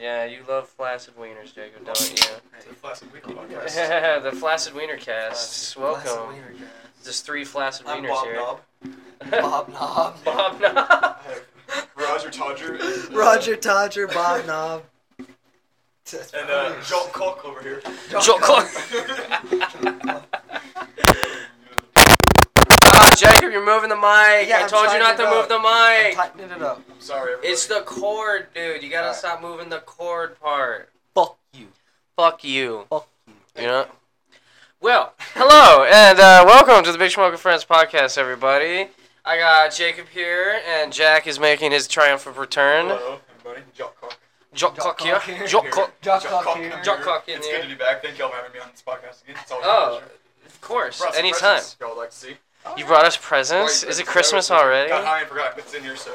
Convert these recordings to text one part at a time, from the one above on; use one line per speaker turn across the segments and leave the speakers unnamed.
Yeah, you love flaccid wieners, Jacob, don't you?
The Flaccid Wiener Podcast.
the flaccid wiener cast. Welcome.
Wiener guys.
Just three flaccid
I'm
wieners
Bob
here.
Knob. Bob Knob.
Bob Knob.
I have Roger Todger and, uh,
Roger Todger, Bob Knob.
and uh, Jolt Cock over here.
Joel Clark. Ah, Jacob, you're moving the mic. I
Yeah, I'm
told you
trying
not
to
to move
go.
the
I'm
mic.
tightening it up.
Sorry, everybody.
it's the cord, dude. You gotta
Alright.
stop moving the cord part.
Fuck you.
Fuck you.
Fuck you.
You know. Well, hello and uh, welcome to the Big Smoke and Friends podcast, everybody. I got Jacob here, and Jack is making his triumphant return.
Hello, everybody. Jolt Cock.
Jock
Jock
Cock here.
Cock here.
Jock Cock.
Jock Cock here.
Jock Cock in
It's
here.
good to be back. Thank y'all for having me on this podcast again. It's always
Oh,
a pleasure.
of course.
Brought some
Anytime.
presents Y'all would like to see.
You brought us presents.
Right,
Is it
that's-
Christmas
that was-
already?
Got high and forgot it's in here, so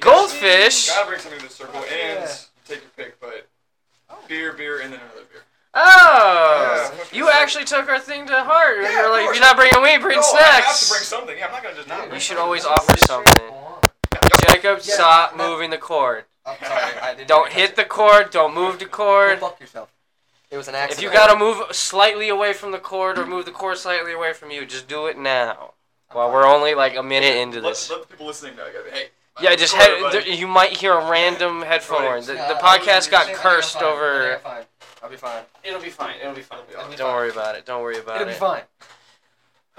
Goldfish.
gotta bring something to the circle and
Yeah.
take your pick. But beer, beer, and then another beer.
Oh,
Yeah.
you actually took our thing to heart.
Yeah,
you were
of
like, if
course.
you're not bringing weed, bring
No, I have to bring
snacks.
something. Yeah, I'm not gonna just not.
You
bring
should
something.
always offer something. Jacob,
Yeah.
stop moving the cord.
I'm sorry. I didn't
Don't
touch
hit
it.
the cord. Don't move the
Go
cord.
fuck yourself. It was an
If
accident.
you gotta move slightly away from the cord or move the cord slightly away from you, just do it now. While we're only like a minute into
Let-
this.
Let, the people listening know. Gotta be, Hey.
Yeah, just
Sorry,
head,
everybody.
there, you might hear a random headphone.
Right.
warning. The,
Yeah,
the
I- I
podcast
think
got
I'm
cursed
fine. I think
over.
I'm fine. I'll be fine.
It'll be fine. It'll be fine.
It'll be
Don't
fine.
worry about it. Don't worry about
It'll be
it.
fine.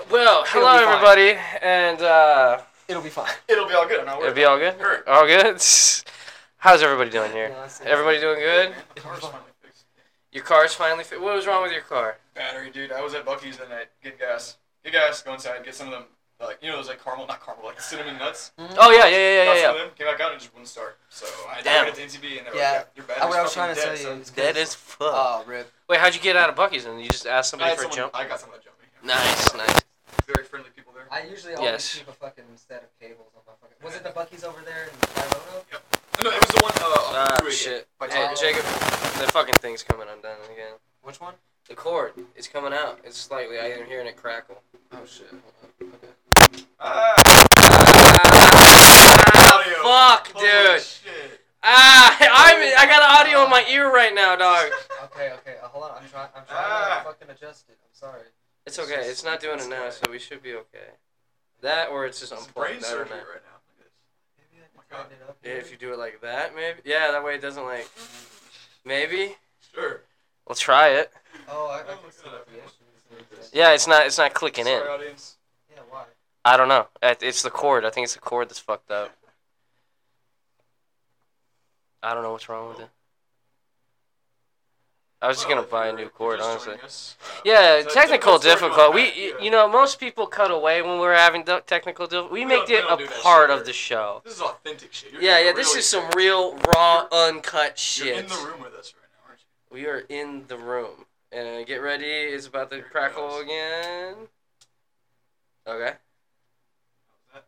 Well,
It'll
hello
be fine.
everybody, and uh,
It'll be fine.
It'll be all good. I'm not
it'll
worried.
be all good.
Sure.
All good. How's everybody doing here?
No, it's-
Everybody doing good?
Man, the car's finally fixed.
Your car's finally fit. What was wrong with your car?
Battery, dude. I was at Bucky's that night. Get gas. Get gas. Go inside. Get some of them. Like you know, those like caramel, not caramel, like cinnamon nuts.
Mm-hmm.
Oh yeah, yeah, yeah,
Got
yeah,
some
yeah.
of them. Came back out and it just wouldn't start. So I
Damn.
Damn. got it to NTB and they were
Yeah.
like, yeah, your battery's
Uh, What I was trying
fucking
to
dead,
tell you
son.
is 'cause-
That is fuck.
Oh, rip.
Wait, how'd you get out of Bucky's and you just asked
I,
somebody
had
for a jump?
someone, I got someone to jump me.
Nice, nice.
Very friendly people there.
I usually always
Yes.
keep a fucking set of cables on my fucking. Was it the Bucky's over there in Tyrona?
No, no, it was the one. Uh, on
Ah,
Freeway
shit.
Gate. By
Hey,
Tom.
Jacob, the fucking thing's coming undone again.
Which one?
The cord is coming out. It's slightly. I'm hearing it crackle.
Oh shit. Okay.
Ah,
Ah, fuck,
holy
dude.
shit.
Ah, I'm. I got audio in my ear right now, dog.
Okay, okay. Uh, hold on. I'm trying. I'm trying
Ah.
to fucking adjust it. I'm sorry.
It's okay. It's not doing it now, so we should be okay. That or it's just
It's brain
unplugged. I don't
surgery
know.
right now. Look at this.
Maybe
my
I can
God.
tighten it up.
Yeah,
Here.
if you do it like that, maybe. Yeah, that way it doesn't like. Maybe.
Sure.
We'll try it.
Oh, I, I
Oh
can
my
see
God.
what the issue is.
Yeah, it's not. It's not clicking in.
Sorry, audience.
Yeah. Why?
I don't know. I- It's the cord. I think it's the cord that's fucked up. I don't know what's wrong with it. I was just
Well,
gonna
if
buy a
you're-
new
if you're
cord,
just
honestly.
joining us, uh,
Yeah,
so
technical
that's- that's where
difficult.
we're
We,
at,
y-
yeah.
you know, most people cut away when we're having du- technical difficulty. We
We
make
don't- we
it
don't do
a
that
part
shit
of
here.
the show.
This is authentic shit. You're
Yeah,
in
yeah.
the
This
real
is
shit.
some real raw, uncut
You're in
shit.
the room with us right now, aren't you?
We are in the room, and uh, get ready. It's about to crackle again. Okay.
How's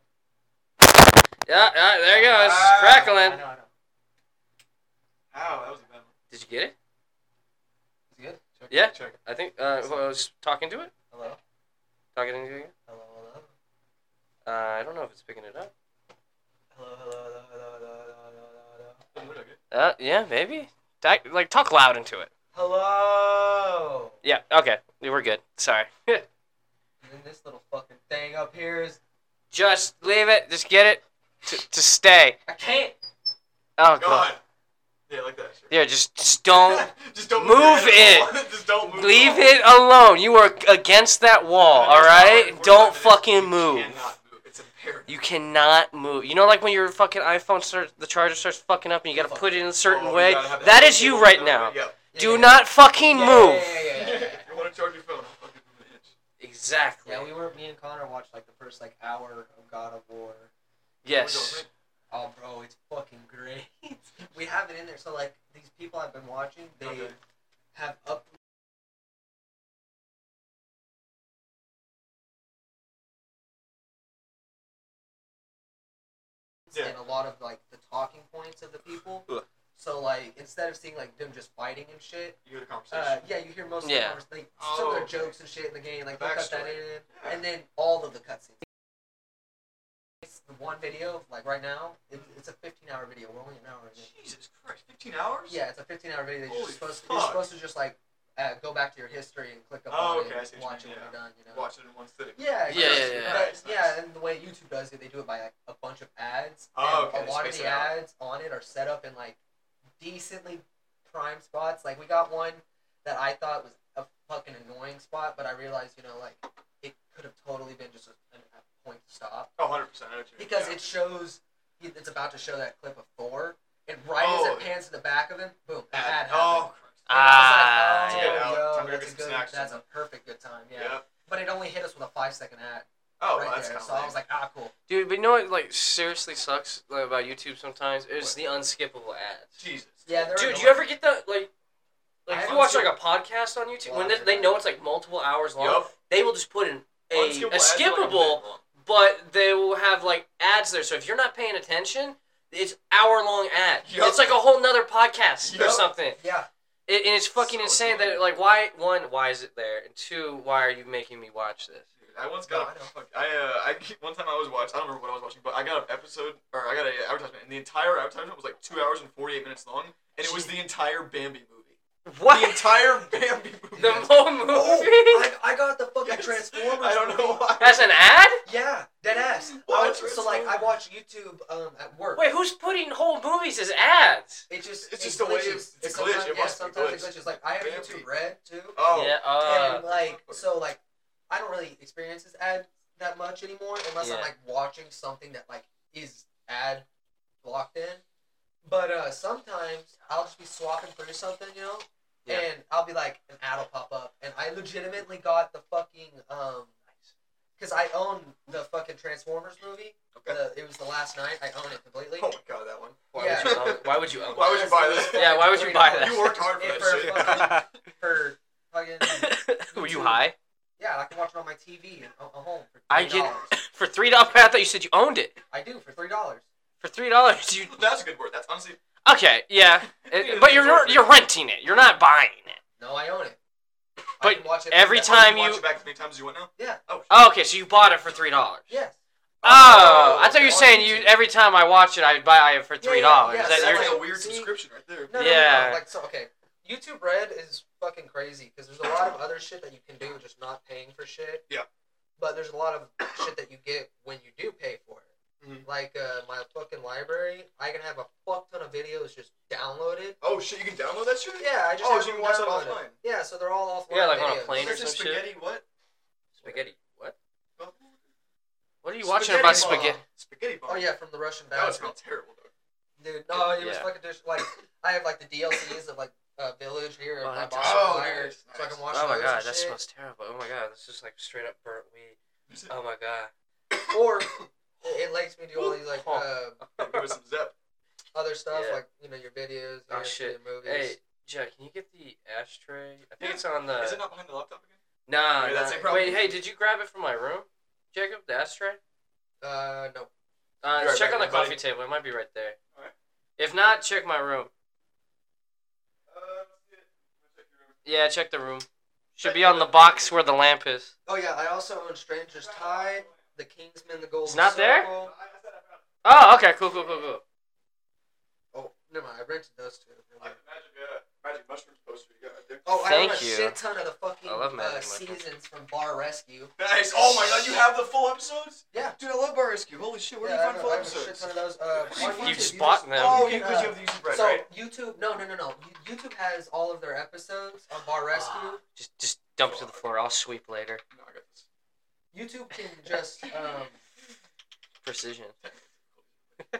Yeah, yeah. There you go. It's
Ah,
I know.
crackling.
I know.
that? Ow, that was a bad one.
Did you get it?
Is it good?
Check,
Yeah.
Check.
I think uh, who I was talking to it.
Hello.
Talking to it again.
Hello. Hello.
Uh, I don't know if it's picking it up.
Hello. Hello. Hello. Hello. Hello. Hello. Hello.
Doesn't look like it.
Uh, yeah, maybe. Di- like talk loud into it.
Hello.
Yeah. Okay. We're good. Sorry.
And then this little fucking thing up here is.
Just leave it. Just get it to, to stay.
I can't.
Oh god.
God. Yeah, like that. Sure.
Yeah. Just just don't
just don't
Move
your head at all. just don't move. at
leave
all.
it alone. You are against that wall.
And there's
All right.
power in
Don't
45 minutes.
fucking
You
move.
cannot move. It's imperative.
You cannot move. You know, like when your fucking iPhone starts, the charger starts fucking up, and you gotta put it in a certain
Oh, you
way.
gotta have
That is you
cable
right
going
now.
Yeah.
Yeah,
Do
yeah,
not fucking
yeah, yeah,
move.
Yeah, yeah, yeah, yeah, yeah.
you want to charge your phone? Fucking move an inch.
Exactly.
Yeah, we were. Me and Connor watched like the first like hour of God of War.
Yes.
Oh, bro, it's fucking great. we have it in there. So like these people I've been watching, they
Okay.
have up.
Yeah.
And a lot of like the talking points of the people.
Ugh.
So like instead of seeing like them just fighting and shit,
You had a
Uh,
conversation.
yeah, you hear most of
Yeah.
the convers- like, some of
Oh,
their
okay.
jokes and shit in the game. Like they'll cut that
Backstory.
in,
Yeah.
and then all of the cutscenes. It's the one video, like right now, it, it's a 15 hour video. We're only an hour in.
Jesus Christ, 15 hours?
Yeah, it's a 15 hour video. That you're
Holy
supposed to, you're
fuck.
supposed to just like uh, go back to your history and click up
Oh,
on
okay, I
it
see
and
what you
watch it
mean,
when
yeah.
you're done. You know.
Watch it in one sitting.
Yeah,
Yeah, exactly.
yeah, yeah.
But,
Nice,
yeah,
nice.
and the way YouTube does it, they do it by like a bunch of ads.
Oh,
and
okay,
A lot of
space
the
it out.
ads on it are set up in like decently prime spots. Like we got one that I thought was a fucking annoying spot, but I realized, you know, like it could have totally been just a, a point to stop
Oh, 100%. I know what you mean,
because
yeah.
it shows it's about to show that clip of Thor, and right
Oh.
as it pans to the back of him, boom, an ad
Ad-
happened.
Oh, Christ.
And I was
Ah,
yeah. It's
like, oh,
a good
yo,
out. Time to go
that's
get
a
some
good-
snacks or
that's a
something.
perfect good time, yeah.
Yeah.
But it only hit us with a five second ad
Oh,
right
well, that's
there.
kind of
So I was like, ah, cool.
Dude, but you know what? Like seriously, sucks like, about YouTube sometimes is
What?
the unskippable ads.
Jesus.
Yeah, they're
Dude,
annoying.
do you ever get that? Like, like
I
if
haven't
you watch
seen-
like a podcast on YouTube, when
Well,
they, they know it's like multiple hours long,
Yup.
they will just put in a, a
Unskippable ads are like a minute
skippable,
long.
but they will have like ads there. So if you're not paying attention, it's hour long ad.
Yup.
It's like a whole nother podcast or
Yup.
something.
Yeah,
It, and it's fucking
So
insane that
annoying.
like why one why is it there and two why are you making me watch this?
Dude, I once got a fuck. I uh, I one time I was watching. I don't remember what I was watching, but I got an episode or I got an advertisement, and the entire advertisement was like two hours and forty eight minutes long, and it was the entire Bambi movie.
What
The entire Oh, Bambi movie.
the whole movie?
I, Oh, I got the fucking
Yes.
Transformers.
I don't know
movie.
why.
That's an ad?
Yeah, dead ass. I
What?
was- so like, I watch YouTube um at work.
Wait, who's putting whole movies as ads?
It just
It's
it
just the way it-
glitches.
it's a glitch.
sometimes-
It
yeah,
must be
sometimes it
glitched.
glitches. Like I have
Bambi.
YouTube Red too,
Oh.
Yeah, uh,
and like so like I don't really experience this ad that much anymore unless
Yeah.
I'm like watching something that like is ad blocked in. But uh sometimes I'll just be swapping through something, you know,
Yeah.
and I'll be like an ad will pop up, and I legitimately got the fucking um. Because I own the fucking Transformers movie.
Okay.
The, it was the last night. I own it completely.
Oh my god, that one.
why,
yeah.
would you own, why would you own
Why would you buy this?
Yeah, why would you buy that?
You worked hard for
It
that
for fucking
it? Were you
YouTube.
high?
yeah, I can watch it on my TV at at home for
I
three dollars.
get for three dollars. I thought you said you owned it
I do for three dollars.
for three dollars. You
shit. That's a good word. That's honestly.
okay? Yeah, It- but you're you're renting it. You're not buying it.
No, I own it. I
But
can watch it
every
whenever-
time
you watch
you-
it back as many times as you want now.
Yeah.
Oh. shit.
Oh, okay, so you bought it for three dollars.
Yes.
Oh, I thought you were
On
saying you
YouTube.
every time I watch it, I buy it for
Yeah,
three
yeah,
dollars.
yeah,
Is
That's
that your?
like-
a weird
See-
subscription right there.
No, no, no,
Yeah.
no. Like so, okay. YouTube Red is fucking crazy because there's a lot of other shit that you can do just not paying for shit.
Yeah.
But there's a lot of shit that you get when you do pay for it.
Mhm.
Like uh, my fucking library, I can have a fuck ton of videos just downloaded.
Oh shit, you can download that shit.
Yeah, I just
Oh,
have
so you
them
can watch that
downloaded.
offline.
Yeah, so they're all offline.
Yeah, like on a
videos.
plane or
Is it
some shit.
spaghetti? What?
Spaghetti. What?
Well,
What are you watching
Spaghetti
about
Bob.
spaghetti?
Spaghetti bar.
Oh yeah, from the Russian
That would smell
bathroom.
terrible though.
Dude, no, it was
Yeah.
fucking just like I have like the DLCs of like uh, Village here
Oh,
and my
that's
boss
awesome.
Fire,
Oh, nice,
so I
nice.
can watch
Oh my
those
god,
and
that
shit.
smells terrible. Oh my god, this is like straight up burnt weed.
Is
Oh my god.
Or it, it lets me do all these like uh,
it- Give us some zip.
other stuff
Oh. Yeah.
like you know your videos,
Oh,
your,
shit.
your movies.
Hey, Jack, can you get the ashtray? I think
Yeah.
it's on the.
Is it not behind the laptop again?
Nah,
Maybe that's
nah.
a problem.
Wait, hey, did you grab it from my room, Jacob? The ashtray?
Uh, no.
Uh,
Be right
check
back,
on the
everybody.
coffee table. It might be right there.
Alright.
If not, check my room. Yeah, check the room. Should be on the box where the lamp is.
Oh yeah, I also own Stranger's Tide, The Kingsman, The Golden
It's not there?
Circle.
Oh, okay, cool, cool, cool, cool.
Oh, never mind. I rented those two. Never mind.
Magic mushrooms poster you got right there.
Oh, I
Thank
own a
you.
shit ton of the fucking
I love Magic
uh,
Mushrooms.
seasons from Bar Rescue.
Nice! Oh my god, you have the full episodes?
Yeah.
Dude, I love Bar Rescue. Holy shit, where
yeah,
do you find
I have
full
a- I have a shit
episodes?
ton of those. Uh,
You-
on
you
YouTube,
spot
just-
them.
Oh,
you
you
can,
because
uh,
you have the YouTube bread,
so
right?
YouTube, no, no, no, no. You- YouTube has all of their episodes on Bar
Ah.
Rescue.
Just, just dump to the floor. I'll sweep later.
No, I got this.
YouTube can just um,
Precision.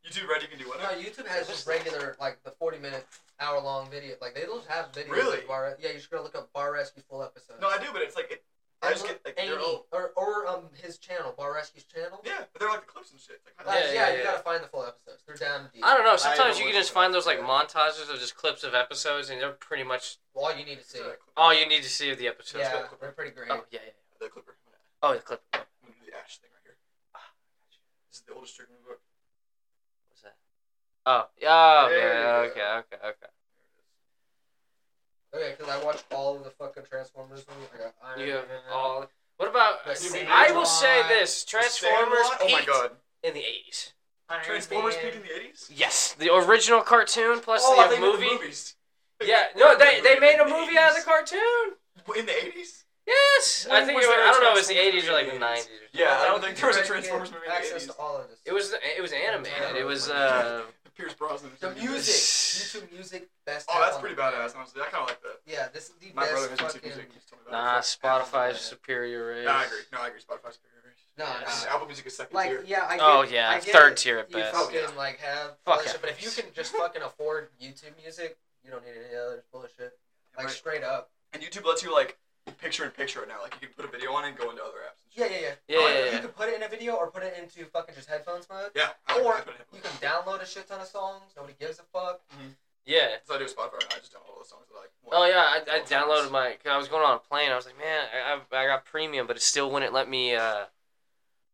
YouTube Red, you can do
no.
whatever.
YouTube has just regular like the forty minute, hour long video. Like they just have videos.
Really?
Of bar, Re- yeah, you should go look up Bar Rescue full episodes.
No, I do, but it's like, it, I
And
just
look-
get like
Amy,
their own.
or or um his channel, Bar Rescue's channel.
Yeah, but they're like the clips and shit. Like,
Uh,
Yeah,
yeah,
yeah,
you
yeah.
gotta find the full episodes. They're down deep.
I don't know. Sometimes you
don't
can just
watch
find
it.
those like
Yeah.
montages of just clips of episodes, and they're pretty much
All you need to see.
all you need to see of the episode.
yeah,
good.
they're pretty great.
Oh yeah, yeah.
The clipper. I'm
Oh,
gonna-
the clip. What's
I'm gonna do the Ash thing right here. Ah, This is the oldest trick in the book.
that? Oh, yeah. Oh,
There
yeah.
you
Okay,
go.
okay, okay.
Okay, because I watched all of the fucking Transformers movies. I got Iron
You have
Man.
all. What about?
The
Sandlot,
I will say this:
The
Transformers
Sandlot?
peaked
Oh my god.
in the eighties.
Iron
Transformers
Man.
peak in the 80s?
Yes, the original cartoon plus
oh, I
the
think
movie.
movies.
Yeah, no, they, they made a
in the
movie out of the
80s.
cartoon.
In the 80s?
Yes, I
When
think
was
it was,
there a
I don't know. It was the
Transformers
eighties or like the
movie in the
nineties.
80s? Yeah, I don't
You
think there was a
couldn't
Transformers
get
movie in the
Access
80s.
to all of this.
It was it was animated. It was
Oh my
uh,
Pierce Brosnan.
the music. YouTube music best.
Oh, that's
album.
pretty badass, honestly. I kind of like that.
Yeah, this is the
My brother
best
has YouTube
fucking.
music. He's told me
nah
about it.
Spotify's superior is.
No, I agree. No, I agree. Spotify's superior.
No,
Yes.
no.
Apple Music is second
Like
tier.
yeah, I get,
Oh yeah,
I get
third
it.
tier at
You
best.
fucking
Yeah.
like have
Fuck
bullshit, but if you
Apple's.
can just fucking afford YouTube music, you don't need any other bullshit. Like
Right.
straight up.
And YouTube lets you like picture in picture it now. Like you can put a video on it and go into other apps. And shit.
Yeah, yeah, yeah.
Yeah,
Like,
yeah, yeah.
You can put it in a video or put it into fucking just headphones mode.
Yeah. I
Or
like that.
You can download a shit ton of songs. Nobody gives a fuck.
yeah.
So I do Spotify. right now, I just download all the songs that I like.
Oh yeah, I, I
Well,
downloaded my. Cause I was going on a plane. I was like, man, I, I I got premium, but it still wouldn't let me uh,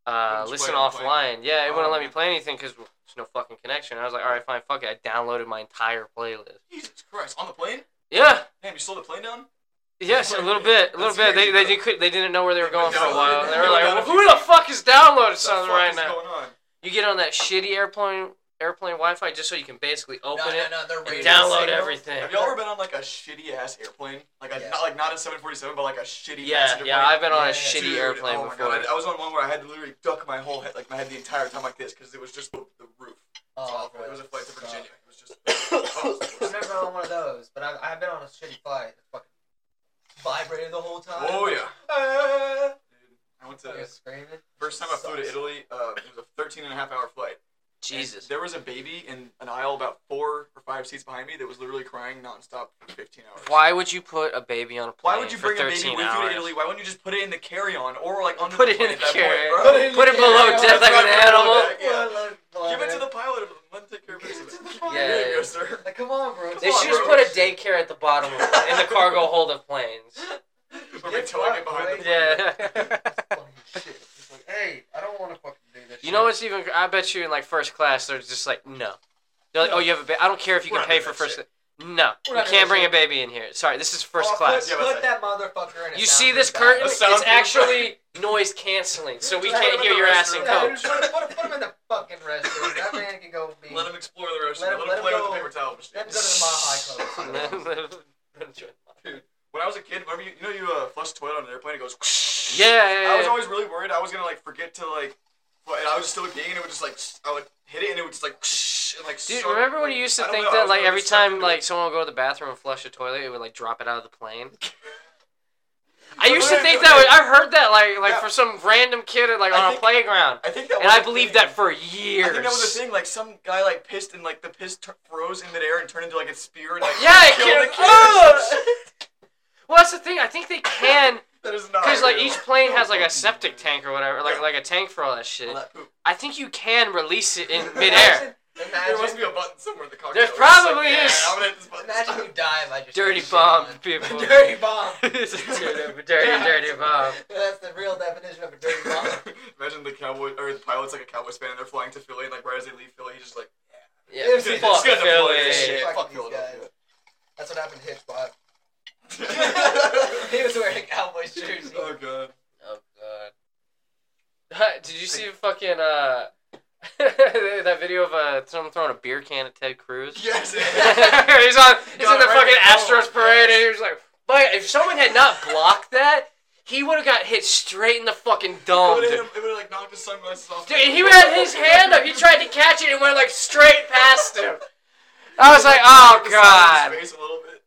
uh,
Wouldn't
listen
play on plane?
offline. Yeah, it wouldn't let me
Oh.
play anything because there's no fucking connection. I was like, all right, fine, fuck it. I downloaded my entire playlist.
Jesus Christ! On the plane?
Yeah.
Damn, you slowed the plane down?
Yes, a little bit, a little
That's
bit. They,
crazy,
they
bro.
didn't they didn't know where they were
They
going for a
downloaded
while.
it.
They
They
were like,
downloaded
well,
it.
who the fuck is downloading
the
something
fuck
right
is
now?
going on?
You get on that shitty airplane airplane Wi-Fi just so you can basically open
no,
it
no, no, they're
and
radio
download
signal.
everything.
Have y'all ever been on like a shitty ass airplane? Like a,
Yeah.
not like not a 747, but like a shitty
Yeah,
passenger
yeah.
plane?
I've been on a
Yeah,
shitty
Dude,
airplane
oh my
before.
God. I, I was on one where I had to literally duck my whole head, like my head the entire time like this, because it was just the, the roof. It was
Oh,
awful. It was a flight to
sucks.
Virginia. It was just. oh, it was
I've
the worst.
never been on one of those, but I've, I've been on a shitty flight. It fucking vibrated the whole time.
oh yeah.
Ah.
Dude, I went
Fucking
to
screaming.
first time I flew to
Sucks.
Italy. Uh, it was a 13 and a half hour flight. And
Jesus.
There was a baby in an aisle about four or five seats behind me that was literally crying nonstop for 15 hours.
Why would you put a baby on a plane?
Why would you bring a
for
baby
13
with
hours?
you to Italy? Why wouldn't you just put it in the carry-on or like on
Put it in the carry-on. Put
it in
Put it
Yeah,
below
yeah,
death
that's
like an
right,
animal.
right, Yeah.
Love
Give it to
it.
the pilot. Let him take care of
Give
it.
it to the
Here
pilot.
you
Yeah.
go, sir.
Like, come on, bro.
They
Come
should
on,
just
bro.
put a daycare at the bottom of it, in the cargo hold of planes.
Or we towing it behind the
Yeah.
shit. It's like, hey, I don't want to fucking do this.
You know what's even? I bet you in like first class, they're just like, no. They're like, oh, you have a baby. I don't care if you
We're
can
not
pay
doing
for
that
first.
shit.
cla- No,
We're
you
not doing
can't
that
bring a
shit.
baby in here. Sorry, this is first
Oh,
class.
Yeah,
Put,
but-
put that motherfucker in. A
You see this
soundproof
curtain?
A
It's
soundproof
actually noise canceling, so we
Just
can't
put
hear
it in
your
the
ass in
restroom.
bag. Yeah,
coach.
just put, put, put him in the fucking restroom. That man can go be.
Let him explore the ocean.
Let him-
Let,
let
him play with
him go-
the paper towel machine.
let him go to the Mile High Club.
When I was a kid, remember you, you know you uh, flush the toilet on an airplane, it goes. whoosh.
Yeah,
I was
yeah, yeah.
always really worried I was gonna like forget to like, fl- and I would just still be peeing and it would just like s- I would hit it and it would just like. whoosh, And, like
Dude,
suck,
remember when
like,
you used
I
to
don't
think
know, I
that
was
like
always
every
stuck
time
into it.
like someone would go to the bathroom and flush a toilet, it would like drop it out of the plane? I used to think that was, I heard that like like
Yeah.
for some random kid at, like
I
on a
think-
playground,
I think that.
and
was
I
a
believed
thing.
that for years.
I think that was a thing. Like some guy like pissed and like the piss tur froze in midair and turned into like a spear and like
Yeah, it
killed
can.
the kid.
Ugh! well, that's the thing. I think they can
that is not
because like
real.
each plane has like a septic tank or whatever, like like a tank for all that
All
shit.
that poop.
I think you can release it in midair.
Imagine,
There must
imagine,
be a button somewhere in the
There
cockpit. It's like,
probably
yeah,
is.
I'm gonna hit this button.
imagine you die by just
Dirty
shit
bomb,
on.
people.
dirty bomb.
It's a dirty, dirty, dirty bomb.
That's the real definition of a dirty bomb.
Imagine the cowboy or the pilot's like a cowboy fan and they're flying to Philly and like right as they leave Philly, he's just like
Yeah,
It's
"Dude,
fuck
it's gonna blow this
Philly.
shit.
Fuck
Fuck
these
Philadelphia.
That's what happened to Hitchbot. he
oh
was wearing a Cowboys jersey.
god.
Oh god. Did you see fucking uh that video of uh someone throwing a beer can at Ted Cruz?
Yes.
he's on he's in
Got
the
it right
fucking
in the
Astros
dome.
parade and he was like but if someone had not blocked that, he would have got hit straight in the fucking
it
dome.
would
Dude.
have like knocked his sunglasses off.
Dude, he had his hand up. He tried to catch it and went like straight past him. I was like, oh
Knocked his
god.
Face a little bit.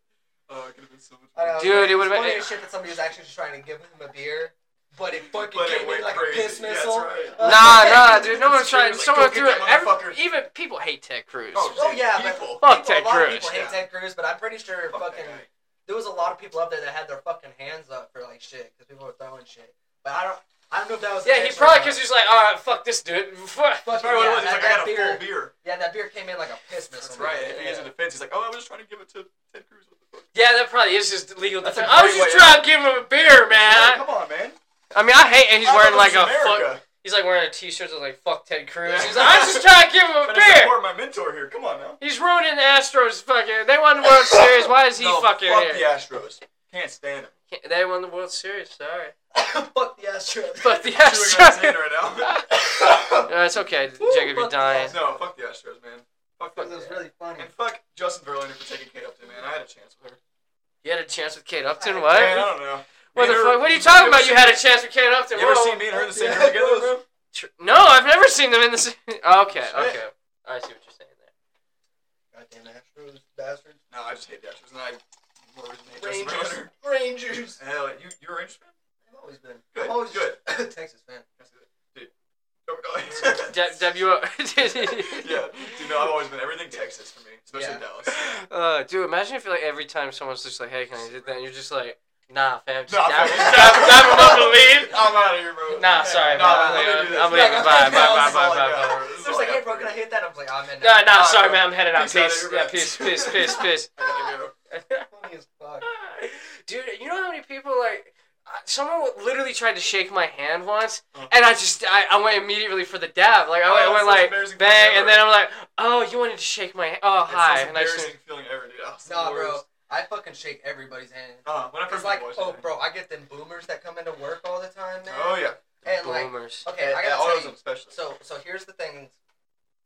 Oh, it could have been so much.
I know,
worse.
Dude, it
it's
would've been-
funny as shit that somebody was actually just trying to give him a beer, but it fucking
But it
came
went
in like
crazy.
a piss
Yeah, that's
missile.
right.
Uh,
Nah, nah, dude. No one
Cruz
tried.
was like,
Someone
"Go get
threw it.
that
Every,
motherfucker."
even people hate Ted Cruz.
Oh
dude,
yeah, but
people.
Fuck Ted
people- a lot of
Cruz.
people hate
Yeah.
Ted Cruz, but I'm pretty sure
Fuck that
fucking
guy.
there was a lot of people up there that had their fucking hands up for like shit because people were throwing shit. But I don't, I don't know if that was.
Yeah, he probably because he's like, all right, fuck this dude. Fuck.
That's
Fuck
probably what it was. He's
yeah,
like,
that-
I got a
that beer,
full beer.
Yeah, that beer came in like a piss missile.
That's right.
Yeah.
If he has a defense, he's like, oh, I was just trying to give it to Ted Cruz. What the fuck?
Yeah, that probably is just legal
That's
defense.
a
I was
great
just
way
trying to give him a beer,
Yeah,
man.
Come on, man.
I mean, I hate, and he's
I
wearing
thought
like
this
a
was
fuck.
America.
He's like wearing a T-shirt that's like "fuck Ted Cruz." He's like, I was just trying to give him a
Trying to
beer.
support my mentor here. Come on now.
He's ruining the Astros. Fucking, they won the World Series. Why is he
no,
fucking
fuck
here?
the Astros. Can't stand them.
Can't- They won the World Series. Sorry.
Fuck the Astros.
Fuck the
I'm chewing on his hand
Astros.
right
No, it's okay,
Woo,
Jacob. You're
fuck the
dying.
now. no, fuck the Astros, man. Fuck
Because
them.
it was really funny.
And fuck Justin Verlander for taking Kate Upton, man. I had a chance with her.
You had a chance with Kate Upton.
I-
What?
Man, I don't know.
What the
Me and her-
fuck? What are you talking
ever
about? You
seen-
had a chance with Kate Upton.
You ever
Whoa.
seen me and her in the same
Yeah,
room together, bro?
Tr- No, I've never seen them in the. s- Okay. Okay. I see what you're saying there.
Goddamn Astros, bastards.
No, I just hate the Astros, and I more reason to hate Justin
Rangers.
Verlander.
Rangers.
Hell, you you're a Rangers fan?
I've always been.
Good,
I'm always
good.
a Texas fan.
That's good. Dude, don't go-
De- W.
yeah, dude, no, I've always been everything Texas for me, especially
Yeah.
Dallas.
Uh, dude, imagine if like every time someone's just like, "Hey, can I do that?" and you're just like, "Nah, fam, just
Nah,
nah, dab,
fam.
dab, dab him up and leave."
I'm out of here, bro.
Nah, sorry, man.
nah, let me
I'm I'm
do this.
leaving.
Yeah,
Bye, bye,
that's
bye,
all
bye,
I got,
bye,
bro. This is
They're
all
like,
I
hey,
got
bro,
for
can I
you.
hit that? I'm like, oh man,
No, no,
Nah,
sorry,
bro.
man. I'm heading out.
Peace out,
Peace, yeah,
everybody.
peace, peace, peace, peace.
I gotta go.
funny as fuck.
Dude, you know how many people like? uh, Someone literally tried to shake my hand once,
Uh.
and I just I, I went immediately for the dab. Like I
Oh,
went, I went
that's the most
like
embarrassing
bang,
thing
and then I'm like, oh, you wanted to shake my hand? Oh,
It's the
hi,
most
and I just
embarrassing feeling ever, dude. Oh, it's the
Nah, bro,
worst.
I fucking shake everybody's hand.
Uh, when I
Cause
first
like,
watched
oh,
it.
bro, I get them boomers that come into work all the time, man.
Oh yeah.
And like,
boomers.
okay, I
Yeah,
gotta
all
tell
those
you.
especially.
So, so here's the thing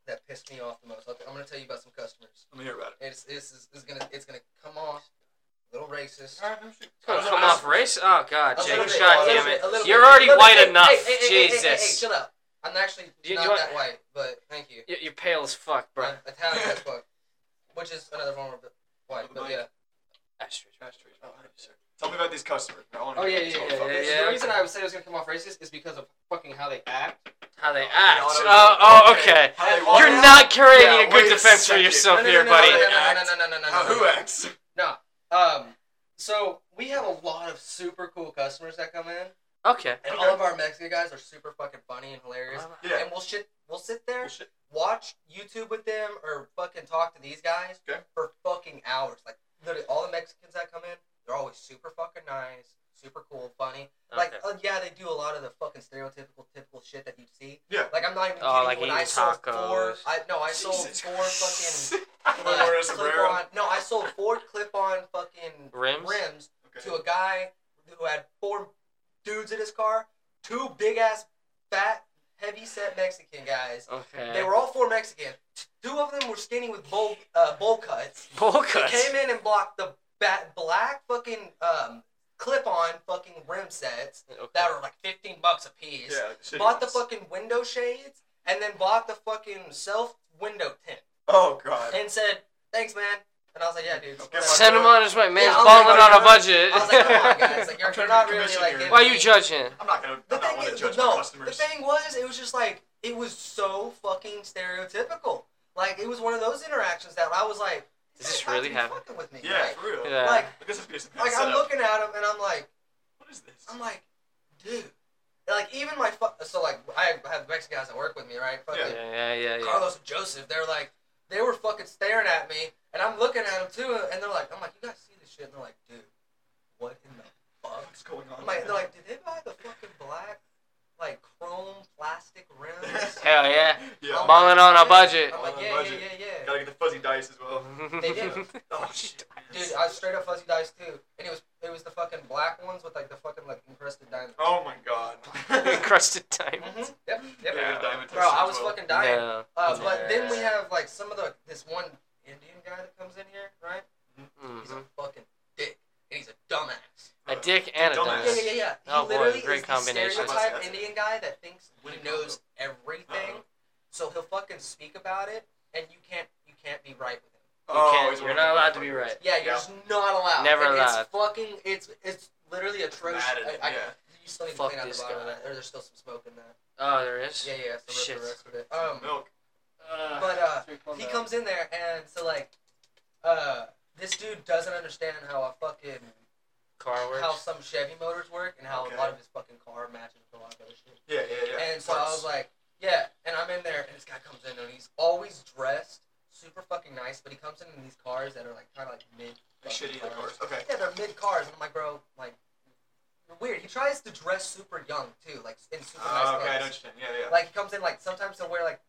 that pissed me off the most. Okay, I'm gonna tell you about some customers.
Let me hear about it.
It's this is, is gonna it's gonna come off a little racist.
Alright, no shit.
It's gonna
I don't
come
know,
off
I-
race? Oh god,
A
Jake,
Jacob,
little bit,
god
a little
damn
bit,
it.
a little
You're
bit.
already
Little
white
bit.
enough,
Hey, hey, hey, hey, hey, hey,
Jesus.
chill out. I'm actually
You-
not
you want-
that white, but thank you.
You're, you're pale as fuck, bro.
I'm Italian as fuck, which is another form of white, but yeah.
Astrid.
Astros. Oh, alright, sure. Tell me about these customers. I wanna
Oh yeah,
hear
yeah,
about
yeah, yeah,
this whole fucking-
yeah,
The
okay.
reason I would say it was gonna come off racist is because of fucking how they act.
How they
Yeah,
act.
I don't know.
Oh, oh, okay.
How they
You're
walk
You're
out.
not carrying
Yeah,
a
wait
good
a
defense for
second.
yourself
no, no,
here,
no, no,
buddy.
No, no,
Act.
no, no, no, no, no,
How-
no, no.
Who acts?
Um, so we have a lot of super cool customers that come in,
Okay.
And
Okay.
all of our Mexican guys are super fucking funny and hilarious.
Yeah.
And we'll shit, we'll sit there,
Bullshit.
watch YouTube with them, or fucking talk to these guys
Okay.
for fucking hours. Like literally, all the Mexicans that come in, they're always super fucking nice, super cool, funny. Like,
Okay.
uh, yeah, they do a lot of the fucking stereotypical, typical shit that you see.
Yeah.
Like, I'm not even
Oh,
kidding.
like
when
eating
I sold four,
tacos.
I no, I sold
Jesus
four
Christ.
fucking
Like,
uh,
Laura Sombrero.
clip-on. No, I sold four clip-on fucking
Rims?
rims
Okay.
to a guy who had four dudes in his car, two big ass, fat, heavy set Mexican guys. They
Okay.
were all four Mexicans. Two of them were skinny with bowl uh, bowl cuts.
Bowl
They
cuts.
came in and blocked the bat, black fucking um, clip on fucking rim sets
Okay.
that were like fifteen bucks a piece.
Yeah, like shitty
Bought the
ones.
fucking window shades and then bought the fucking self window tint
Oh god.
and said, "Thanks, man." And I was like, "Yeah, dude."
Okay,
whatever."
Send him on his way. Man's
Yeah, I was
balling
like,
on a
come on.
budget.
I was like, "Come on, guys! Like, you're,
I'm trying to
you're not
be
really
commission
like."
here.
giving
Why are you
me-
judging?
I'm not gonna.
The
I'm not
thing
one to
is,
judge my
no. The
customers.
thing was, it was just like it was so fucking stereotypical. Like it was one of those interactions that I was like,
Is this
"You guys
really
be
happening?"
Fucking with me,
yeah,
Like,
for real.
Yeah.
like,
This is basically
like I'm
setup.
looking at him and I'm like,
What is this?
I'm like, dude. Like even my fu- so like I have Mexican guys that work with me, right? Fucking
Yeah, yeah, yeah, yeah.
Carlos and Joseph, they're like, they were fucking staring at me, and I'm looking at them too, and they're like, I'm like, you guys see this shit? And they're like, dude, what in the fuck?
What's going on?
I'm like, they're like, did they buy the fucking black, like chrome plastic rims?
Hell yeah.
yeah.
I'm
Balling on a budget.
I'm like,
On a
yeah, yeah,
budget.
yeah, yeah.
Gotta get the fuzzy dice as well.
They did.
Oh shit.
Dude, I was straight up fuzzy dice too, and it was it was the fucking black ones with like the fucking like encrusted diamond.
Oh my god.
Encrusted time.
hmm Yep, yep.
Yeah, the diamond
Bro,
test
I
as
was
well.
fucking dying.
No.
Uh, but then we
Yeah.
have like some of the this one Indian guy that comes in here, right? He's
Mhm.
a fucking dick, and he's a dumbass.
A dick and a
Dumbass.
Yeah, yeah,
dumbass.
yeah, yeah. He
Oh, boy,
literally
great
is
combination.
the stereotype Indian guy that thinks
Winning
he knows everything,
Uh-oh.
so he'll fucking speak about it, and you can't you can't be right with him.
You
Oh,
can't-
he's
you're
one of
not
the
allowed to be
fuckers.
right.
Yeah, you're
Yeah.
just not allowed.
Never
And
allowed.
It's fucking it's it's literally atrocious.
Mad at him,
I, I,
yeah.
You still need to
Fuck
clean out the
this
bottom of
guy.
that. Or there's still some smoke in that.
Oh, there is?
Yeah, yeah. So
Shit. Oh,
rip the rest of it. Um,
Milk.
But, uh, he comes in there and so like, uh, this dude doesn't understand how a fucking
Car
how
works.
some Chevy motors work and how
Okay.
a lot of his fucking car matches with a lot of other shit.
Yeah, yeah, yeah.
And so I was like, yeah. And I'm in there, and this guy comes in, and he's always dressed super fucking nice, but he comes in in these cars that are like kind of like uh, mid. fucking
shitty the cars. Okay.
Yeah, they're mid cars, and I'm like, bro, like, you're weird. He tries to dress super young too, like in super
Oh,
nice
okay, I
clothes.
understand. Yeah, yeah.
Like he comes in, like sometimes he'll wear like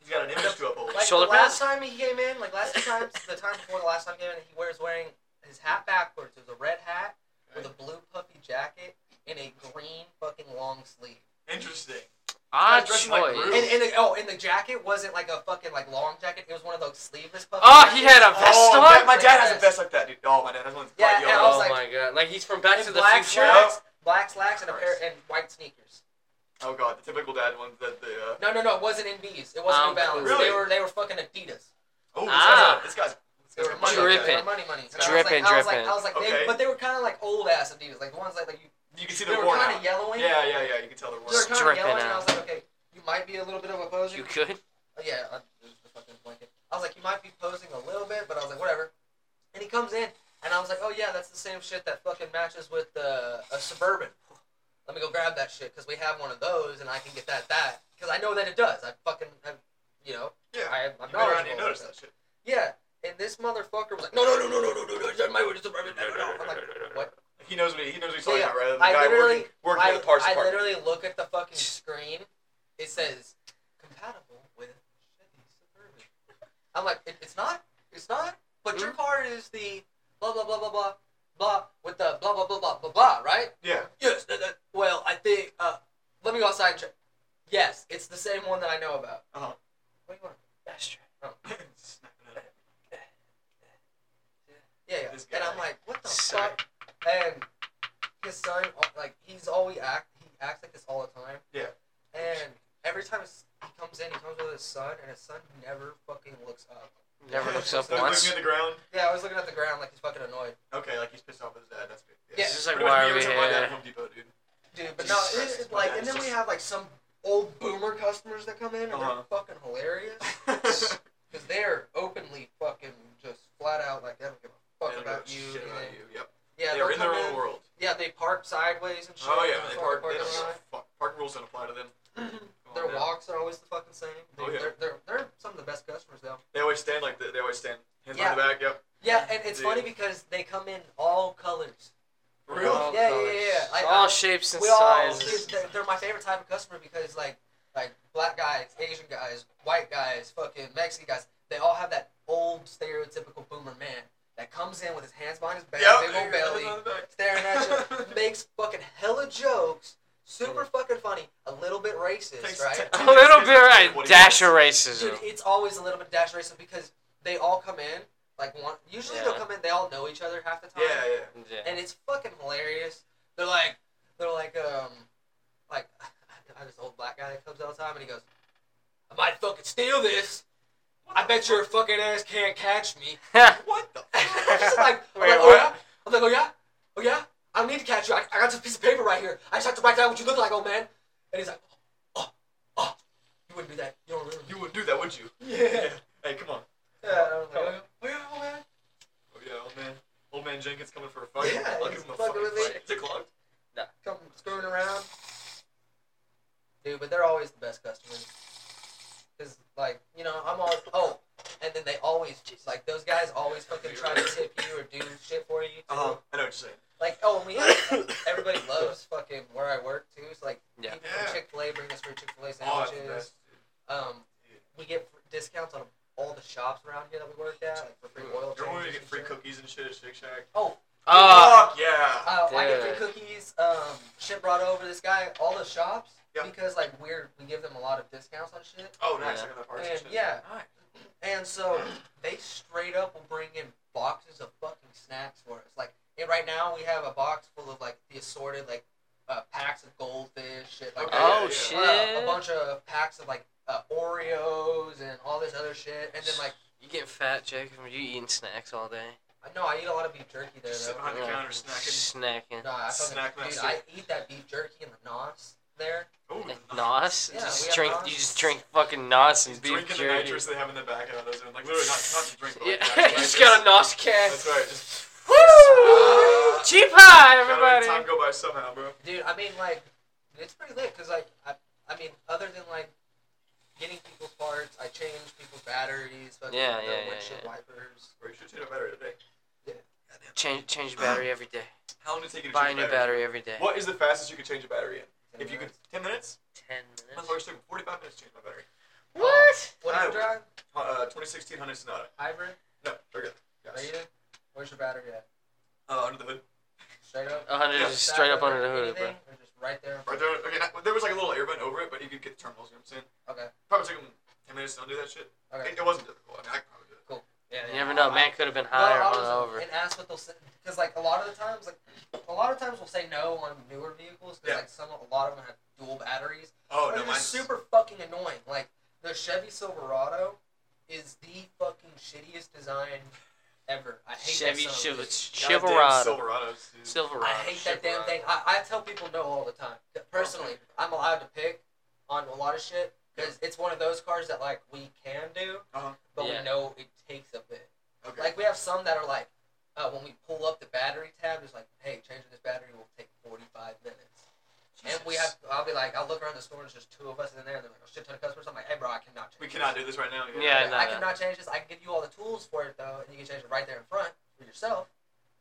He's got an image to uphold.
like
Shoulder
the last time he came in, like last time the time before the last time he came in, he wears wearing his hat backwards. It was a red hat with a blue puffy jacket and a green fucking long sleeve.
Interesting.
Odd
Guys dressing like
Ah, choice.
Bruce.
And, and the, oh, and the jacket wasn't like a fucking like long jacket. It was one of those sleeveless. Puffy
Oh, he
jackets.
had a vest
oh,
on?
that- my dad has a
Yes.
vest like that, dude. Oh, my dad has one. that's
Yeah,
bright
and
yellow.
I was
oh
like-
my god! Like he's from Back
Oh, And
to the
black
Future.
slacks, black slacks, and a pair
Christ.
and white sneakers.
oh god, the typical dad ones that the. Uh,
No, no, no. It wasn't in B's. It wasn't
Um,
New Balance.
really?
They were they were fucking Adidas.
oh, this
Ah.
guy's. a- This guy's.
They
This
were
guy's
money.
a money guy.
They
Drippin'.
were money, money. And
Drippin',
I was like,
drippin'.
I was like, I was like
Okay.
they, but they were kind of like old ass Adidas, like the ones that like you,
You can see
they
the
were
worn
kind
out.
of yellowing.
Yeah, yeah, yeah. You can tell they're worn.
They were
out.
kind of
Drippin'
yellow, and I
out.
was like, okay, you might be a little bit of a poser.
You could.
Uh, yeah, I, there's the fucking blanket. I was like, you might be posing a little bit, but I was like, whatever. And he comes in, and I was like, oh yeah, that's the same shit that fucking matches with uh, a suburban. Let me go grab that shit because we have one of those, and I can get that that because I know that it does. I fucking, I, you know,
Yeah.
I,
You
I'm
better not even
knowledgeable.
notice
about
that shit.
that. Yeah, and this motherfucker was like, no, no, no, no, no, no, no, no, it's not my way to suburban. No, no, no. I'm like, what?
He knows what he, he knows what he's talking
Yeah,
about, rather than the
I
guy
literally-
working, working
I,
at the parts
I
department.
literally look at the fucking screen. It says compatible with Chevy Suburban. I'm like, it, it's not. It's not. But your car is the blah blah blah blah blah blah with the blah blah blah blah blah blah, right?
yeah.
Yes. that- that- well, I think. Uh, let me go outside and check. Yes, it's the same one that I know about.
Uh-huh.
What do you want?
That's true.
Yeah, yeah.
This
And
guy.
I'm like, what the
Sorry.
fuck? And his son, uh, like, he's always act he acts like this all the time.
Yeah.
And every time s- he comes in, he comes with his son, and his son never fucking looks up.
Never looks up
Like
once.
Looking at the ground.
Yeah, I was looking at the ground like he's fucking annoyed,
Okay, like he's pissed off at his dad. That's good.
Yeah.
It's just like,
Pretty
why
much me
are we
every time my dad
here?
at Home Depot, dude.
dude. But no,
Jesus
it,
Christ,
it, like,
man,
and
it's
then we
just-
have like some old boomer customers that come in, and
Uh-huh.
they're fucking hilarious because they're openly fucking just flat out like they don't give a fuck
They don't
about
give
you.
a shit about
and-
you. Yep.
Yeah,
They're
they'll
in their
come
own world.
Yeah, they park sideways and shit.
Oh
in
yeah, they
the fucking
park. They
parking
don't give a
lot.
fuck. Parking rules don't apply to them. Come
Their
on, man.
walks are always the fucking same. They,
Oh, yeah.
they're, they're, they're some of the best customers though.
They always stand like that. They always stand. Hands on the back. Yep.
Yeah, and it's
Dude.
funny because they come in all colors.
For real.
All
Yeah, yeah,
colors.
yeah, yeah. I-
all
I-
shapes and
we all
sizes.
they're, they're my favorite type of customer because like like black guys, Asian guys, white guys, fucking Mexican guys, they all have that old stereotypical boomer man that comes in with his hands behind his back, big old
Hands on
belly,
the back.
staring at you, makes fucking hella jokes, super fucking funny, a little bit racist,
Takes
right?
ten-
A little bit right.
What do you
Dash of
want?
racism.
Dude, it's always a little bit dash racist because they all come in like one. Usually they'll
Yeah.
come in, they all know each other half the time,
Yeah, yeah.
Yeah.
and it's fucking hilarious. They're like, they're like, um, like I have this old black guy that comes all the time, and he goes, "I might fucking steal this. I bet your fucking ass can't catch me."
What the?
I'm just like, I'm
Wait,
like, oh
what?
yeah, I'm like, oh yeah, oh yeah. I don't need to catch you. I, I got this piece of paper right here. I just have to write down what you look like, old man. And he's like, oh, oh, you wouldn't do that. You don't remember.
You wouldn't do that, would you?
Yeah.
Hey, come on.
Yeah, I was like,
Oh,
oh, yeah, oh, man.
Oh yeah, old man. Old man Jenkins coming for a fight.
Yeah,
I'll give
he's
him a
fucking
fucking
with me.
fight. Is it clogged?
Come screwing around. Dude, but they're always the best customers. Cause like, you know, I'm always oh, and then they always like those guys always fucking try to tip you or do shit for you. too.
Uh huh. I know what you're saying.
Like, oh, and we have, everybody loves fucking where I work too. It's like
Yeah.
people
Yeah.
from Chick Fil A bring us free Chick Fil A
Oh, it's the
sandwiches.
best, dude.
um, we get fr- discounts on all the shops around here that we work at, like for free oil
Remember when we
changes
get
and
free
shit.
cookies and shit at Shake Shack?
Oh,
Oh,
Fuck yeah!
Uh, I get
Dude.
free cookies. Um, shit brought over this guy. All the shops
Yeah.
because like we're we give them a lot of discounts on shit.
Oh, nice.
Yeah.
I got that parts and
And
shit.
yeah,
Alright.
and so they straight up will bring in boxes of fucking snacks for us. Like and right now we have a box full of like the assorted like uh, packs of goldfish shit. Like
Okay.
that.
oh
yeah.
shit.
Uh, a bunch of packs of like uh, Oreos and all this other shit. And then like
you getting fat, Jacob? You eating snacks all day?
no, I eat a lot of beef jerky there
Just sit
though.
behind the
Yeah.
counter snacking.
Snacking.
No, I fucking
Snack
dude,
master.
I eat that beef jerky and the nos there.
Ooh,
Nos.
Yeah, we
just
have
drink.
Nos.
You just drink fucking Nos
He's
and beef
drinking the
jerky.
nitrous they have in the back of those. Like literally, not not to drink, but like,
yeah,
nitrous.
just got a Nos can.
That's right. Just
Woo!
Ah.
Cheap high,
gotta let time
everybody.
go by somehow, bro.
Dude, I mean, like, it's pretty lit because, like, I, I mean, other than like getting people's parts, I change people's batteries, fucking
Yeah,
the
yeah, yeah,
windshield
yeah.
wipers.
Bro, you should change a battery today.
Change change battery every day.
How long did it take you to
Buy a
change
new battery every day.
What is the fastest you could change a battery in?
And
If you
then-
could, ten minutes.
Ten
My
minutes.
first took me forty-five minutes to change my battery.
What?
What do
I-
you drive?
Uh, 2016 Hyundai Sonata.
Hybrid?
No, we're good.
Are
Yes.
you? Where's your battery at?
Uh, under the hood.
straight up?
hundred
Yeah.
just straight up
Backwards
under the hood, bro.
anything, Or just right there?
Right there, okay, not- there was like a little airbend over it, but you could get the terminals, you know what I'm saying?
Okay.
Probably took them 10 minutes to undo that shit.
Okay.
It, it wasn't difficult. I mean, I could probably do it.
Yeah,
You
yeah.
never know,
I-
man could have been
Well,
higher
I
on
was,
the over.
And ask what they'll say because like a lot of the times, like a lot of times we'll say no on newer vehicles because
Yeah.
like some a lot of them have dual batteries.
Oh,
but
no,
they're
mine's
super fucking annoying. Like the Chevy Silverado is the fucking shittiest design ever. I hate
Chevy
that son of a
Chil-
bitch.
goddamn
Silverado.
Silverados, dude.
Silverado.
I hate that damn thing. I, I tell people no all the time. Personally, I'm allowed to pick on a lot of shit because it's one of those cars that like we can do,
Uh-huh.
but
Yeah.
we know it takes a bit.
okay.
Like we have some that are like, uh, when we pull up the battery tab, it's like, hey, changing this battery will take forty five minutes. And we have, I'll be like, I'll look around the store and there's just two of us in there, and they're like a shit ton of customers. I'm like, hey, bro, I cannot change.
We
this."
cannot do this right now.
Yeah,
Like,
no,
I
no.
cannot change this. I can give you all the tools for it though, and you can change it right there in front for yourself.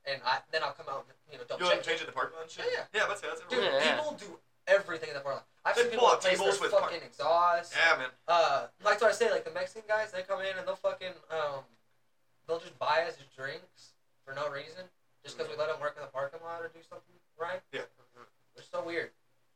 And I then I'll come out, and, you know, double
You let them
check.
change it in the parking lot and shit?
Yeah,
Yeah, that's it. That's it.
Dude,
Yeah, yeah.
people do everything in the parking lot. I've
They
seen
pull
people
out
replace their
tables with
fucking
par-
exhaust.
Yeah, man.
Uh, like what I say, like the Mexican guys, they come in and they'll fucking um, they'll just buy us drinks for no reason, just because we let them work in the parking lot or do something, right?
Mm-hmm. Yeah.
They're so weird.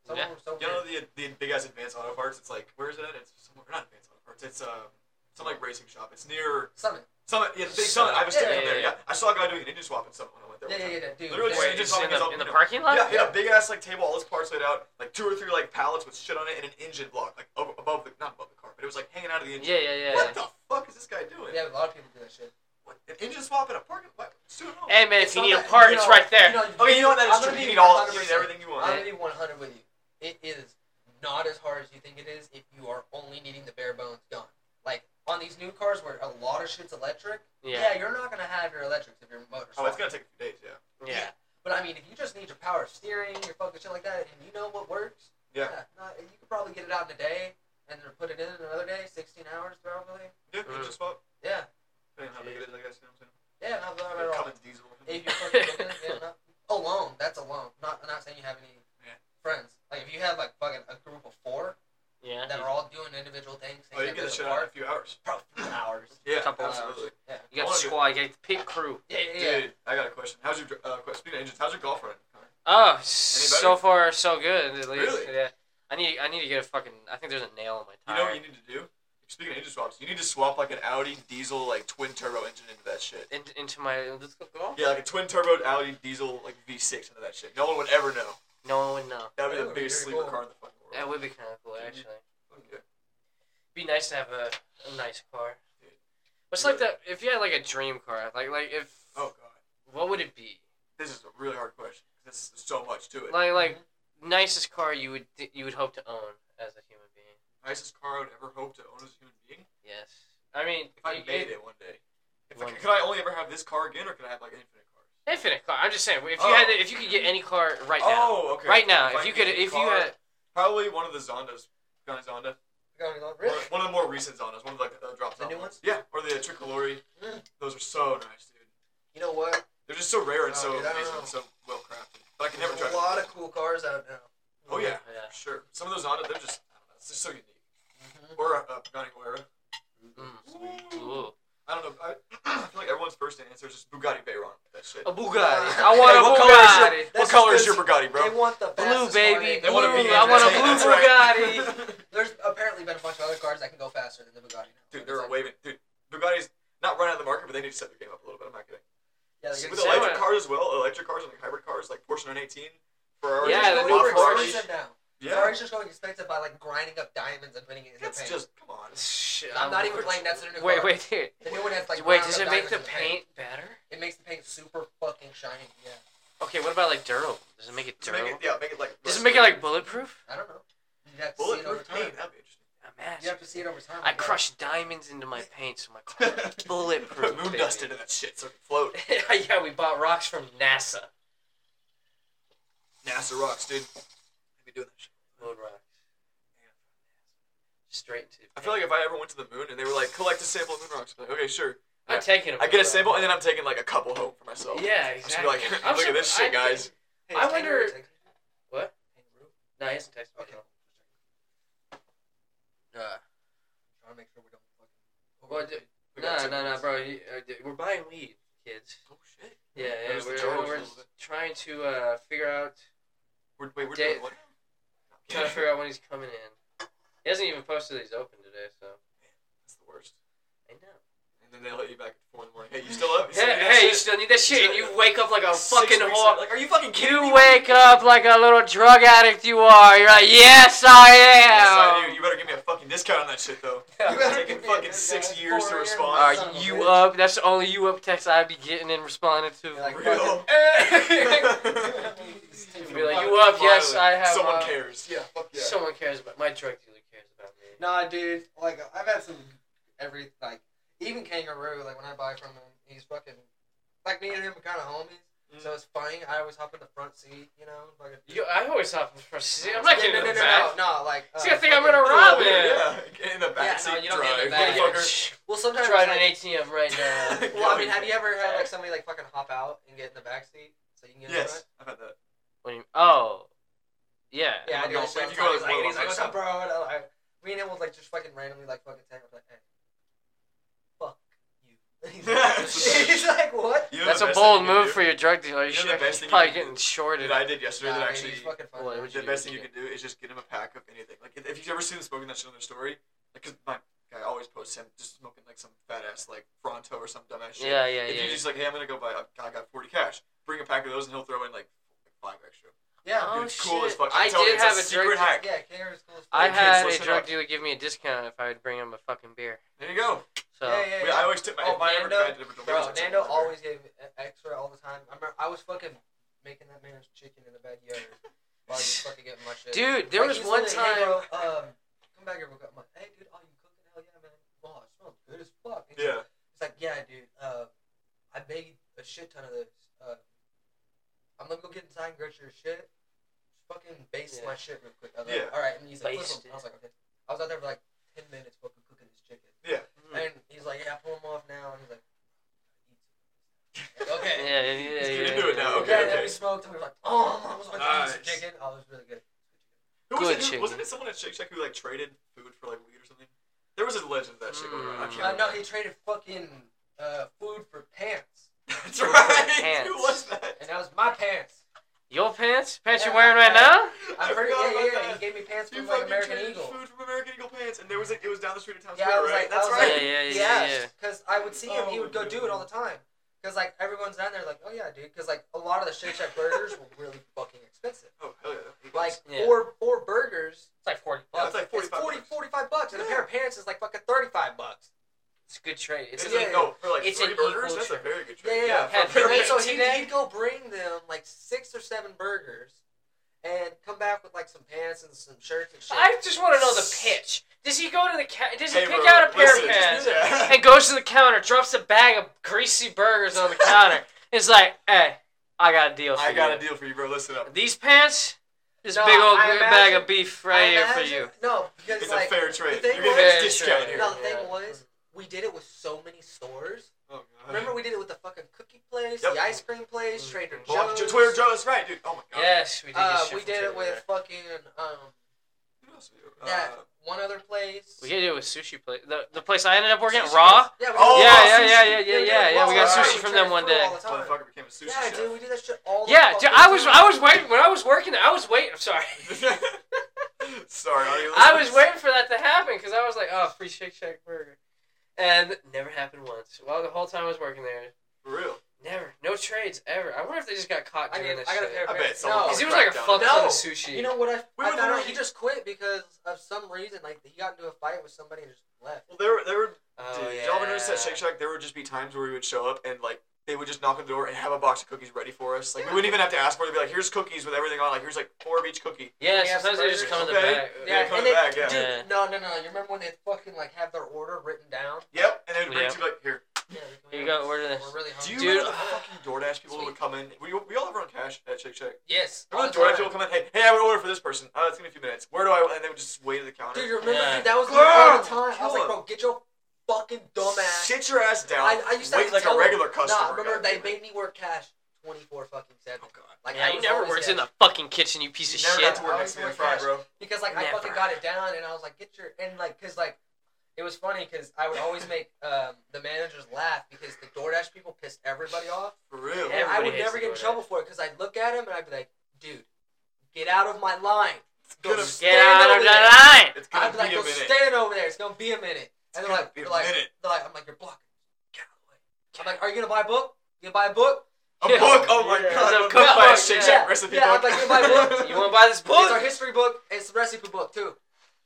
Some
Yeah.
of them are so
You know
weird.
the the big ass Advanced Auto Parts? It's like where is it at? It's somewhere not Advanced Auto Parts. It's um some like racing shop. It's near
Summit.
Summit. Yeah, the big Summit. I was
Yeah,
yeah,
standing up there.
yeah.
Yeah. I saw a guy doing an engine swap in Summit when I went there. one
Yeah,
time.
yeah, yeah, dude.
Literally just-
they're-
Wait, it's
just
in
something
the,
is
in
up,
the
you know.
parking lot?
Yeah, he had a big ass like table, all his parts laid out, like two or three like pallets with shit on it, and an engine block like over, above the not above the car, but it was like hanging out of the engine.
Yeah, yeah, yeah.
What the fuck is this guy doing?
yeah, a lot of people do that shit.
What, an engine swap in a parking lot? It's doing all.
Hey man,
It's
if you
not
need a
that-
part,
you
it's
know-
right there.
You know,
Okay, you know what? That
I'm
is
gonna
true.
be
You need all, you
100%.
need everything you want.
I'm gonna be 100 with you. It is not as hard as you think it is if you are only needing the bare bones done. Like on these new cars where a lot of shit's electric.
Yeah,
you're not gonna have your electrics if your motor's.
Oh, it's
fine.
gonna take a few days. Yeah.
yeah.
But I mean, if you just need your power steering, your fucking shit like that, and you know what works.
Yeah.
not- you could probably get it out in a day, and then put it in another day, 16 hours probably.
Yeah,
Mm.
engine swap.
Yeah.
Depending on how big it is, I guess. You know what I'm saying?
Yeah. Not bad at
Like
all.
Cummins diesel.
If you're fucking looking, yeah, not, alone, that's alone. Not not saying you have any
Yeah.
friends. Like if you have like fucking a group of four
Yeah.
that are all doing individual things,
Oh, you
they
get the
this
shit out in a
apart,
few hours.
probably three hours.
Yeah,
Couple hours.
absolutely.
Yeah.
You got the squad, you got the pit crew.
Yeah, yeah, yeah.
Dude, I got a question. How's your uh, question? Speaking of engines, how's your golf run? Connor?
Oh, so
better?
far so good. At least.
Really?
Yeah. I need I need to get a fucking. I think there's a nail in my
You
tire.
know what you need to do? Speaking of engine swaps, you need to swap like an Audi diesel like twin turbo engine into that shit.
In, into my let's go golf.
Yeah, like a twin turbo Audi diesel like V6 into that shit. No one would ever know.
No one would know.
That would be
That
the
would be
biggest
very
sleeper
cool.
car in the fucking world.
That would be kind of cool
Dude, you-
actually.
Okay.
Be nice to have a, a nice car.
Dude.
It's like that if you had like a dream car, like like if
Oh god,
what would it be?
this is a really hard question. This is there's so much to it.
Like like nicest car you would th- you would hope to own as a human being.
Nicest car I would ever hope to own as a human being.
Yes. I mean,
If I
you-
made it one day. If I,
One-
could I only ever have this car again, or could I have like infinite cars?
Infinite car. I'm just saying, if you
Oh.
had, to, if you could get any car right now,
Oh, okay.
right now,
I
if you could,
get a
if you
car,
had,
probably one of the Zondas, kind of Zonda.
Going
One-
on, really?
One of the more recent Zondas, one of like the drop
The
top
new
ones. Yeah, or the Tricolori.
Mm.
Those are so nice, dude.
You know what?
They're just so rare and
Oh,
so
dude, I don't
amazing
know.
and so well crafted. But I can never drive
There's a lot of cool cars out now.
Oh yeah,
Yeah.
for sure. Some of those Zonda, they're just, I don't know, it's just so unique.
Mhm.
Or a uh, Pagani Huayra.
Mm.
Sweet.
Ooh.
I don't know. I, I feel like everyone's first answer is just Bugatti Veyron. That shit.
a
Uh,
Bugatti. I want a
Hey, what color
Bugatti.
is your, what color is your Bugatti, bro?
They want the
Blue
fastest car
baby,
they
They
blue.
can.
wanna be
I want a
entertained,
blue
that's right.
Bugatti.
There's apparently been a bunch of other cars that can go faster than the Bugatti. Now.
Dude,
It's
they're
like,
waving. Dude, Bugatti's not running out of the market, but they need to set their game up a little bit. I'm not kidding.
Yeah,
Dude,
they're
With
so-
electric cars as well, electric cars and like hybrid cars, like Porsche 918, Ferrari.
Yeah, the
they're
new
going for
Porsche.
expensive now.
Yeah,
Ferrari's just going expensive by like grinding up diamonds and putting it in
that's
the paint.
just come on.
Shit,
I'm not even playing that's in a new
Wait,
car.
wait, dude.
The new one has like
wait,
ground
does
up
it make the
diamonds in
paint better?
It makes the paint super fucking shiny. Yeah,
Okay, what about like durable? Does it make it
To make
durable?
it, yeah, make it like.
Does it make it like bulletproof?
I don't know. You have to see it over
bulletproof
time.
paint? That'd be interesting.
You
Imagine.
have to see it over time.
I
like, yeah.
crush diamonds into my paint so my car is bulletproof.
Put moon
baby.
dust into that shit so it can float.
yeah, we bought rocks from NASA.
NASA rocks, dude. I'd be doing that shit.
Moon rocks. Straight to.
I feel like if I ever went to the moon and they were like, collect a sample of moon rocks, I'd be like, okay, sure.
I'm taking a
I get a
moon rock.
sample and then I'm taking like a couple home for myself.
Yeah,
I'm just
exactly.
be like,
I'm
look at this
surpri-
shit, guys.
Hey,
I
is
wonder-
kangaroo taking-
What?
kangaroo?
No, he hasn't texted me.
Okay.
at all. Uh,
Trying to make sure we don't fucking.
Well, d-
We got
no,
two
no, no,
minutes.
bro. You, uh, d- we're buying weed, kids.
Oh shit.
Yeah, yeah.
There's the
We're,
charge a
we're
little bit.
trying trying to uh, figure out
We're, wait, we're
Dave.
doing what?
trying to figure out when he's coming in. He hasn't even posted that he's open today, so
That's the worst.
I know.
And then they let you back at four in the morning. Hey, you still up? still
Hey,
need that
hey,
shit?
you still need that shit, and you wake up like a
Six
fucking
weeks
whore.
in, Like, are you fucking kidding me?
You wake up like a little drug addict. You are. You're like, yes, I
Yes,
am.
I do. You better give me a fucking discount on that shit, though.
Yeah.
You've taken fucking six years to respond.
Are
Son of a
Uh, you
bitch.
up? That's the only you up text I'd be getting and responding to.
You're like,
Real.
You'd be like, you up? Yes, I have.
Someone
uh,
cares. Yeah, fuck yeah.
Someone cares about my drug dealer cares about me.
Nah, dude.
like I've had some every like even kangaroo like when I buy from him he's fucking like me and him are kind of homies
Mm.
so it's funny I always hop in the front seat you know fucking,
You, I always hop in the front seat. I'm not
Yeah,
getting in
no,
the
no, no,
back.
no no like uh,
See, I think I'm gonna
fucking-
run. Robin.
Yeah, get in the
Yeah, no,
back seat
you don't get in
drive,
the back.
Yeah,
motherfucker.
well sometimes
Driving an
like,
ATM right now.
well I mean have you ever had like somebody like fucking hop out and get in the back seat so you can get
Yes, I've had that.
What do you- oh, yeah.
in the front yeah I do
No,
that shit
if
all
you
the
go,
time. He's
like, low, I'm
like, and he's like what's
like,
up bro and I'm like, me and him was like just fucking randomly like fucking text like hey fuck you he's like what
You know
That's
the
a
best
bold
thing you can
move
do?
for your drug dealer. You
You know the
should
best
he's
thing you
probably
can do?
getting shorted.
That I did yesterday.
Nah,
that
man,
actually,
he's fucking funny.
What would
the
you
best
do?
thing you can do is just get him a pack of anything. Like if, if you've ever seen him smoking that shit on their story, like 'cause my guy always posts him just smoking like some fat ass like Fronto or some dumbass shit.
Yeah, yeah,
If
yeah.
you just like, hey, I'm gonna go buy, I got 40 cash. Bring a pack of those, and he'll throw in like five extra.
yeah
Oh,
Dude, it's cool as
shit.
fuck.
I
I'm telling
did
you, it's
have a
a secret
drink-
hack.
Yeah, Kangaroo is cool as
I
fuck.
kids,
had a
listen
drug
up.
dealer give me a discount if I would bring him a fucking beer.
There you go.
So
yeah, yeah,
Wait,
yeah.
I always tip my.
Oh,
if I ever
Nando-
tried to deliver
Bro,
something,
Nando
I'll deliver.
always gave e- extra all the time. I remember I was fucking making that man's chicken in the backyard while he was fucking getting my shit.
Dude, there
Like,
was
he
one
literally,
time.
Hey, bro, um, come back here real quick. I'm like, hey, dude, oh, you cooking? Hell yeah, man. Oh, it smells good as fuck. He's
Yeah.
like- He's like, yeah, dude. Uh, I made a shit ton of this. Uh, I'm gonna go get inside and get your shit. Just fucking baste
Yeah.
my shit real quick. I was like,
Yeah.
all right. And he's like, flip
Baste it.
'em. I was like, okay. I was out there for like ten minutes fucking cooking this chicken.
Mm.
And he's like, yeah, pull him off now. And he's like, like, okay.
Yeah, yeah, yeah.
Let's get
yeah,
into it
yeah,
now,
yeah,
Oh, okay,
yeah,
yeah.
and then
okay.
we smoked, and we were like, oh, I was like, nice.
Nice.
chicken. Oh, it was really good.
Who was
Good
it?
chicken.
Who, wasn't it someone at Shake Shack who like traded food for like weed or something? There was a legend of that shit going around. I
Mm.
can't
Uh, no,
remember.
he traded fucking uh, food for pants.
That's right.
Pants.
Who was that?
And that was my pants.
Your pants? Pants you're
Yeah,
wearing right
yeah.
now?
I
I forgot about
heard, yeah, yeah, yeah,
that.
He gave me pants
You
from
fucking
like American
traded
Eagle.
food from American Eagle pants, and there was like it was down the street of Times
Yeah, I
Square,
was
right?
like, I
That's
was
right.
like,
Yeah, yeah,
yeah,
yeah, yeah.
Because I would see him, he
Oh,
would go do it all the time. Because like everyone's down there, like, oh yeah, dude. Because like a lot of the Shake Shack burgers were really fucking expensive.
Oh hell yeah!
Like
Yeah.
four four burgers,
It's like 40
Yeah, it's like 45
40,
bucks.
45 bucks, and a
Yeah.
pair of pants is like fucking thirty five bucks.
It's a good trade. It's
it's
a,
Yeah,
like,
yeah.
no, for like
It's
three
an
burgers,
equal
that's
trade.
a very good
Yeah,
trade.
yeah. yeah.
Had
for a
you
very
made
good
so
some-
trade.
he'd,
18 egg?
he'd go bring them like six or seven burgers, and come back with like some pants and some shirts and shit.
I just want to know the pitch. Does he go to the ca- Does he
Hey,
pick
bro,
out a pair
listen,
of
just do
pants
that.
and goes to the counter, drops a bag of greasy burgers on the counter? It's like, hey, I got a deal for
I
you.
got a deal for you, bro. Listen up.
These pants, this
No,
big old
I
good
imagine-
bag of beef right
I
here for
imagine-
you.
No, because
It's
like
a fair trade.
thing
You're gonna
was-
get a discount
Fair
here.
no, the
Yeah.
thing was we did it with so many stores.
Oh, God.
Remember we did it with the fucking cookie place,
Yep.
the ice cream place,
Mm.
Trader
Well,
Joe's.
Twitter Joe's right, dude. Oh my god.
Yes, we did.
Uh,
this shit
we
for
did
Trader
it with
Joe's.
fucking um
Who else we do?
that
Uh,
one other place.
We did it with sushi place. The, the place I ended up working at
Sushi
Raw.
yeah, we
Oh,
did
yeah,
Raw
yeah, yeah,
Sushi.
yeah, yeah,
we did
yeah,
it
yeah. We got
all the
sushi
time.
from
We
them
tried
one
food
day.
all the time.
motherfucker became a sushi
Yeah,
chef.
dude, we do that shit all the
Yeah, dude,
fucking
I was
time.
I was waiting when I was working. I was waiting. I'm sorry.
Sorry, audio
I was
listeners.
waiting for that to happen because I was like, oh, free Shake Shack burger, and never happened once. Well, the whole time I was working there,
For real.
never, no trades ever. I wonder if they just got caught
I
doing
mean,
this
I got a
shit.
pair of
I bet
pants.
someone
No,
'Cause he was
crack
like a
down.
fuck ton
Oh, No.
of sushi.
you know what? I,
We
I
were
found out
literally-
he just quit because of some reason. Like he got into a fight with somebody and just left.
Well, there, were- there were.
oh,
dude,
yeah.
Y'all ever notice at Shake Shack there would just be times where we would show up and like they would just knock on the door and have a box of cookies ready for us. Like
Yeah.
we wouldn't even have to ask for it. They'd be like, "Here's cookies with everything on. Like here's like four of each cookie."
Yeah,
We have
sometimes they just
burgers.
come in the
Okay.
back.
Yeah,
and
come
they-
back, yeah.
Dude,
Yeah.
no, no, no. You remember when they fucking like have their order written down?
Yep. And they would bring
Yeah.
it to you like, "Here."
Yeah, we
Here
can-
you go, order this.
We're really
Do
hungry.
you
Dude,
remember the
I-
fucking DoorDash people who would
Sweet.
come in? We, we all have our own cash at Shake Shack.
yes. all
Remember the
the
DoorDash
time.
people come in? Hey, hey, I would order for this person. Oh, it's gonna be a few minutes. Where do I? And they would just wait at the counter.
Dude, you remember
Yeah.
dude, that was me
Grr!
all the time. I was like,
Kill 'em.
bro, get your fucking dumbass.
Sit your ass down.
I, I used to
wait
have to
like
tell
a
them.
regular
Nah,
customer.
I remember
God
they
damn it.
made me work cash twenty four fucking seven.
Oh god.
Like
yeah,
I
you
was
never
always
worked
there.
in the fucking kitchen, you piece of
You never
shit.
got to work
I
next
always
to me on
work
Fry,
cash.
bro.
because like I
Never.
fucking got it down and I was like, get your and like because like it was funny because I would always make um, the managers laugh because the DoorDash people pissed everybody off.
For real.
And I
Everybody
would
hates
never
the
get in
DoorDash.
trouble for it because I'd look at him and I'd be like, dude, get out of my line. Go
gonna-
stand
Get out
over
of
there.
that line!
It's
I'd
gonna be
be like,
a
go
minute.
stand over there. It's gonna be a minute. And they're
gonna
like,
be a
they're like,
minute.
they're like, I'm like, you're blocking. Get out of the way. I'm like, are you gonna buy a book? You gonna buy a book?
a
Yeah.
book. Oh my
Yeah.
god.
It's a
I'm
cookbook,
cooked by a
yeah.
Shake
Yeah,
Shack recipe
yeah,
book.
I'm like, in my book,
You want to buy this book?
It's our history book. It's the recipe book too.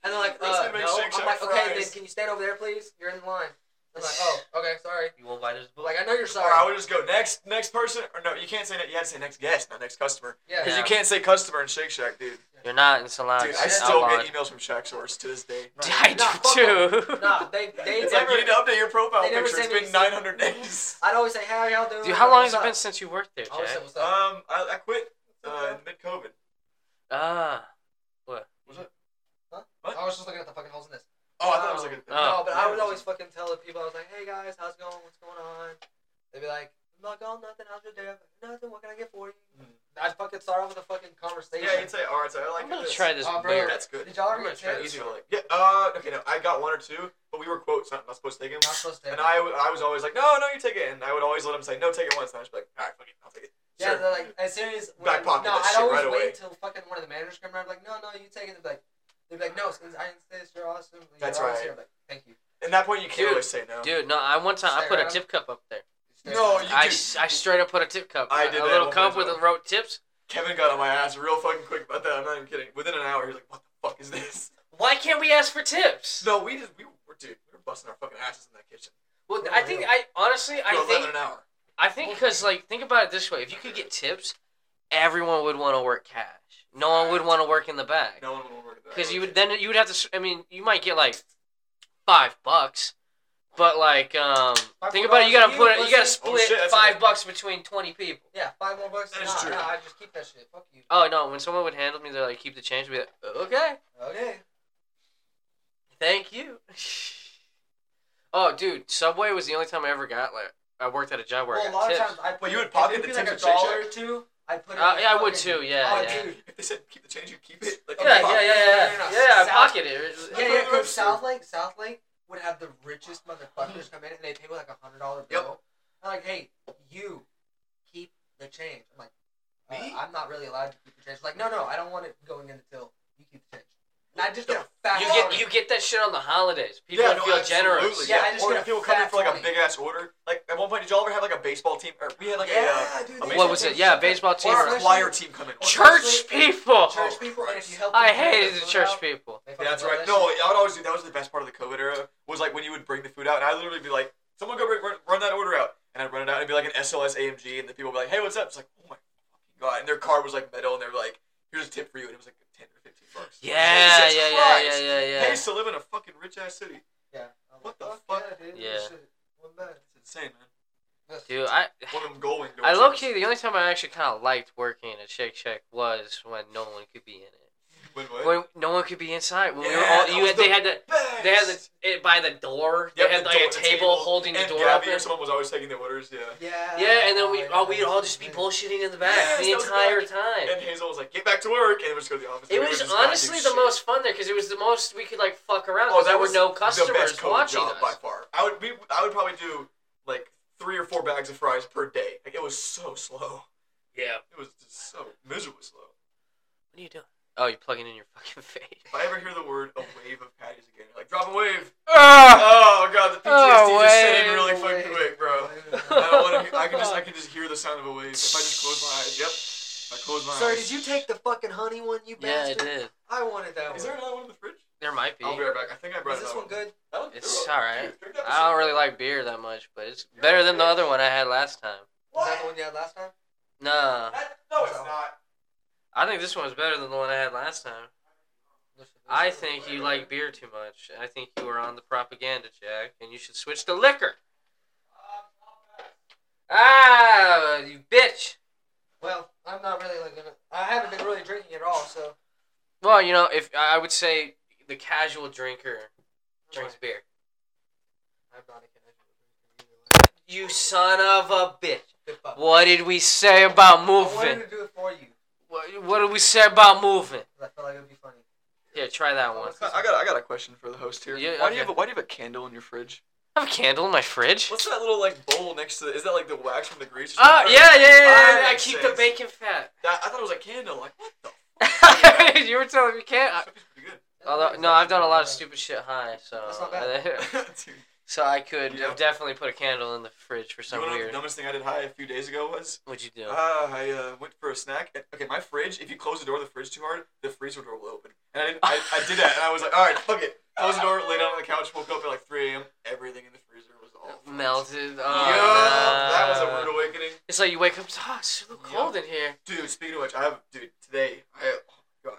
And they're like,
Let's
uh,
make
no.
Shake
I'm
Shack
like, okay, then
fries."
can you stand over there, please? You're in line. I'm like, oh, okay, sorry.
You won't buy this book.
Like, I know you're
Or I
sorry.
would just go next, next person, or no, you can't say that. You had to say next guest, not next customer,
Yeah.
because
Yeah.
you can't say customer in Shake Shack, dude.
You're not in salon.
Dude, I still get emails from Shack Source to this day.
I
Nah, fuck
do too.
Nah, they they
It's like
never.
you need to update your profile
they never
picture. It's
send me
been 900 days.
I'd always say, hey, y'all doing?
Dude, how long has
What's
it
up?
been since you worked there,
I always
Jack?
said, what's up?
Um, I, I quit uh, mid COVID.
Ah,
I was just looking at the fucking holes in this.
Oh, I thought it was like a.
Oh.
no, but I would
yeah.
always fucking tell the people, I was like, hey guys, how's it going? What's going on? They'd be like, I'm like, oh, nothing. How's your day? I'm like, nothing. What can I get for you?
Mm.
Mhm.
I'd fucking start off with a fucking conversation.
Yeah, you'd say all right. So I
I'm
like
gonna
this.
try this
Oh, bro.
beer.
That's good.
Did y'all
I'm
ever
gonna try
get
They're easy
tips?
to like. Yeah. Uh. Okay. No, I got one or two, but we were quotes. Not, not supposed to take them.
Not supposed to.
And I, w- I was always like, no, no, you take it. And I would always let him say, no, take it once. And I was just like, all right, fuck it, I'll take it. Sure.
yeah, they're like, as soon as
Back pocket
no,
that
I'd
shit
always
right
wait
away.
till fucking one of the managers come around. Like, no, no, you take it. They'd be like, they'd be like, no, since I didn't say this, you're awesome. You're
That's
always
right.
Here. I'm like, Thank you.
and that point, you
Dude,
can't really say no.
Dude, no, I one time I
Stay
put a
around.
tip cup up there.
No, you
I,
dude,
s- I straight up put a tip cup.
I
A-
did
a
that
little
one
cup
as
with
well.
the wrote tips.
Kevin got on my ass real fucking quick about that. I'm not even kidding. Within an hour, he was like, what the fuck is this?
Why can't we ask for tips?
No, we just, we were, dude, we were busting our fucking asses in that kitchen.
Well, I think I honestly I
For 11
think
an hour.
I think because like think about it this way: if you could get tips, everyone would want to work cash. No one would want to work in the back
No one would work at that.
because you would then you would have to. s- I mean, you might get like five bucks, but like um,
Five
think
more
about it. You gotta
dollars to
put
you,
you gotta
pussy.
Oh,
split
shit, that's-
five bucks between twenty people.
Yeah, five more bucks.
That
Nah,
is true.
nah, I just keep that shit. Fuck you.
Oh no! When someone would handle me, they're like, "Keep the change." Be like, "Okay,
Okay.
thank you." oh, dude, Subway was the only time I ever got like I worked at a job where
Well,
I
a
got
lot of
tips.
times I
Well, you would
if
pocket
it'd
the
be like a
tips at Shake
dollar
Shack.
or two. I put it.
Uh,
in
yeah,
the
I would
fucking-
too. Yeah,
Oh,
yeah.
dude.
If they said keep the change, you keep it. Like,
yeah,
fuck.
yeah, yeah, yeah,
no, no,
yeah. I
South-
pocket it.
Yeah,
Yeah,
yeah,
yeah,
because
yeah.
South Lake, South Lake would have the richest motherfuckers come in and they pay with like a hundred dollar bill. I'm like, hey, you keep the change. I'm like, uh,
Me?
I'm not really allowed to keep the change. Like, no, no, I don't want it going in the till. You keep the change. And I just get a fat.
You
dollar.
get you get that shit on the holidays. People
yeah,
would
no,
feel
absolutely,
generous.
Yeah,
Yeah, I just
or
get
if
a
people come in
fat
for like a
20.
big ass order. Like at one point, did y'all ever have like a baseball team? Or we had like
yeah,
a, uh,
dude,
a
they
What
baseball
said
was
they
it? Yeah,
said-
baseball team.
or a
Or
Especially-
choir team coming.
church people.
Church people, and if you help,
I
them bring
hated the
food
church
out,
people.
they
Yeah,
fucking
that's
love
right.
that
No,
shit.
I would always do. That was the best part of the COVID era. Was like when you would bring the food out, and I literally be like, "Someone go bring, run, run that order out," and I'd run it out, and it'd be like an SLS AMG, and the people would be like, "Hey, what's up?" It's like, "Oh my fucking god!" And their card was like metal, and they were like, "Here's a tip for you," and it was like ten or fifteen bucks.
Yeah,
Jesus
yeah, yeah, yeah,
Christ.
yeah, yeah.
Pays to live in a fucking rich ass city.
Yeah. I'm
What the
like,
fuck?
Yeah. dude,
Yeah.
this shit, one bad.
It's insane, man.
That's-
Dude, I
One of them goal windows.
I low key the only time I actually kind of liked working at Shake Shack was when no one could be in it.
When what?
When no one could be inside. When we were
Yeah,
all
that
you
was
had, they
the
had the
Best.
they had the it by the door.
Yep,
they had
the
like
door-
a
the
table, holding
and
the door
Gabby or
open.
someone was always taking the orders. Yeah.
Yeah.
Yeah, and then we
oh,
all
yeah,
we'd all just be
yeah.
bullshitting in the back
Yes,
the
that was
entire
good.
time.
And Hazel was like, "Get back to work," and it was go to the office.
It
We would
was
just not do
honestly the
shit.
most fun there because it was the most we could like fuck around.
Oh,
because
that
there were
was
no
the
customers
best COVID
watching
job by
us.
far. I would be, I would probably do like three or four bags of fries per day. Like it was so slow.
Yeah.
It was just so miserably slow.
What are you doing? Oh, you're plugging in your fucking face.
If I ever hear the word a wave of patties again, like drop a wave.
Ah!
Oh god, the PTSD just set in
wave,
really
wave.
fucking quick, bro.
Wave.
I don't want to. Hear, I can just, I can just hear the sound of a wave if I just close my eyes. Yep. If I close my
Sir,
eyes.
did you take the fucking honey one, you
Yeah, I
bastard?
did.
I wanted that
Is
one.
there another one in the fridge?
There might be.
I'll be right back. I think I brought
Is this
another
one good?
That one's
It's
good.
alright.
Dude, drink that
I don't
one.
really like beer that much, but it's better than the other one I had last time.
Is that
What?
the one you had last time?
Nah,
That- no, it's not.
I think this one was better than the one I had last time. I think you like beer too much. I think you were on the propaganda, Jack, and you should switch to liquor. Ah, you bitch.
Well, I'm not really like gonna. I haven't been really drinking at all, so.
Well, you know, if I would say the casual drinker drinks beer.
I'm not a connection.
You son of a bitch.
Good fuck.
What did we say about
I wanted
moving?
to do it for you
What, what did we say about moving?
'cause I felt like it would be funny.
Yeah, try that one.
I got I got a question for the host here.
Yeah,
why do you
okay.
have a, Why do you have a candle in your fridge?
I have a candle in my fridge.
What's that little like bowl next to? The, is that like the wax from the grease? or
Ah,
something?
yeah, yeah, yeah,
Ah,
yeah, Uh, yeah. I
makes
keep the
sense.
bacon fat.
That, I thought it was a candle. Like what the?
you were telling me you can't. I,
That's pretty good.
although, no, I've done a lot of stupid shit high, so
That's not bad.
Dude,
so I could
Yeah.
have definitely put a candle in the fridge for
you
some
wanna know what the
weird.
dumbest thing I did high a few days ago was?
What'd you do?
Ah, I uh, went for a snack. and- Okay, my fridge. If you close the door of the fridge too hard, the freezer door will open. And I didn't. I, I did that, and I was like, all right, fuck it. Close the door, lay down on the couch, woke up at like 3 a.m. Everything in the freezer was all frozen.
Melted.
Yup,
Oh,
that was a
no.
rude awakening.
It's like you wake up. Oh, it's so
Yup.
cold in here.
Dude, speaking of which, I have dude today. I oh god,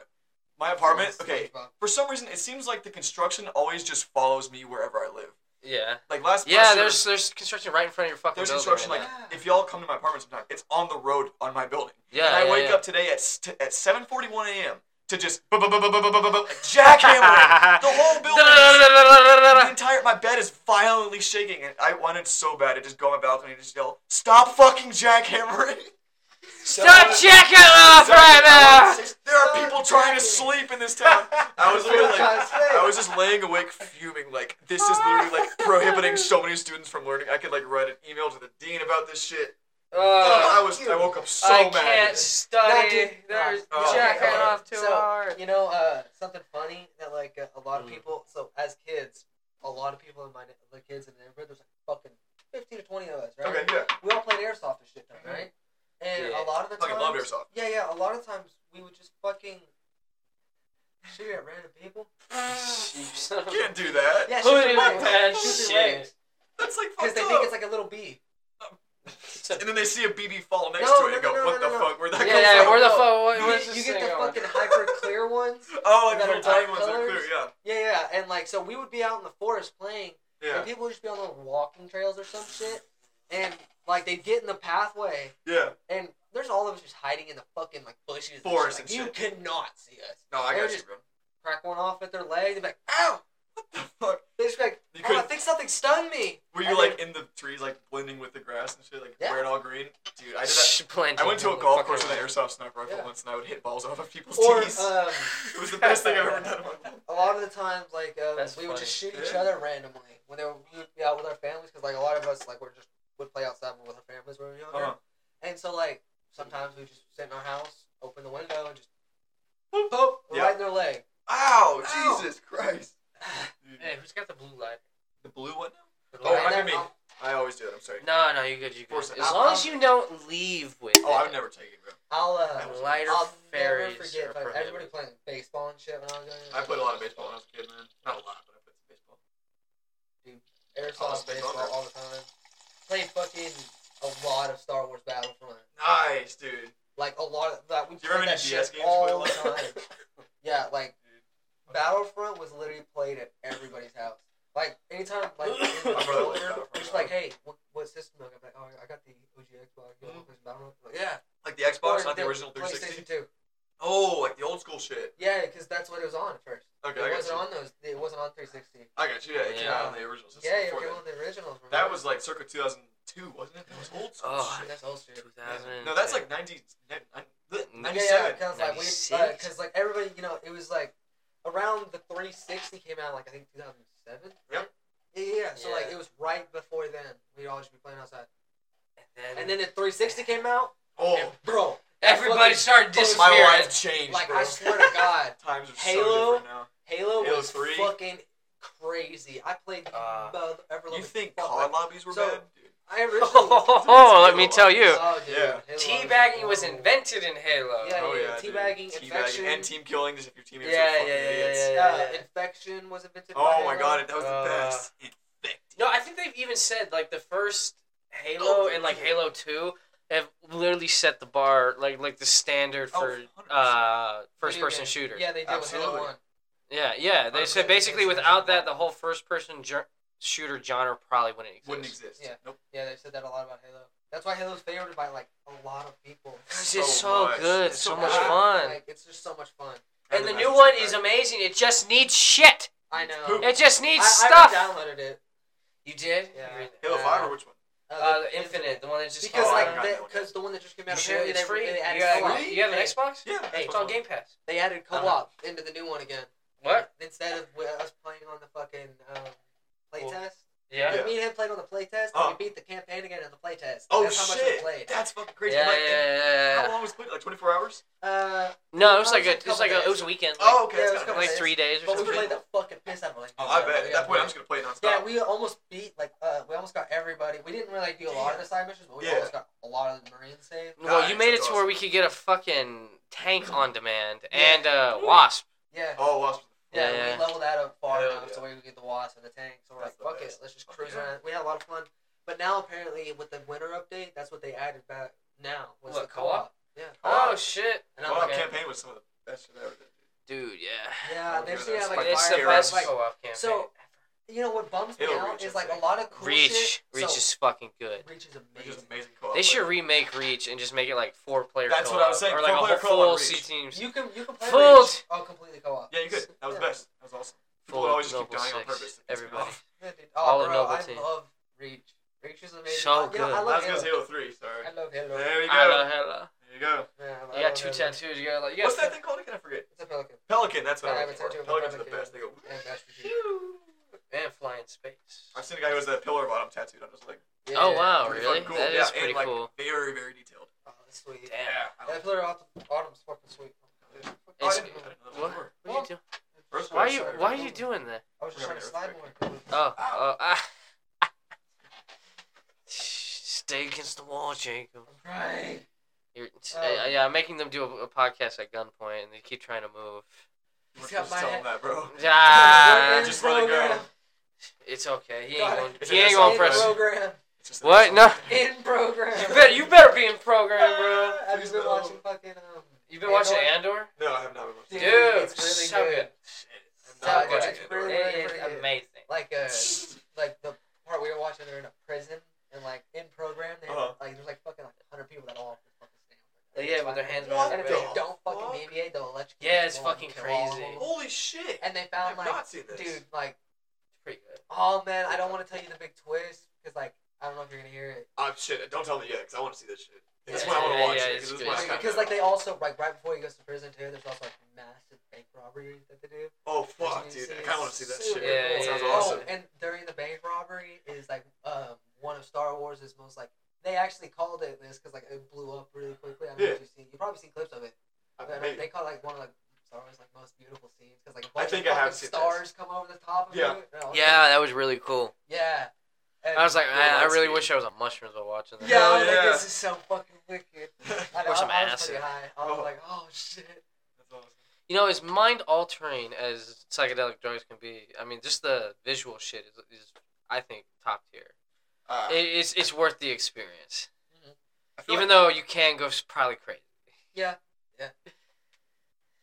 my apartment. Okay, for some reason, it seems like the construction always just follows me wherever I live.
Yeah.
Like last
Yeah,
last year-
there's there's construction right in front of your fucking
There's
building.
construction like
right
Yeah.
if y'all come to my apartment sometime, it's on the road on my building.
now. yeah.
and I
yeah,
wake
yeah.
up today at st- at 7:41 a.m. to just bu- bu- bu- bu- bu- bu- bu- bu- jackhammer it. the whole building. is- The entire my bed is violently shaking, and I wanted so bad to just go on my balcony and just yell, "Stop fucking jackhammering!"
Stop checking off right now.
Exactly. There are
Stop
people trying to
jackhammering.
sleep in this town. I was literally like, I
I
was just laying awake fuming, like this is literally like prohibiting so many students from learning. I could like write an email to the dean about this shit.
Uh,
Oh,
I was, I woke up so
I
mad.
can't study.
No, dude.
There's
Oh,
jacking
God.
off too
So,
hard.
You know, uh, something funny that like uh, a lot of
Mm.
people. So as kids, a lot of people in my ne- the kids in the neighborhood. There's like fucking fifteen to twenty of us, right?
Okay, yeah.
We all played airsoft and shit, then,
Mhm.
right? And
Yeah.
a lot of the
Fucking
times,
loved airsoft.
yeah, yeah. A lot of times we would just fucking shoot at random people.
Jeez.
You can't do that.
Yeah,
Who
shoot
did
their legs.
that
Shoot
shit?
their legs.
That's like
Because
fucked
they
up.
think it's like a little bee.
and then they see a BB fall next
No,
to it and
no,
go,
no, no,
"What
no,
the
no.
fuck? Where that
Yeah,
goes?"
yeah, where the fuck?
You
What, where's
get, you
this
get
thing
the
going?
fucking hyper clear ones.
Oh, like
That
the
are
tiny
dark
ones that are clear.
colors?
Yeah,
Yeah, yeah, and like so we would be out in the forest playing, and
yeah,
people would just be on little walking trails or some shit, and like they'd get in the pathway,
yeah.
and there's all of us just hiding in the fucking like bushes,
Forest
and
and
shit. Like, You could not see us.
No, I
They
got
would
you,
just
bro.
Crack one off at their leg, they'd be like, "Ow!"
The fuck?
They just be like,
You
"Oh, I
couldn't-
think something stung me."
Were
And
you
then-
like in the trees, like blending with the grass and shit, like
Yeah.
where it all green? Dude, I did that.
Shh, plenty.
I went to a golf
Fucking
course with an airsoft sniper rifle
Yeah.
once, and I would hit balls off of people's
Or
tees.
um,
it was the best thing I've ever done. in my life.
a lot of the times, like um, we
That's
would just shoot each
Yeah.
other randomly when they were, we would be out with our families, because like a lot of us like were just would play outside with our families when we were younger,
Uh-huh.
and so like sometimes we just sit in our house, open the window, and just boop boop
Yeah.
right in their leg.
Ow,
Ow.
Jesus Christ! Dude,
Hey, who's got the blue light?
The blue one now?
Oh,
Right
might be
there.
me.
Oh,
I always do it. I'm sorry.
No, no, you good, you good.
Force
As
it.
long as you don't leave with
Oh, I
it.
would never take it, bro.
I'll uh,
never-
Lighter
I'll never
fairies are
forget. Like, everybody
prohibited.
playing baseball and shit when I was younger.
I played a lot of baseball when I was a kid, man. Not a lot, but I played some baseball.
airsoft
Oh,
baseball
baseball.
all the time. Played fucking a lot of Star Wars Battlefront.
Nice, dude.
Like a lot of that. We
Do you remember
played
any
that
DS
shit
games you played a
all the
lot?
time. Yeah, like Battlefront was literally played at everybody's house. Like anytime, like in the
My brother likes
corner,
Battlefront.
it's like, hey, what, what system? do I got? I'm like, oh, I got the OG Xbox. You want to play some Battlefront? Like, yeah.
Like the Mm-hmm. Xbox,
Or
not the
the
original 360.
PlayStation Two.
Oh, like the old school shit.
Yeah, because that's what it was on at first.
Okay, I
it
got
wasn't
you.
on those. It wasn't on 360.
I got you. Yeah, it came
Yeah.
out on the original system.
yeah,
before
you're
that.
one of the originals. Remember?
That was like circa 2002, wasn't it? That was old school
Oh,
shit.
that's old shit.
Yeah.
2000.
No, that's like 90, nin- nin-
Yeah,
97.
because like we,
96?
because like everybody, you know, it was like around the 360 came out, like I think 2007. Right?
Yep.
Yeah, yeah, yeah. So like
Yeah.
it was right before then. We'd all just be playing outside,
And then,
and then the 360 came out, and
Oh,
bro,
everybody
fucking-
started
my
my
disappearing.
life changed,
like
bro.
I swear to God,
Times are so
Halo?
different now.
Halo
Halo
was
3?
fucking crazy. I played
Uh,
mother ever
You
loving
think
fuck,
COD
like,
lobbies were
So-
bad? Dude.
I originally.
Oh, let me tell you.
Oh, dude,
Yeah.
Halo was
Teabagging was
horrible.
invented in Halo.
Yeah,
oh,
yeah,
yeah. dude.
teabagging, infection.
and team killing just if your teammates
Yeah,
are fucking
yeah, yeah,
idiots.
yeah, yeah.
Uh, infection was invented. by
Oh my
Halo.
god, that was
Uh,
the best. Infected.
No, I think they've even said like the first Halo
Oh,
and like
yeah.
Halo Two have literally set the bar like like the standard
Oh,
for
100%.
uh first
Video
person
game.
shooter.
Yeah, they did with
Absolutely.
Halo One.
yeah, yeah, They said
100%.
basically
That's
without
actually-
that, the whole first person gen- shooter genre probably wouldn't exist.
Wouldn't exist.
Yeah.
Nope.
Yeah, they said that a lot about Halo. That's why Halo's favored by like a lot of people.
'Cause
So
it's so
much.
good,
It's
so,
so
much
good.
fun,
Like it's just so much fun.
and the
Randomized
new
is
one
like
is
that.
amazing. It just needs shit.
I
Who-
know.
It just needs
I,
stuff.
I downloaded it.
you did?
Yeah.
You-
Halo
uh,
Five or which one?
Uh, the Infinite, the one that just
Because
Oh, I
like
got
like
that one.
because the one that just came out
You sure
apparently
it's
they,
free.
they
You,
added
got-
co-op.
free?
you have an
Hey,
Xbox?
Yeah.
Hey,
that's
It's
what
on
it
Game Pass.
They added co-op into the new one again.
What?
Instead of wi- us playing on the fucking um, playtest,
Yeah.
me and him played on the playtest, and
Oh.
we beat the campaign again at the playtest.
Oh
That's how much we
shit!
played.
That's fucking
Yeah,
crazy.
yeah,
like,
yeah, yeah.
How long was it? Like 24 hours?
Uh,
No, it was like
It was
a,
a
it was like a,
couple
it was a
days.
weekend. Like,
Oh, okay.
Yeah,
that's
it was
kinda
a
like
couple
nice.
three days or
but we
something.
played the fucking piss out of it.
Oh, I bet. At that point, I'm just gonna play nonstop.
Yeah, we almost beat like uh, we almost got everybody. We didn't really do a lot of the side missions, but we
Yeah.
almost got a lot of the Marines saved.
Well, you
Nice,
made it
that's
to where
awesome.
we could get a fucking tank on demand
Yeah.
and uh, wasp.
Yeah.
Oh, Wasp.
Yeah,
Yeah, yeah.
we leveled that up far
Hell
enough
yeah.
so we could get the wasp and the tank. So we're
That's the
like, fuck it,
best.
let's just
Fuck
cruise
yeah.
around. We had a lot of fun. But now apparently with the winter update, that's what they added back now was
What,
the
co-op?
co-op. Yeah.
Oh shit,
And I'm
Well,
like,
Okay.
campaign was some of the best shit I ever did.
dude, yeah.
yeah,
I'm
they
giving
should
that a
have like
spike.
it's the
fire
best
like,
co-op campaign.
so you know what bums me
It'll
out
reach,
is
I
like a
think.
lot of cool
Reach,
shit.
Reach
so,
is fucking good.
Reach is
Which is
amazing.
amazing co-op.
They should remake Reach and just make it like four player.
That's what I was saying,
Or like a
four-player
whole
co-op
full
Reach.
C teams.
You can you can play
Fooled.
Reach all completely co-op.
Yeah, you could. That was
Yeah.
the best. That was awesome. People
Full
would always just keep
Noble
dying on
Six,
purpose. It pissed me
Everybody.
off.
Yeah, dude.
All
Oh,
the
bro,
Noble
I
team.
love Reach. Reach is amazing.
So
You know, I
good.
That
love
was because Halo
Halo.
3. Sorry.
I love Halo.
There you
Hello,
go.
hello.
There you go.
Man, I
You
love
got two
Halo.
tattoos. You got like you got.
What's that thing called? again? I forget.
It's a pelican.
Pelican. That's what
I
I
have
was
a
for.
tattoo of a
Pelicans are the
pelican.
best. They go.
And Master Chief.
Man, fly in space.
I've seen a guy who has a pillar bottom tattooed on his leg.
Yeah.
Oh wow,
Pretty
really?
fucking Cool.
That is
yeah, and,
pretty
like,
cool.
Very, very detailed.
Oh, that's sweet.
Damn.
I
That
don't-
player autumn, autumn's fucking sweet.
Oh, I
It's-
didn't- I didn't know that was
What?
a word.
What are you doing?
First
Why are
person
you
shooter.
Why are you doing that?
I was just trying to slide more.
Oh, oh, ah. Stay against the wall, Jacob.
Right.
You're,
Oh.
uh, yeah, I'm making them do a, a podcast at gunpoint, and they keep trying to move.
We're
He's got
supposed
my
to tell him
head.
that, bro.
Ah,
Just let it go.
it's okay. He ain't
Got it.
going.
It's
He
an
ain't
assault
going to
In
press.
program.
program.
It's just-
What? No.
In program.
You better. You better be in program, bro.
I've
Please
just been
no.
watching fucking um.
You've been watching
Andor?
Andor,
No, I have not
dude.
been watching.
Dude, it's really
so
good.
good.
I'm not
so
watching
good.
it.
Really, really,
It
really
is
good.
amazing.
Like uh, like the part we were watching, they're in a prison and like in program, they have,
Uh-huh.
like there's like fucking like hundred people that all have to fucking stand.
Like, yeah, with their hands
What
behind
And
their
if
the
back.
they don't
fuck?
fucking deviate, they'll electrocute.
Yeah, it's
you all and
fucking
kill all of
crazy.
them.
Holy shit!
And
I
they found
have
like,
not seen this.
dude, like,
It's pretty good.
oh man, I don't want to tell you the big twist because like I don't know if you're gonna hear it.
Oh shit! Don't tell me yet, because I want to see this shit. That's
Yeah,
when I want
yeah, yeah,
to watch it.
it's
'cause
good.
this is when I
It's
kinda-
Because like they also like right before he goes to prison too, there's also like massive bank robberies that they do.
Oh fuck,
Which
dude!
means
I
it's
kind of want to see that shit.
super
Yeah,
cool.
yeah,
sounds
yeah.
awesome.
Oh, and during the bank robbery is like um, one of Star Wars' most like they actually called it this because like it blew up really quickly. I don't know
Yeah.
if you've seen you probably seen clips of it.
I
But,
mean,
like, Oh, they call it like one of like Star Wars like most beautiful scenes because like a
I
bunch
think
of
I have
fucking
seen
stars come over the top of
Yeah.
you. and I was
Yeah, that was really cool.
like, yeah. And-
I was like,
Yeah,
man, I
that's
really
good.
wish I was on mushrooms while watching this.
yeah, I was
Hell
like,
yeah.
this is so fucking wicked. I, know,
Or some
I, I was
acid.
pretty high. I was
Oh.
like, oh shit.
That's awesome.
You know, as mind altering as psychedelic drugs can be, I mean, just the visual shit is, is I think, top tier.
Uh,
It, it's it's worth the experience,
I feel
even
like-
though you can go s- probably crazy.
Yeah.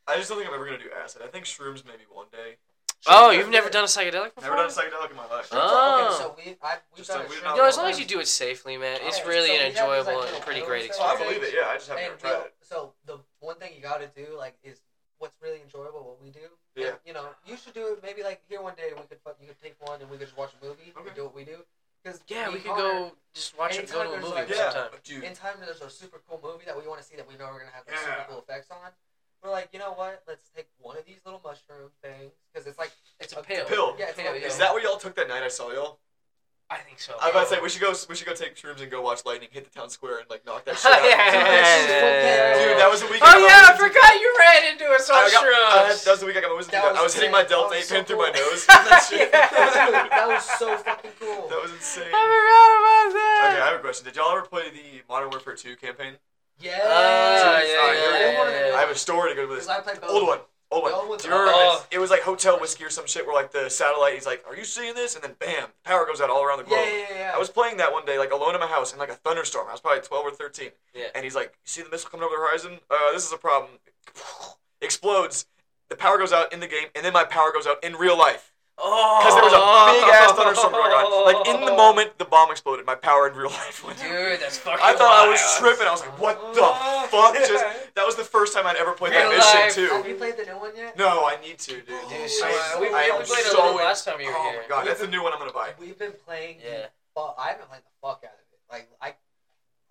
I just don't think I'm ever gonna do acid. I think shrooms maybe one day.
Oh,
Shrooms
you've
are
never
good.
done a psychedelic before?
Never done a psychedelic in my life.
Huh?
Okay,
Oh.
so we, I, we've
Just
done
like
a
we
shrooms
didn't
you know, as long
one.
as you do it safely, man, it's
Yeah,
really
so
an
we have these, like,
enjoyable and
little
pretty
pills
great
that
Oh, I
experience.
believe it. Yeah, I just haven't
And
ever tried it.
we'll- So the one thing you gotta do, like, is what's really enjoyable. What we do, and,
Yeah.
you know, you should do it. Maybe like here one day we could fuck, you could take one and we could just watch a movie
Okay.
and do what we do. Because
Yeah, we could go just watch it, go
Anytime
to a
there's,
movie
like,
Yeah,
sometime.
dude.
in time. There's a super cool movie that we want to see that we know we're gonna have like,
Yeah.
super cool effects on. We're like, you know what? Let's take one of these little mushroom things because it's like
It's
a
a pill.
pill.
Yeah, it's a
Pill,
pill.
yeah.
Is that what y'all took that night I saw y'all?
I think so.
I was about to say we should go. We should go take shrooms and go watch lightning hit the town square and like knock that shit
Yeah,
out.
yeah, yeah, yeah.
Dude, that was the weekend.
Oh
of my
yeah, I
wisdom
forgot you ran into us on
I got- I had-
shrooms.
that was the week I got my wisdom
That
teeth out.
was
I was hitting my
insane.
delta
That
eight
was
pin
so
through my
cool.
nose. that, shit.
that
that
was so fucking cool.
was insane.
I forgot about that.
Okay, I have a question. Did y'all ever play the Modern Warfare 2 campaign?
Yeah.
Ah,
Oh, yeah, yeah,
Alright, here we
yeah,
go.
yeah, yeah.
I have a story to go with
Because
this.
I played both.
Old one. Old
The old
one.
one's
Do you remember?
awesome.
It was like Hotel Whiskey or some shit where like the satellite, he's like, are you seeing this? And then bam, power goes out all around the
Yeah,
globe.
yeah, yeah. yeah.
I was playing that one day, like alone in my house, in like a thunderstorm. I was probably twelve or thirteen.
Yeah.
And he's like, "You see the missile coming over the horizon? Uh, this is a problem." Explodes. The power goes out in the game, and then my power goes out in real life
Oh,
because there was a big ass thunderstorm going on. Like
Oh.
in the moment, the bomb exploded. My power in real life went. out.
dude, that's fucking.
I thought I was
wild.
tripping. I was like, "What the
Oh.
fuck?" Just that was the first time I'd ever played
Real life.
that mission
Have
too.
you played the new one yet?
No, I need to, dude.
Dude,
so- uh,
I-
I-
we, we
I am
played a
so
little
in-
last time you were
Oh
here.
my god, that's the new one I'm gonna buy.
We've been playing.
Yeah.
Well, I haven't played the fuck out of it. Like I,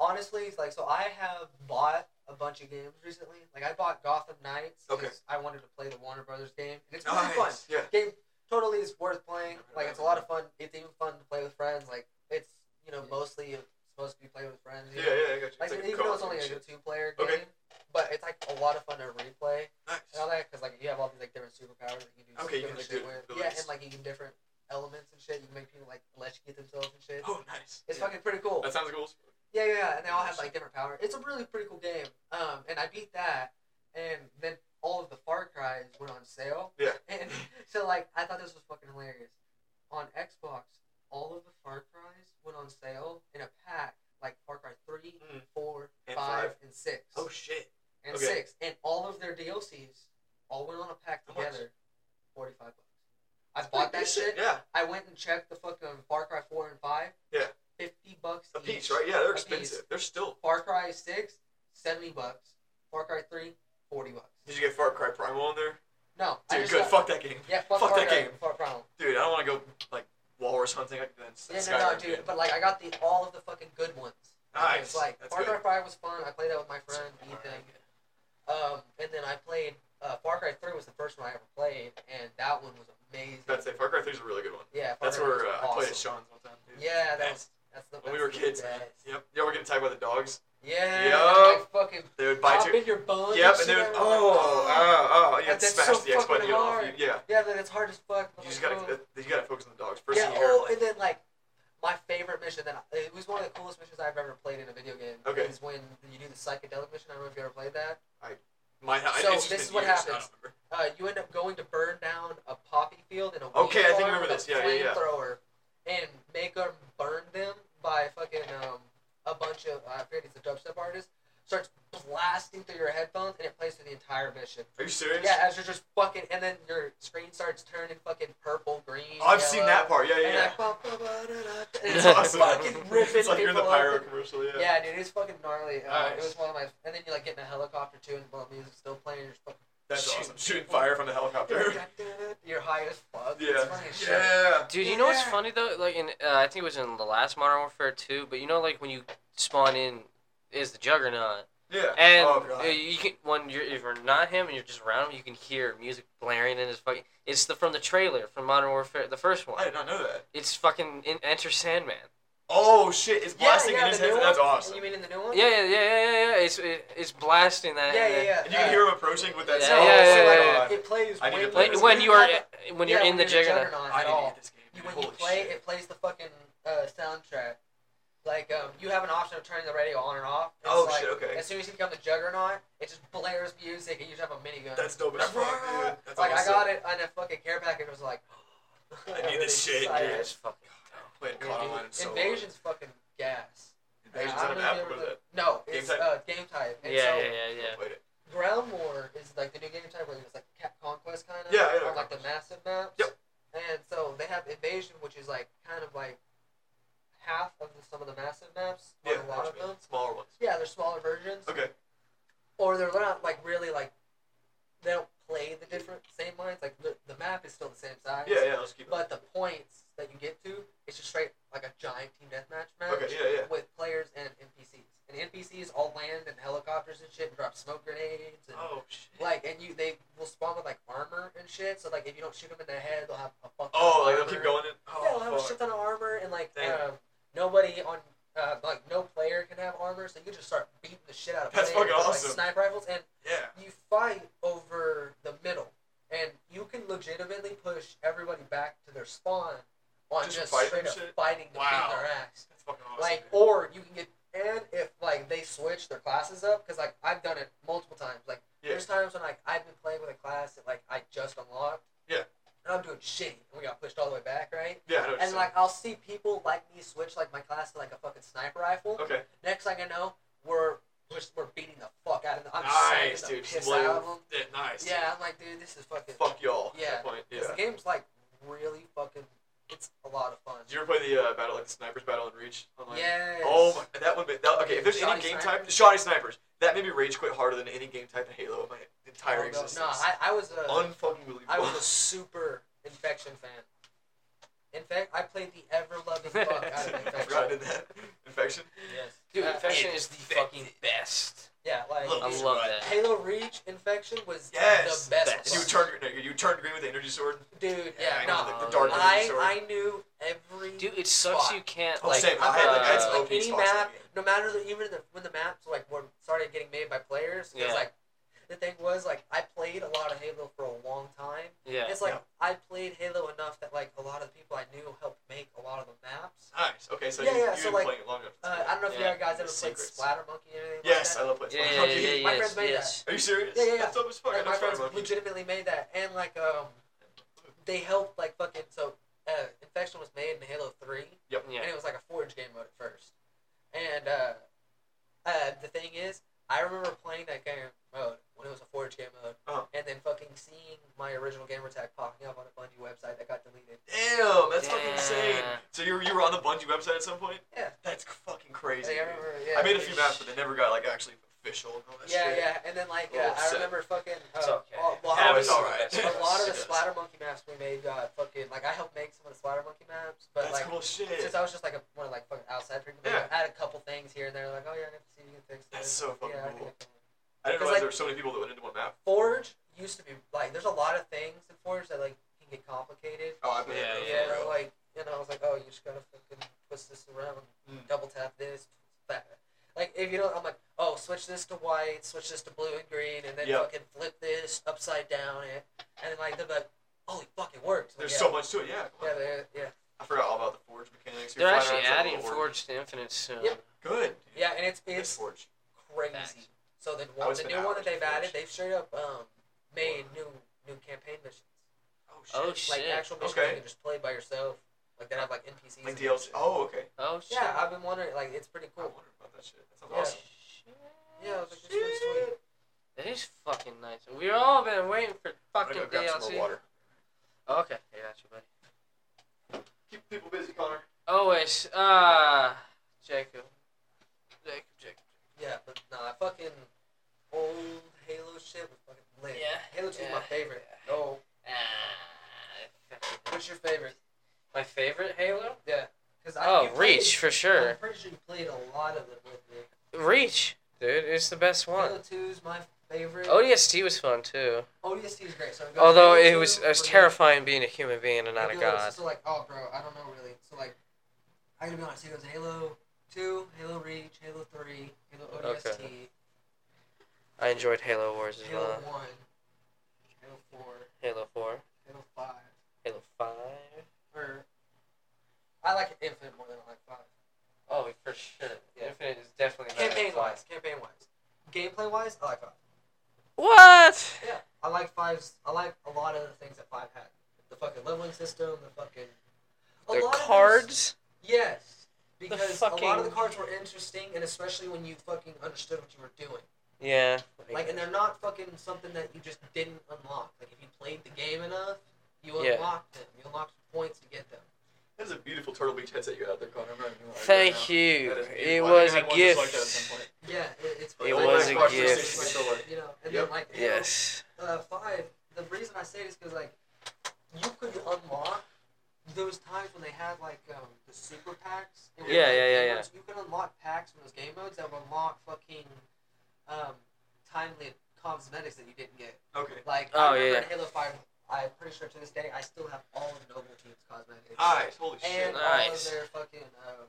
honestly, it's like so I have bought a bunch of games recently. Like I bought Gotham Knights
Okay.
'cause I wanted to play the Warner Brothers game. And it's really fun.
Yeah.
Game totally is worth playing. Like it's a lot of fun. It's even fun to play with friends. Like it's you know
Yeah.
mostly supposed to be played with friends.
Yeah,
you
yeah,
know?
I got you.
Like,
It's like a
even though it's
co-op
only like
and
a
shit.
two-player game,
Okay.
but it's like a lot of fun to replay
Nice.
and all that because like you have all these like different superpowers that you can do
Okay, you
different
can
shit
do
with.
the
Yeah,
least.
and like you can different elements and shit. You can make people like electrocute themselves and shit.
Oh, nice.
It's
yeah.
fucking pretty cool.
That sounds cool.
Yeah, yeah, yeah, and they all have like different power. It's a really pretty cool game. Um, and I beat that, and then all of the Far Cries went on sale.
Yeah.
And so like I thought this was fucking hilarious. On Xbox, all of the Far Cries went on sale in a pack, like Far Cry three,
Mm.
four,
And Oh,
five, and six,
shit.
and
okay.
six, and all of their DLCs all went on a pack
How much?
together, forty five bucks. I bought that shit.
Yeah.
I went and checked the fucking Far Cry four and five.
Yeah.
Fifty bucks
A
each.
piece, right? Yeah, they're
A piece.
expensive. They're still.
Far Cry 6, 70 bucks. Far Cry 3, 40 bucks.
Did you get Far Cry Primal on there?
No. I
Dude,
just
good.
got-
Fuck that game.
Yeah, fuck,
fuck
Far
that
Cry,
game.
Far Primal.
Dude, I don't want to go like walrus hunting. I can
Yeah,
that's
no, no,
Skyrim,
dude. But, like, I got the all of the fucking good ones. Like,
Nice.
it's Like,
That's
Far Cry
good.
5 was fun. I played that with my friend, Ethan. Um, and then I played, uh, Far Cry 3 was the first one I ever played, and that one was amazing.
That's it. Far Cry 3 is a really good one.
Yeah, Far
That's
Cry
where
was
uh, I played at
awesome.
Sean's one time. Dude.
Yeah, that
Nice.
was, that's the
When we
that's
were
the
kids, man.
best.
Yep. Yeah, we're getting attacked by the dogs.
Yeah.
Yup.
like, fucking
They would bite
pop
you.
in your bones.
Yep,
shit.
and they would.
I'm like,
Oh, oh, oh. You
Like,
had to
that's
smash
so
the X button to
fucking
get off. You,
hard.
yeah.
Yeah, then it's hard as fuck. I'm
You just
like,
gotta.
oh.
that- You gotta focus on the dogs. First
yeah,
thing you hear.
oh, and then like my favorite mission that I, it was one of the coolest missions I've ever played in a video game.
Okay.
Is when you do the psychedelic mission. I don't know if you ever played that.
My, I,
So,
it's just
this
been
is what
years, I don't
happens.
remember.
Uh, you end up going to burn down a poppy field in a
Okay, I think
weed
I
farm
remember
with a
this. Yeah, yeah, yeah.
Flamethrower, and make them burn them by fucking um a bunch of I forget he's a dubstep artist. Starts blasting through your headphones and it plays through the entire mission.
Are you serious?
Yeah, as you're just fucking, and then your screen starts turning fucking purple, green.
Oh, I've seen
yellow.
that part. Yeah, yeah,
And
yeah.
I bump, bump, blah, da, da, da.
It's
uh, It's
awesome.
fucking ripping
It's like you're in the
people off.
pyro commercial. Yeah.
Yeah, dude, it's fucking gnarly. Uh, It
Nice.
was one of my. And then you like get in a helicopter too, and the music's still playing. You're, just
That's
Shoot.
awesome. Shooting fire from the helicopter.
fucking, you're high as fuck. It's
yeah.
funny as shit.
Yeah.
Dude, you know what's
Yeah.
funny though? Like in, uh, I think it was in the last Modern Warfare 2, but you know, like when you spawn in is the Juggernaut,
Yeah.
and
oh,
uh,
God.
you can when you're if you're not him and you're just around him, you can hear music blaring in his fucking. It's the from the trailer from Modern Warfare, the first
I
one.
did not know that.
It's fucking in, Enter Sandman.
Oh shit! It's
Yeah,
blasting
yeah,
in his
the new
head.
one?
That's awesome.
You mean in the new one?
Yeah, yeah, yeah, yeah, yeah. yeah. It's it, it's blasting that.
yeah, yeah. yeah.
And you can
Uh,
hear him approaching with that
Yeah,
sound.
yeah, yeah,
Oh,
yeah,
God.
yeah.
It plays
I need to
when,
play
When,
this
when
game.
you are
Yeah,
when you're in the
you're
Juggernaut.
I
at
need to
all.
get this game. dude.
when you
Holy
play,
shit.
it plays the fucking uh, soundtrack. Like um, you have an option of turning the radio on and off. It's
Oh,
like,
shit, okay.
As soon as you become the Juggernaut, it just blares music, and you just have a minigun.
That's dope as fuck, dude. That's
uh, like I
awesome.
got it on a fucking care package. I was like,
I need this shit,
Yeah,
dude.
it's fucking.
Played COD Online
Invasion's
in so long.
fucking gas.
Invasion's
I
on an
don't
app.
even
What is
remember
it?
the- No,
Game
it's
Type?
uh, game type.
Yeah,
And
yeah,
so
yeah, yeah.
Played it.
Ground War is like the new game type where it's like Cap Conquest kind of.
Yeah, yeah,
On like the massive maps.
Yep.
And so they have Invasion, which is like kind of like half of the, some of the massive maps. on
Yeah,
a lot of them.
smaller ones.
Yeah, they're smaller versions.
Okay.
Or they're not like really like they don't play the different same lines. Like the, the map is still the same size.
Yeah, yeah. Let's keep it.
But the points that you get to, it's just straight like a giant team deathmatch match
Okay. Yeah, yeah.
with players and NPCs. And NPCs all land in helicopters and shit and drop smoke grenades and
Oh shit.
like and you they will spawn with like armor and shit. So like if you don't shoot them in the head, they'll have a fucking.
Oh, like
armor.
they'll keep going in.
yeah, they'll have
Oh
a shit
fuck.
ton of armor and like
Damn.
um, nobody on uh, like no player can have armor, so you just start beating the shit out of
That's
players
fucking
with, like,
awesome.
sniper rifles and
Yeah.
you fight over the middle, and you can legitimately push everybody back to their spawn on
Just
just,
fighting
straight up
shit?
fighting to
Wow.
beat their ass.
That's fucking awesome.
Like,
dude.
or you can get and if like they switch their classes up, because like I've done it multiple times. Like
Yeah.
there's times when like I've been playing with a class that like I just unlocked.
Yeah.
And I'm doing shitty, and we got pushed all the way back, right?
Yeah. I know what
And
you're saying.
like I'll see people like me switch like my class to like a fucking sniper rifle.
Okay.
Next thing I know, we're just, we're beating the fuck out of them. I'm
Nice,
slapping
dude.
the
Just
piss
blow
out
your-
of them.
Yeah. Nice. dude.
Yeah, I'm like, dude, this is fucking.
Fuck y'all. at
Yeah.
that point. Yeah.
'cause The game's like really fucking. It's a lot of fun.
Did you ever play the uh, battle like the snipers battle in Reach online?
Yes.
Oh my, that one. That, okay, if there's any
Shoddy
game
snipers?
type, shoddy snipers. That made me rage quit harder than any game type in Halo in my entire
Oh, no,
existence.
No, I, I was a.
Unfucking believable.
I was a super infection fan. In fact, I played the ever loving fuck out of
I forgot I
infection.
did that. Infection.
yes.
Dude,
Uh,
Infection is the fucking best.
Yeah, like
Little
I
bit.
love that.
Halo Reach Infection was
Yes.
the best.
Best.
You
one.
turn no, you turn green with the energy sword.
dude.
Yeah,
Yeah,
I
no,
know the- the
dark
I
sword.
I knew every
Dude, it sucks
Fuck.
you can't
Oh,
like.
same. I
I
had
had
like, I had
uh,
some
like
OP
any
spots in
map-
the game.
no matter the, even the, when the maps like were started getting made by players. 'cause,
Yeah.
like the thing was like I played a lot of Halo for a long time.
yeah.
It's like
Yeah.
I played Halo enough that like a lot of the people I knew helped make a lot of the maps.
Nice. Okay, so
Yeah,
you,
yeah,
you've
so,
been
like,
playing it long enough.
Uh, I don't know if
Yeah.
you guys ever played
Secrets.
Splatter Monkey or anything.
yes, I
like
love playing.
Yeah, yeah,
Sonic.
yeah, yeah,
My
yes,
friends made
yes.
Are you serious?
Yeah, yeah, yeah.
That's dope as fuck. I
that. Like,
know
my
Spider
friends
Monkey.
legitimately made that, and like um, they helped like fucking so. Uh, Infection was made in Halo Three.
Yeah.
and it was like a forge game mode at first. And uh, uh, the thing is, I remember playing that game mode when it was a forge game mode,
Uh-huh.
and then fucking seeing my original gamer tag popping up on a Bungie website that got deleted.
Damn, that's fucking
Damn.
insane. So you were, you were on the Bungie website at some point?
Yeah.
That's fucking crazy.
Like, I
dude.
remember, yeah.
I made a few maps, but they never got like actually official. and all that
Yeah,
shit.
yeah, and then like
A little
uh, I
upset.
remember fucking uh,
It's okay.
a lot
Yeah,
of
it's
the-
alright.
a lot of the
Yes.
Splatter Monkey maps we made got fucking like I helped make some of the Splatter Monkey maps, but
That's
like
cool shit.
since I was just like a, one of like fucking outside people,
Yeah.
I had a couple things here and there like oh yeah, I can see you can fix
That's
this.
so
Like,
fucking
yeah, I can
cool.
get that.
I didn't
Because,
realize
like-
there were so many people that went into one map.
Forge used to be like there's a lot of things in Forge that like can get complicated.
Oh, I bet.
Yeah,
bro, for
Yeah,
real.
like you know, I was like, oh, you just gotta fucking twist this around,
Mm.
double tap this, that. Like if you don't, I'm like, oh, switch this to white, switch this to blue and green, and then
Yeah.
fucking flip this upside down, and, and then like they're like, holy fuck, it works. Like,
There's
yeah.
so much to it. Yeah. come on.
Yeah, they're- yeah,
I forgot all about the Forge mechanics. You're
They're actually
flying around, it's like a
adding
little
Forge to Infinite soon.
Yep.
Good. dude.
yeah, and it's
Miss
it's
Forge.
crazy.
Facts.
So the
Oh,
one,
it's
the
been
new one
hours
that they've
before.
added, they've straight up um made new new campaign missions,
Oh shit.
Oh shit.
like actual missions
Okay.
you can just play by yourself, like they have like NPCs.
Like
and
DLC.
shit.
Oh okay.
Oh shit. Oh,
Yeah, I've been wondering. Like, it's pretty
I
cool.
wonder about that shit. That sounds
Yeah.
awesome. Oh,
Yeah, I was like, this is really sweet.
That is fucking nice. We've all been waiting for
I'm gonna
fucking
go grab some
DLC.
more water.
Okay, I got you, buddy. Oh,
Keep people busy, Connor.
Always, ah, Jacob, Jacob, Jacob.
Yeah, but nah, fucking old Halo shit was fucking lit.
Yeah.
Halo 2 is
Yeah.
my favorite. Oh,
Ah,
what's your favorite?
my favorite Halo.
Yeah. Cause I,
Oh,
you played-
Reach for
I'm
sure.
pretty sure you played a lot of it with me.
Reach, dude, it's the best one.
Halo 2 is my favorite.
ODST was fun too,
ODST is great. So we go
Oh, although
Halo
it
2,
was it was
Reach,
terrifying being a human being and not a
Halo, it's
god.
just like, oh, bro, I don't know really. So like, I gotta be honest. It was Halo 2, Halo Reach, Halo 3, Halo ODST.
I enjoyed Halo Wars as
Halo
well.
One, Halo Four,
Halo Four,
Halo Five,
Halo Five.
or I like Infinite more than I like Five.
Oh, for sure. Infinite is definitely better.
Campaign wise, campaign wise, gameplay wise, I like Five.
What?
Yeah, I like Five's. I like a lot of the things that Five had. The fucking leveling system, the fucking a
The
lot of those-
cards.
yes, because a lot
fucking-
of the cards were interesting, and especially when you fucking understood what you were doing.
Yeah.
Like, and they're not fucking something that you just didn't unlock. Like, if you played the game enough, you
Yeah.
unlocked them. You unlocked points to get them.
That is a beautiful Turtle Beach headset you got out there, Connor. I'm not even gonna lie right now.
Thank you.
That is
It
beautiful. I
was
think I
a
had one just like that at
gift.
some point.
Yeah, it, it's.
It
like,
was
like,
a
like,
gift.
You know, and
Yep.
then like Halo,
Yes.
uh, five. The reason I say this because like you could unlock those times when they had like um, the super packs. and when
Yeah,
they
yeah,
had
yeah,
game
yeah.
modes, You could unlock packs from those game modes that would unlock fucking um, timely cosmetics that you didn't get.
Okay.
Like
Oh,
I remember
yeah.
in Halo Five, I'm pretty sure to this day I still have all of Noble Team's cosmetics
Alright, holy shit.
and uh, all
Nice.
of their fucking. um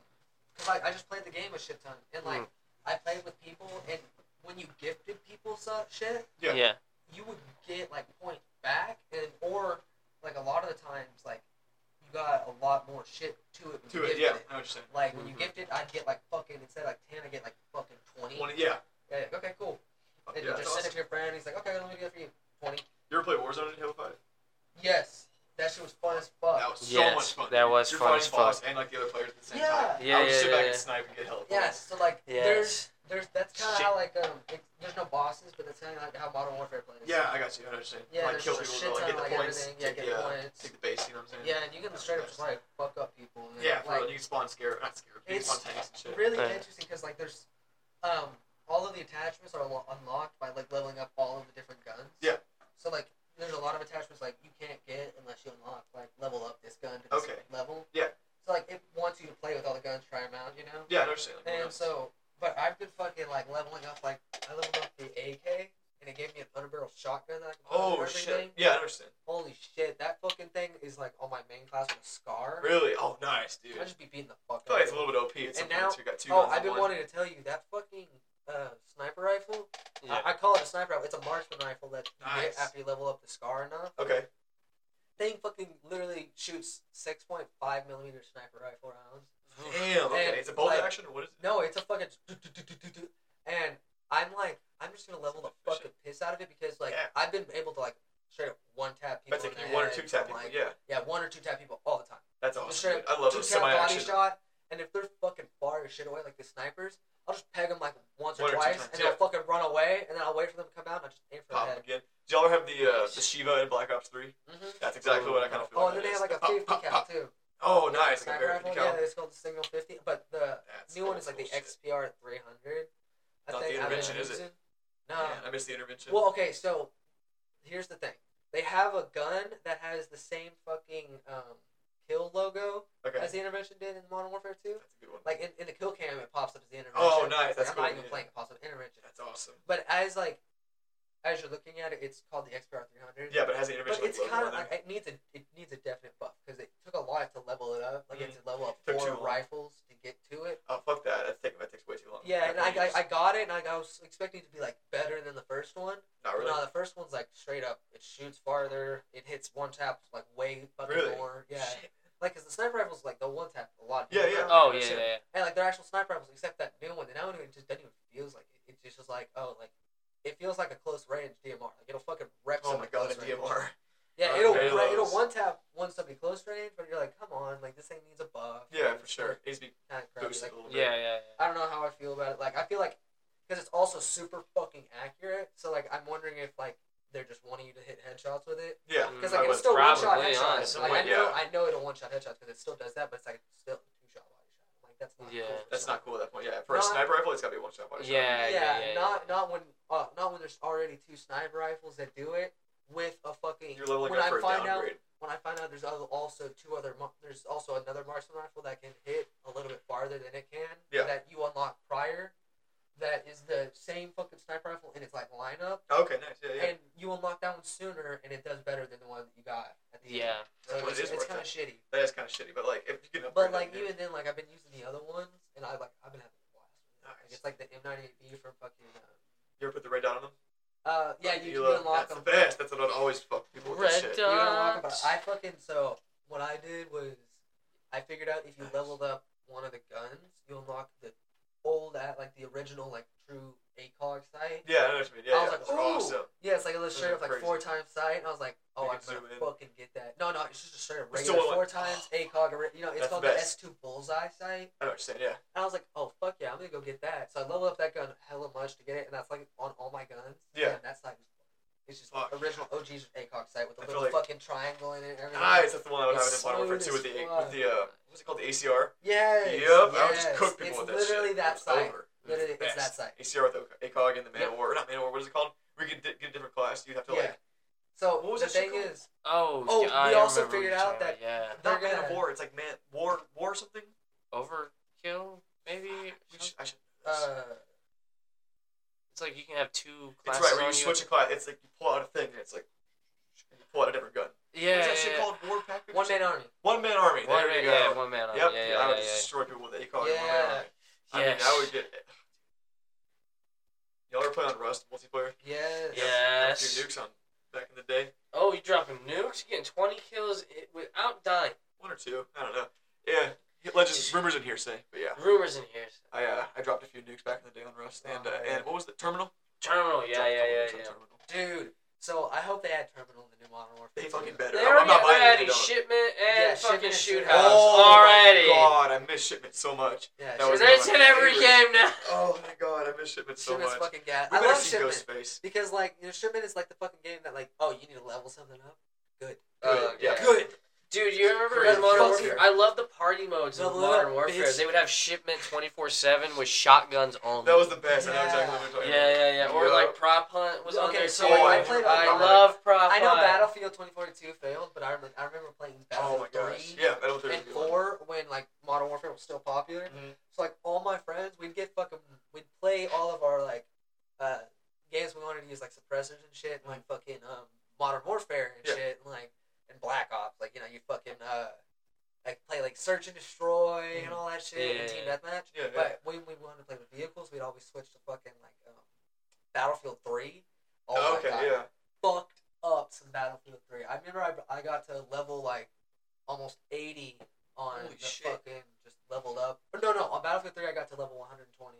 'cause like I just played the game a shit ton, and like
Hmm.
I played with people, and when you gifted people some shit,
Yeah.
Yeah.
you would get like points back, and or like a lot of the times, like you got a lot more shit to it. When
To
you
it,
gifted
yeah. Mm-hmm. I know what you're saying.
Like when you
Mhm.
gifted, I'd get like fucking instead of like ten, I get like fucking twenty.
One, yeah.
Yeah, like, okay, cool.
Fuck
And
yeah,
you
that's
just send it
awesome.
to your friend. He's like, okay, let me do that for you. Twenty.
You ever play Warzone in Halo 5?
Yes, that shit was fun as fuck.
That was so
Yes,
much fun.
that
dude.
was
You're
fun
fighting
as fuck.
boss and like the other players at the same time.
yeah.
Yeah.
I would just
yeah,
sit
yeah,
back
yeah.
and snipe and get help.
Yes, so like there's
Yes.
there's that's kind of
Shit.
how like um it, there's no bosses, but that's kind of like how Modern Warfare plays.
Yeah, I got you. I understand.
yeah.
like
there's
kill
just a
people,
shit
like
ton
get
of
the
like
points,
everything. Yeah,
take
get
the, uh,
points.
take the base. You know what I'm saying?
Yeah, and you can straight up just like fuck up people. And,
Yeah, for
like
real. You can spawn scare, not scare, you can
It's
spawn tanks and shit.
really
Yeah.
interesting because like there's um all of the attachments are lo- unlocked by like leveling up all of the different guns.
Yeah.
So like there's a lot of attachments like you can't get unless you unlock like level up this gun to this
Okay.
level.
Yeah.
So like it wants you to play with all the guns, try them out, you know.
Yeah, I understand. Like,
And so, but I've been fucking like leveling up like I leveled up through AK, and it gave me an underbarrel shotgun. That I can put
Oh
under
shit.
everything.
Yeah, I understand.
Holy shit, that fucking thing is like on my main class with a scar.
Really? Oh, nice, dude.
I just be beating the fuck
I feel like
out
it's
of
a
it.
little bit OP. At some
And now-
point, so you got two
Oh,
guns
I've
in
been
one.
wanting to tell you that fucking uh, sniper rifle.
Yeah.
I, I call it a sniper rifle. It's a marksman rifle that you
Nice.
get after you level up the scar enough.
Okay.
Thing fucking literally shoots six point five millimeter sniper rifle rounds.
Damn. Okay.
And,
it's a bolt
like-
action or what is it?
No, it's a fucking and I'm like, I'm just gonna level the fucking piss out of it because like
Yeah.
I've been able to like straight up one tap people.
That's
in
if
the
you one or
head
two
from,
tap people.
like-
yeah.
yeah, one or two tap people all the time.
That's
Just
awesome.
straight
dude.
up
I love
two
those
tap body
semi-action.
shot, and if they're fucking far as shit away like the snipers, I'll just peg them like once or,
One or two
twice,
times,
and they'll
yeah.
fucking run away, and then I'll wait for them to come out, and I'll just aim for the
Pop
head.
again. Do y'all ever have the uh, the Shiva in Black Ops Three?
Mhm.
That's exactly what I kind of feel.
Oh,
like
and then
it
they
is.
have like a
Pop,
50
pop,
cal
pop.
too.
Oh,
Yeah,
nice. Like
Sniper
very
rifle,
fifty
yeah,
cal.
it's called the Signal 50, but the
That's
new one
old
is like the
school shit.
XPR 300. I
Not the
think I've been
intervention, is it?
using- No.
Man, I missed the intervention.
Well, okay, so here's the thing. They have a gun that has the same fucking um, kill logo
okay.
as
That's
the intervention did in Modern Warfare 2.
a good one.
Like in, in the kill cam, it pops up as the intervention.
Oh, nice. That's
Like, I'm
cool.
not even
yeah.
playing. It pops up intervention.
That's awesome.
But as like as you're looking at it, it's called the XPR 300.
Yeah, but it has the
But
intervention.
it's
like,
kind
logo
of
on there.
like it needs a it needs a definite buff because it took a lot to level it up. Like you had to level up
Mm. Took too
four
long.
rifles to get to it.
Oh fuck that! That's taking that takes way too long.
Yeah, and I,
Definitely
I, I
just-
got it, and I, I was expecting it to be like better than the first one.
not really.
No, the first one's like straight up. It shoots farther. It hits one tap like way fucking
Really?
more. Yeah,
Shit.
like because the sniper rifles like go one tap a lot.
Yeah,
deeper.
yeah.
Oh yeah, yeah, yeah.
And like they're actual sniper rifles, except that new one. The new one it just doesn't even feels like it. It's just like oh like. It feels like a close range DMR. Like it'll fucking wreck
Oh my
somebody
god, a
close range.
DMR.
Yeah,
Uh,
it'll
Halos.
it'll one tap one somebody close range, but you're like, come on, like this thing needs a buff.
Yeah, for sure. It needs to be
Kind of crappy.
boosted
Like,
a little bit.
Yeah, yeah, yeah.
I don't know how I feel about it. Like I feel like because it's also super fucking accurate. So like I'm wondering if like they're just wanting you to hit headshots with it.
Yeah.
Mm.
Because
I
like
would.
it's still one shot
probably,
headshots.
honestly,
Like, I know
yeah.
I know it'll one shot headshots because it still does that, but it's like still two shot body shot. Like that's not.
Yeah.
cool for
That's
someone.
not cool at that point. Yeah, for a
Not-
sniper rifle, it's gotta be one shot. One shot.
Yeah.
yeah,
yeah,
not
yeah.
not when uh, not when there's already two sniper rifles that do it with a fucking
You're leveling
when
up
I
for a
find out
downgrade.
when I find out there's al- also two other mar- there's also another marksman rifle that can hit a little bit farther than it can
Yeah.
that you unlock prior that is the same fucking sniper rifle in its like lineup
okay, nice. Yeah, yeah.
and you unlock that one sooner and it does better than the one that you got at the
Yeah.
end. So
Well, it
it's,
is worth
kind
it.
of shitty.
that is kind of shitty, but like if you can upgrade
But
that,
like
yeah.
even then like I've been using the other ones and I like I've been having a blast. with it. Like,
Nice.
it's like the M98B from fucking uh,
you ever put the red dot on them?
uh yeah
Like,
you, you
love-
unlock
that's
them.
the best. That's what I'd always fuck people with.
Red
that shit.
dot.
You don't lock it, but
Dot.
I fucking so what I did was I figured out if you
Nice.
leveled up one of the guns, you unlock the old at like the original like true ACOG sight.
Yeah, I know what you mean. Yeah,
I
yeah,
was
that's
like, ooh,
awesome.
yeah, it's like a little
Those
straight
are
up like
crazy.
four times sight, and I was like, oh,
You
I'm
can
gonna
zoom in.
fucking get that. No, no, it's just a straight up
It's still
regular
one-
four times ACOG. ori- You know, it's
That's the
called the S
best.
two bullseye sight.
I know what you're saying. Yeah,
And I was like, oh fuck yeah, I'm gonna go get that. So I leveled up that gun hella much to get it, and that's like on all my guns.
Yeah.
and that's like. It's just
Fuck.
original OG's ACOG sight with a
I feel
little
like-
fucking triangle in it. And everything.
nice. That's the one I would have
It's
in Modern Warfare 2
smooth
with
as
the
fuck.
with the uh, what's it called? The ACR.
Yes.
Yep. I would just
yes.
cook people
it's
with that
literally
shit.
that
It's
side.
over.
Literally,
Best.
it's that side.
ACR with O- ACOG and the Man
Yep.
of War. Not Man of War. What is it called? We could di- get a different class. You'd have to
Yeah.
like
So
What was
the
that shit
thing
called?
is,
Oh,
Oh,
yeah, I
we also
remember what
figured
you're
out
talking about,
not
They're
Man of
gonna-
War. It's like Man War War something.
yeah overkill maybe.
We should, I should.
uh,
It's like you can have two
it's
classes
right. Where you
on
switch a class. It's like you pull out a thing and it's like you pull out a different gun.
Yeah, yeah,
What's that shit
yeah.
called? War package.
one man army.
One man army.
One
there
man,
you go.
yeah, one man. army.
Yep.
Yeah,
I
yeah,
would
yeah. yeah.
destroy people with ACOG. One
Yeah.
man army. I mean,
Yes.
that would get. Y'all ever play on Rust multiplayer?
Yes.
Yeah.
Yeah,
Yes.
Two nukes on back in the day.
Oh, you dropping nukes? You getting twenty kills i- without dying?
One or two. I don't know. Yeah. Legends, rumors, and hearsay. But yeah,
Rumors in here.
I uh, I dropped a few nukes back in the day on Rust, and uh, and what was the terminal?
Terminal. Yeah,
Dropped a
yeah,
couple
yeah,
nukes on
yeah.
Terminal.
Dude, so I hope they add terminal in the new Modern Warfare.
They fucking
2.
better.
They
I'm, I'm
already
not buying it.
added
if they don't.
shipment and
Yeah, shipment
fucking
and
shoot
shootout.
house.
Oh
already.
my god, I miss shipment so much.
Yeah,
That was
Shipment-
That's
my
in every
favorite.
game now.
Oh my god, I miss shipment so
Shipment's
much.
fucking gas.
we
I
better
love
see
shipment
Ghostface.
because like you know, shipment is like the fucking game that like oh you need to level something up. Good. Uh,
Good,
Oh,
yeah.
yeah.
Good.
Dude, you remember
Crazy.
in Modern
Fuck
Warfare?
you.
I love the party modes in
Level
Modern
up,
Warfare.
bitch.
They would have shipment twenty four seven with shotguns only.
That was the best. I know
Yeah.
exactly what you're
yeah,
talking about.
yeah, yeah. Or
Yeah.
like prop hunt was on
Okay,
there
so,
too.
like, I
I,
played
I
on-
love prop.
I know
hunt.
Battlefield 2042 failed, but I remember I remember playing
Oh
Battlefield
my gosh.
3
Yeah, Metal Gear
and
Solid.
four when like Modern Warfare was still popular.
Mhm.
So like all my friends, we'd get fucking, we'd play all of our like uh, use like suppressors and shit, and like fucking um, Modern Warfare and
Yeah.
shit, and like and Black Ops. Like you know, you fucking uh, like play like search and destroy and all that shit, and team
Yeah.
deathmatch.
Mm-hmm. Yeah, yeah.
But when we wanted to play with vehicles, we'd always switch to fucking like um, Battlefield Three. Oh my
okay,
God.
yeah.
Fucked up some Battlefield Three. I remember I, I got to level like almost eighty on
Holy
the
shit.
fucking just leveled up. Or no, no, on Battlefield Three I got to level one hundred and twenty.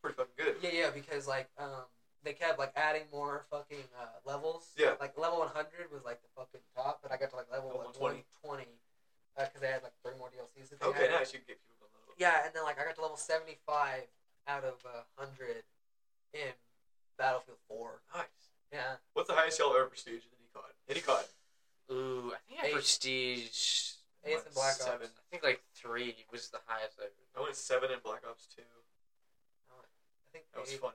Pretty fucking good.
Yeah, yeah, because like um they kept like adding more fucking uh, levels.
Yeah.
Like level one hundred was like the fucking top, but I got to like level
Level
one twenty because they had like three more DLCs. That they
Okay,
added.
nice. You can get people to level up.
Yeah, and then like I got to level seventy five out of uh, hundred in Battlefield Four.
Nice.
Yeah.
What's the highest y'all ever prestige in any COD? Any COD?
Ooh, I think I
Eight.
prestige.
Eighth
What,
and Black Ops.
seven?
I think like three was the highest I ever.
I went seven in Black Ops Two.
I think
That was
eight.
fun.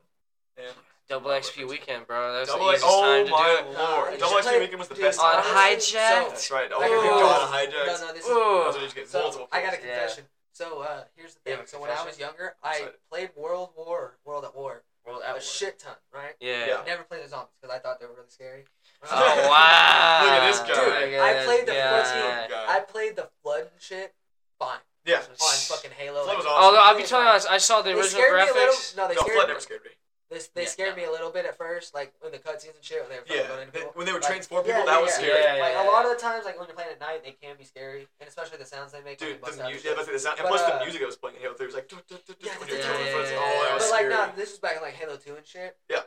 And
Double XP weekend, bro. That was
Double
the
X.
easiest
Oh
time to
my
do it.
Nah, you
lord! Double
should
XP
play-
Weekend was the
dude,
best.
On
time.
honestly,
hijacked?
That's right.
I
Oh,
got
you
a
Ooh.
can go on
confession.
hijacks.
No, no, this is.
Ooh.
That's when you just get multiple.
So I got a
kills.
Yeah.
confession. So uh, here's the
You
thing.
have a
So when I was
confession?
younger, I
Excited.
played World War, World at War,
World
a
at War.
shit ton, right?
Yeah.
Yeah.
Never played the zombies because I thought they were really scary.
Oh wow!
Look at this guy.
Look at
I played the
this guy.
God.
I played the flood and shit fine
yeah.
on fucking Halo.
Flood
Like,
was awesome.
Although I'll be totally honest, I saw the
they
original
scared me a little.
graphics.
No, they
No, Flood
scared me.
never scared me.
They, they
Yeah,
scared
no.
me a little bit at first, like when the cutscenes and shit, when they were fucking going
Yeah.
into
they-
people.
When they would
Like,
transform
yeah,
people,
yeah,
that was
yeah.
scary.
Yeah,
like
yeah,
a
yeah.
lot of the times, like when you're playing at night, they can be scary, and especially the sounds they make. when
Dude,
they
the
bust out and
music, yeah,
shit.
that's the sound. And
But,
plus,
uh,
the music that was playing in Halo 3 was like, "Duh, duh, duh, duh,
Yeah,
duh," when
yeah,
you're killing
yeah,
friends.
yeah,
Oh,
yeah.
that was
but like
scary.
no, this was back in like Halo Two and shit.
Yeah.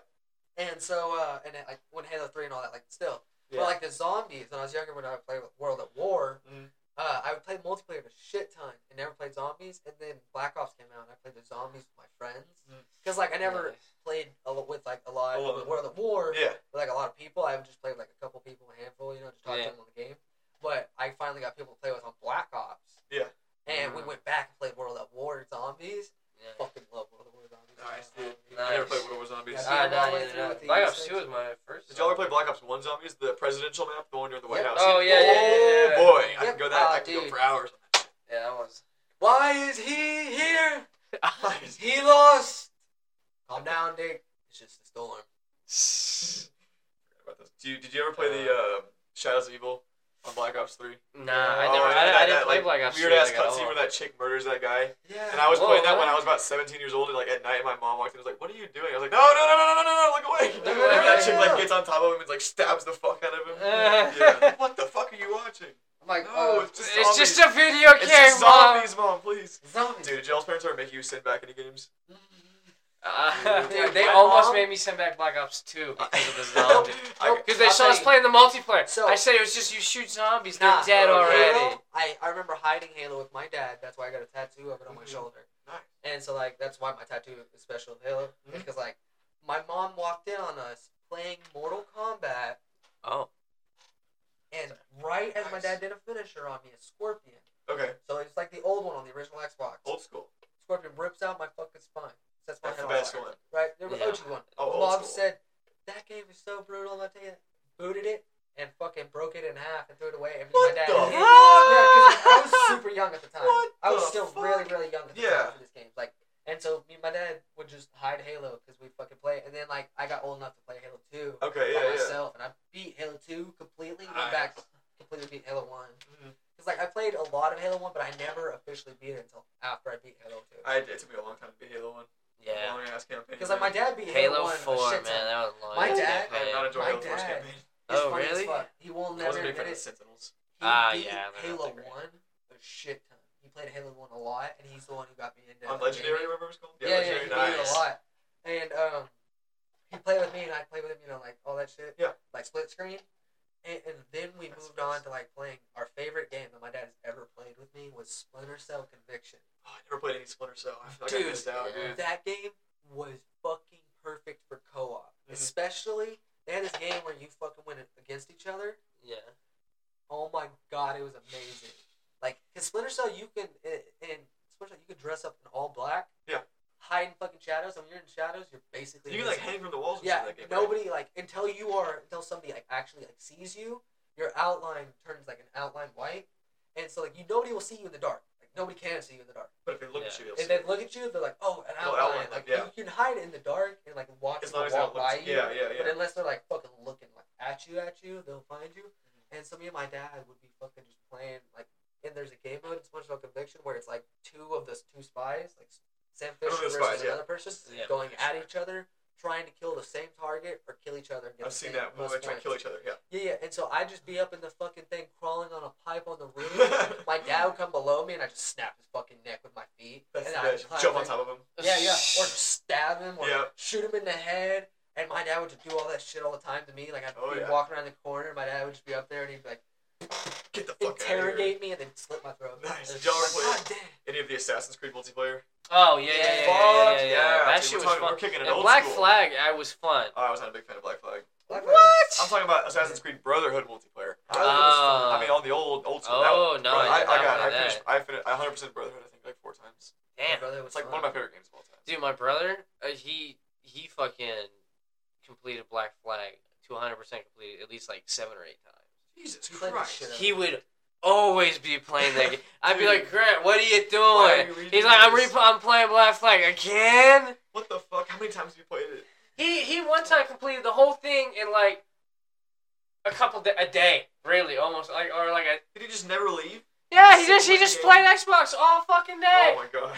And so, uh, and it, like when Halo Three and all that, like still,
Yeah.
but like the zombies. When I was younger, when I would play with World at War,
Mhm.
uh, I would play multiplayer a shit ton and never played zombies. And then Black Ops came out, and I played the zombies with my friends
Mhm.
because like I never played a lot with like a lot
Alone.
with World at War
Yeah.
with like a lot of people. I would just play with like a couple people, a handful, you know, just talk
Yeah.
to them on the game. But I finally got people to play with on Black Ops.
Yeah.
And we
Mhm.
went back and played World at War Zombies.
Yeah.
Fucking love World at War Zombies.
Nice, dude.
Nice.
I never played World War Zombies.
Yeah,
Ah,
I'm all the
no,
way
yeah,
through
no.
with the
Black
Easter
Ops Two
eggs.
was my first.
Did y'all ever play Black Ops 1 Zombies? The presidential map, the one near the White
Yeah.
House?
Oh, yeah, yeah, yeah, yeah.
Oh, boy. I
Yep.
can go that.
Ah,
I can go
dude.
for hours.
Yeah, that was.
Why is he here? He lost. Calm down, Dick. It's just a storm.
About this. Do you, did you ever play the uh, Shadows of Evil on Black Ops 3?
Nah, I never.
Oh, yeah,
I, I
that-
didn't
that,
play
like,
Black Ops.
Weird
two,
ass
like, at all.
cutscene where that chick murders that guy.
Yeah.
And I was
Whoa,
playing that when
what?
I was about 17 years old, and like at night, my mom walked in and was like, "What are you doing?" I was like, "No, no, no, no, no, no, no, look away!"
Look
and then that
away.
chick like gets on top of him and like stabs the fuck out of him.
Uh.
yeah. What the fuck are you watching?
I'm like,
No,
oh,
it's just
It's just
zombies.
a video
It's
game,
just
mom.
zombies, mom, please.
zombies.
Dude, did y'all's parents ever make you send back any games?
Uh,
Dude,
they
my
almost
mom-
made me send back Black Ops Two because of the
Nope.
zombies.
I,
Because they
I'll
saw
tell
us
you.
playing the multiplayer.
So-
I said it was just you shoot zombies.
Nah.
They're dead
Halo-
already.
I, I remember hiding Halo with my dad. That's why I got a tattoo of it on my
Mhm.
shoulder.
Nice.
And so like that's why my tattoo is special of Halo
Mhm.
because like my mom walked in on us playing Mortal Kombat
Oh.
and right as my
Nice.
dad did a finisher on me, a scorpion.
okay,
So it's like the old one on the original Xbox.
old school.
Scorpion rips out my fucking spine. Sets my
Oh. That's
head
the
on
best
fire.
one.
Right? There was
Yeah.
OG one.
Oh, old
Mom
school.
said, That game is so brutal, I'll tell you. Booted it and fucking broke it in half and threw it away. And
What
my dad
the
Yeah, 'cause
fuck?
I was super young at the time.
What
I was
the
still
fuck?
really, really young at the
Yeah.
time for this game. Like and so me and my dad would just hide Halo because we fucking play it. and then like I got old enough to play Halo two
Okay,
by
Oh, yeah, yeah.
myself and I beat Halo two completely, went
Nice.
back completely beat Halo one.
Mhm.
Cause like I played a lot of Halo one, but I never officially beat it until after I beat Halo two.
I, it took me a long time to beat Halo One.
Yeah.
Long ass campaign.
Because like my
man.
dad beat
Halo
Halo,
Four,
One a
man,
shit ton.
that was a long.
My
ass
dad-
I have
campaign.
not enjoyed
My
Halo Four's
dad-
campaign.
He's
Oh,
funny as
really?
fuck. He will
I
never
wasn't a big
admit
fan of the
it.
Sentinels.
He
Ah,
beat
yeah, they're not
Halo
that great.
One a shit ton. He played Halo One a lot, and he's the one who got me into
On Legendary,
gaming.
remember it was called?
Yeah, yeah, he
Legendary.
beat it a lot. And um, he played with me, and I played with him. You know, like all that shit.
Yeah.
Like split screen. And, and then we
That's
moved on
nice.
to like playing our favorite game that my dad has ever played with me was Splinter Cell Conviction.
Oh, I never played any Splinter Cell. I feel like
Dude,
I missed out,
yeah.
dude.
That game was fucking perfect for co-op,
Mhm.
especially they had this game where you fucking went against each other.
Yeah.
Oh my god, it was amazing. Like, cause Splinter Cell, you can in in Splinter Cell, you can dress up in all black.
Yeah.
Hide in fucking shadows, and when you're in shadows, you're basically.
You can like
invisible.
hang from the walls and
Yeah,
shit in that game. right?
nobody like until you are until somebody like actually like sees you, your outline turns like an outline white, and so like you nobody will see you in the dark. Like nobody can see you in the dark.
But if they look
Yeah.
at you, they'll
If
see.
they
it.
look at you, they're like, oh, an
Oh,
outline.
outline,
Like
yeah.
you can hide in the dark and like walk
As
in
long
the
as they're
walls.
not
by
looking.
you.
Yeah, yeah,
But
yeah.
unless they're like fucking looking like at you, at you, they'll find you.
Mm-hmm.
And so me and my dad would be fucking just playing like, and there's a game mode in Spongebob Conviction where it's like two of those two spies, like Sam
I know
Fisher
the
versus
spies, yeah.
another person,
Yeah,
going
for
at
sure.
each other, trying to kill the same target or kill each other. And get
I've
the
seen
same
that. When
most
they try to
points.
kill each other. Yeah.
Yeah, yeah. And so I'd just be up in the fucking thing, crawling on a pipe on the roof. my dad would come below me, and I just snap his fucking neck with my feet.
That's
and
the
I'd
best.
climb
Jump
back
on top of him.
yeah, yeah. Or stab him or
Yeah.
shoot him in the head. And my dad would just do all that shit all the time to me. Like I'd
Oh,
be
yeah.
walking around the corner, my dad would just be up there and he'd be like
Get the fuck out of here.
interrogate me and then slit my throat.
Nice.
And
Y'all are
I'm like,
playing-
God damn.
Any of the Assassin's Creed multiplayer?
Oh yeah, yeah, yeah, yeah, yeah,
Fuck
yeah,
yeah,
That
dude,
shit
we're
was
talking-
fun.
we're kicking it
And
old
Black
school.
Flag, I was fun.
Oh, I was not a big fan of Black Flag.
Black
What?
Lives-
I'm talking about Assassin's Creed Brotherhood multiplayer.
Brotherhood was fun.
Oh.
I mean, all the old old school. that
Oh
one.
no,
Bro, I, I
not
got.
one of
I finished.
that.
I finished. I 100 percent Brotherhood. I think like four times.
My
Damn,
brother was
It's like
fun.
one of my favorite games of all time.
dude, my brother, uh, he he fucking completed Black Flag to 100 percent completed at least like seven or eight times.
Jesus
You played the
Christ.
shit out of
He would always be playing that game. I'd be
Dude.
like, Grant, what are you
Why
doing?
are you redoing
He's like, I'm re-
this?
I'm playing Black Flag again.
What the fuck? How many times have you played it?
He he one time completed the whole thing in like a couple da a day, really, almost like or like a
Did he just never leave?
Yeah, he
Sit
just he
with the
just
game.
played Xbox all fucking day.
Oh my god.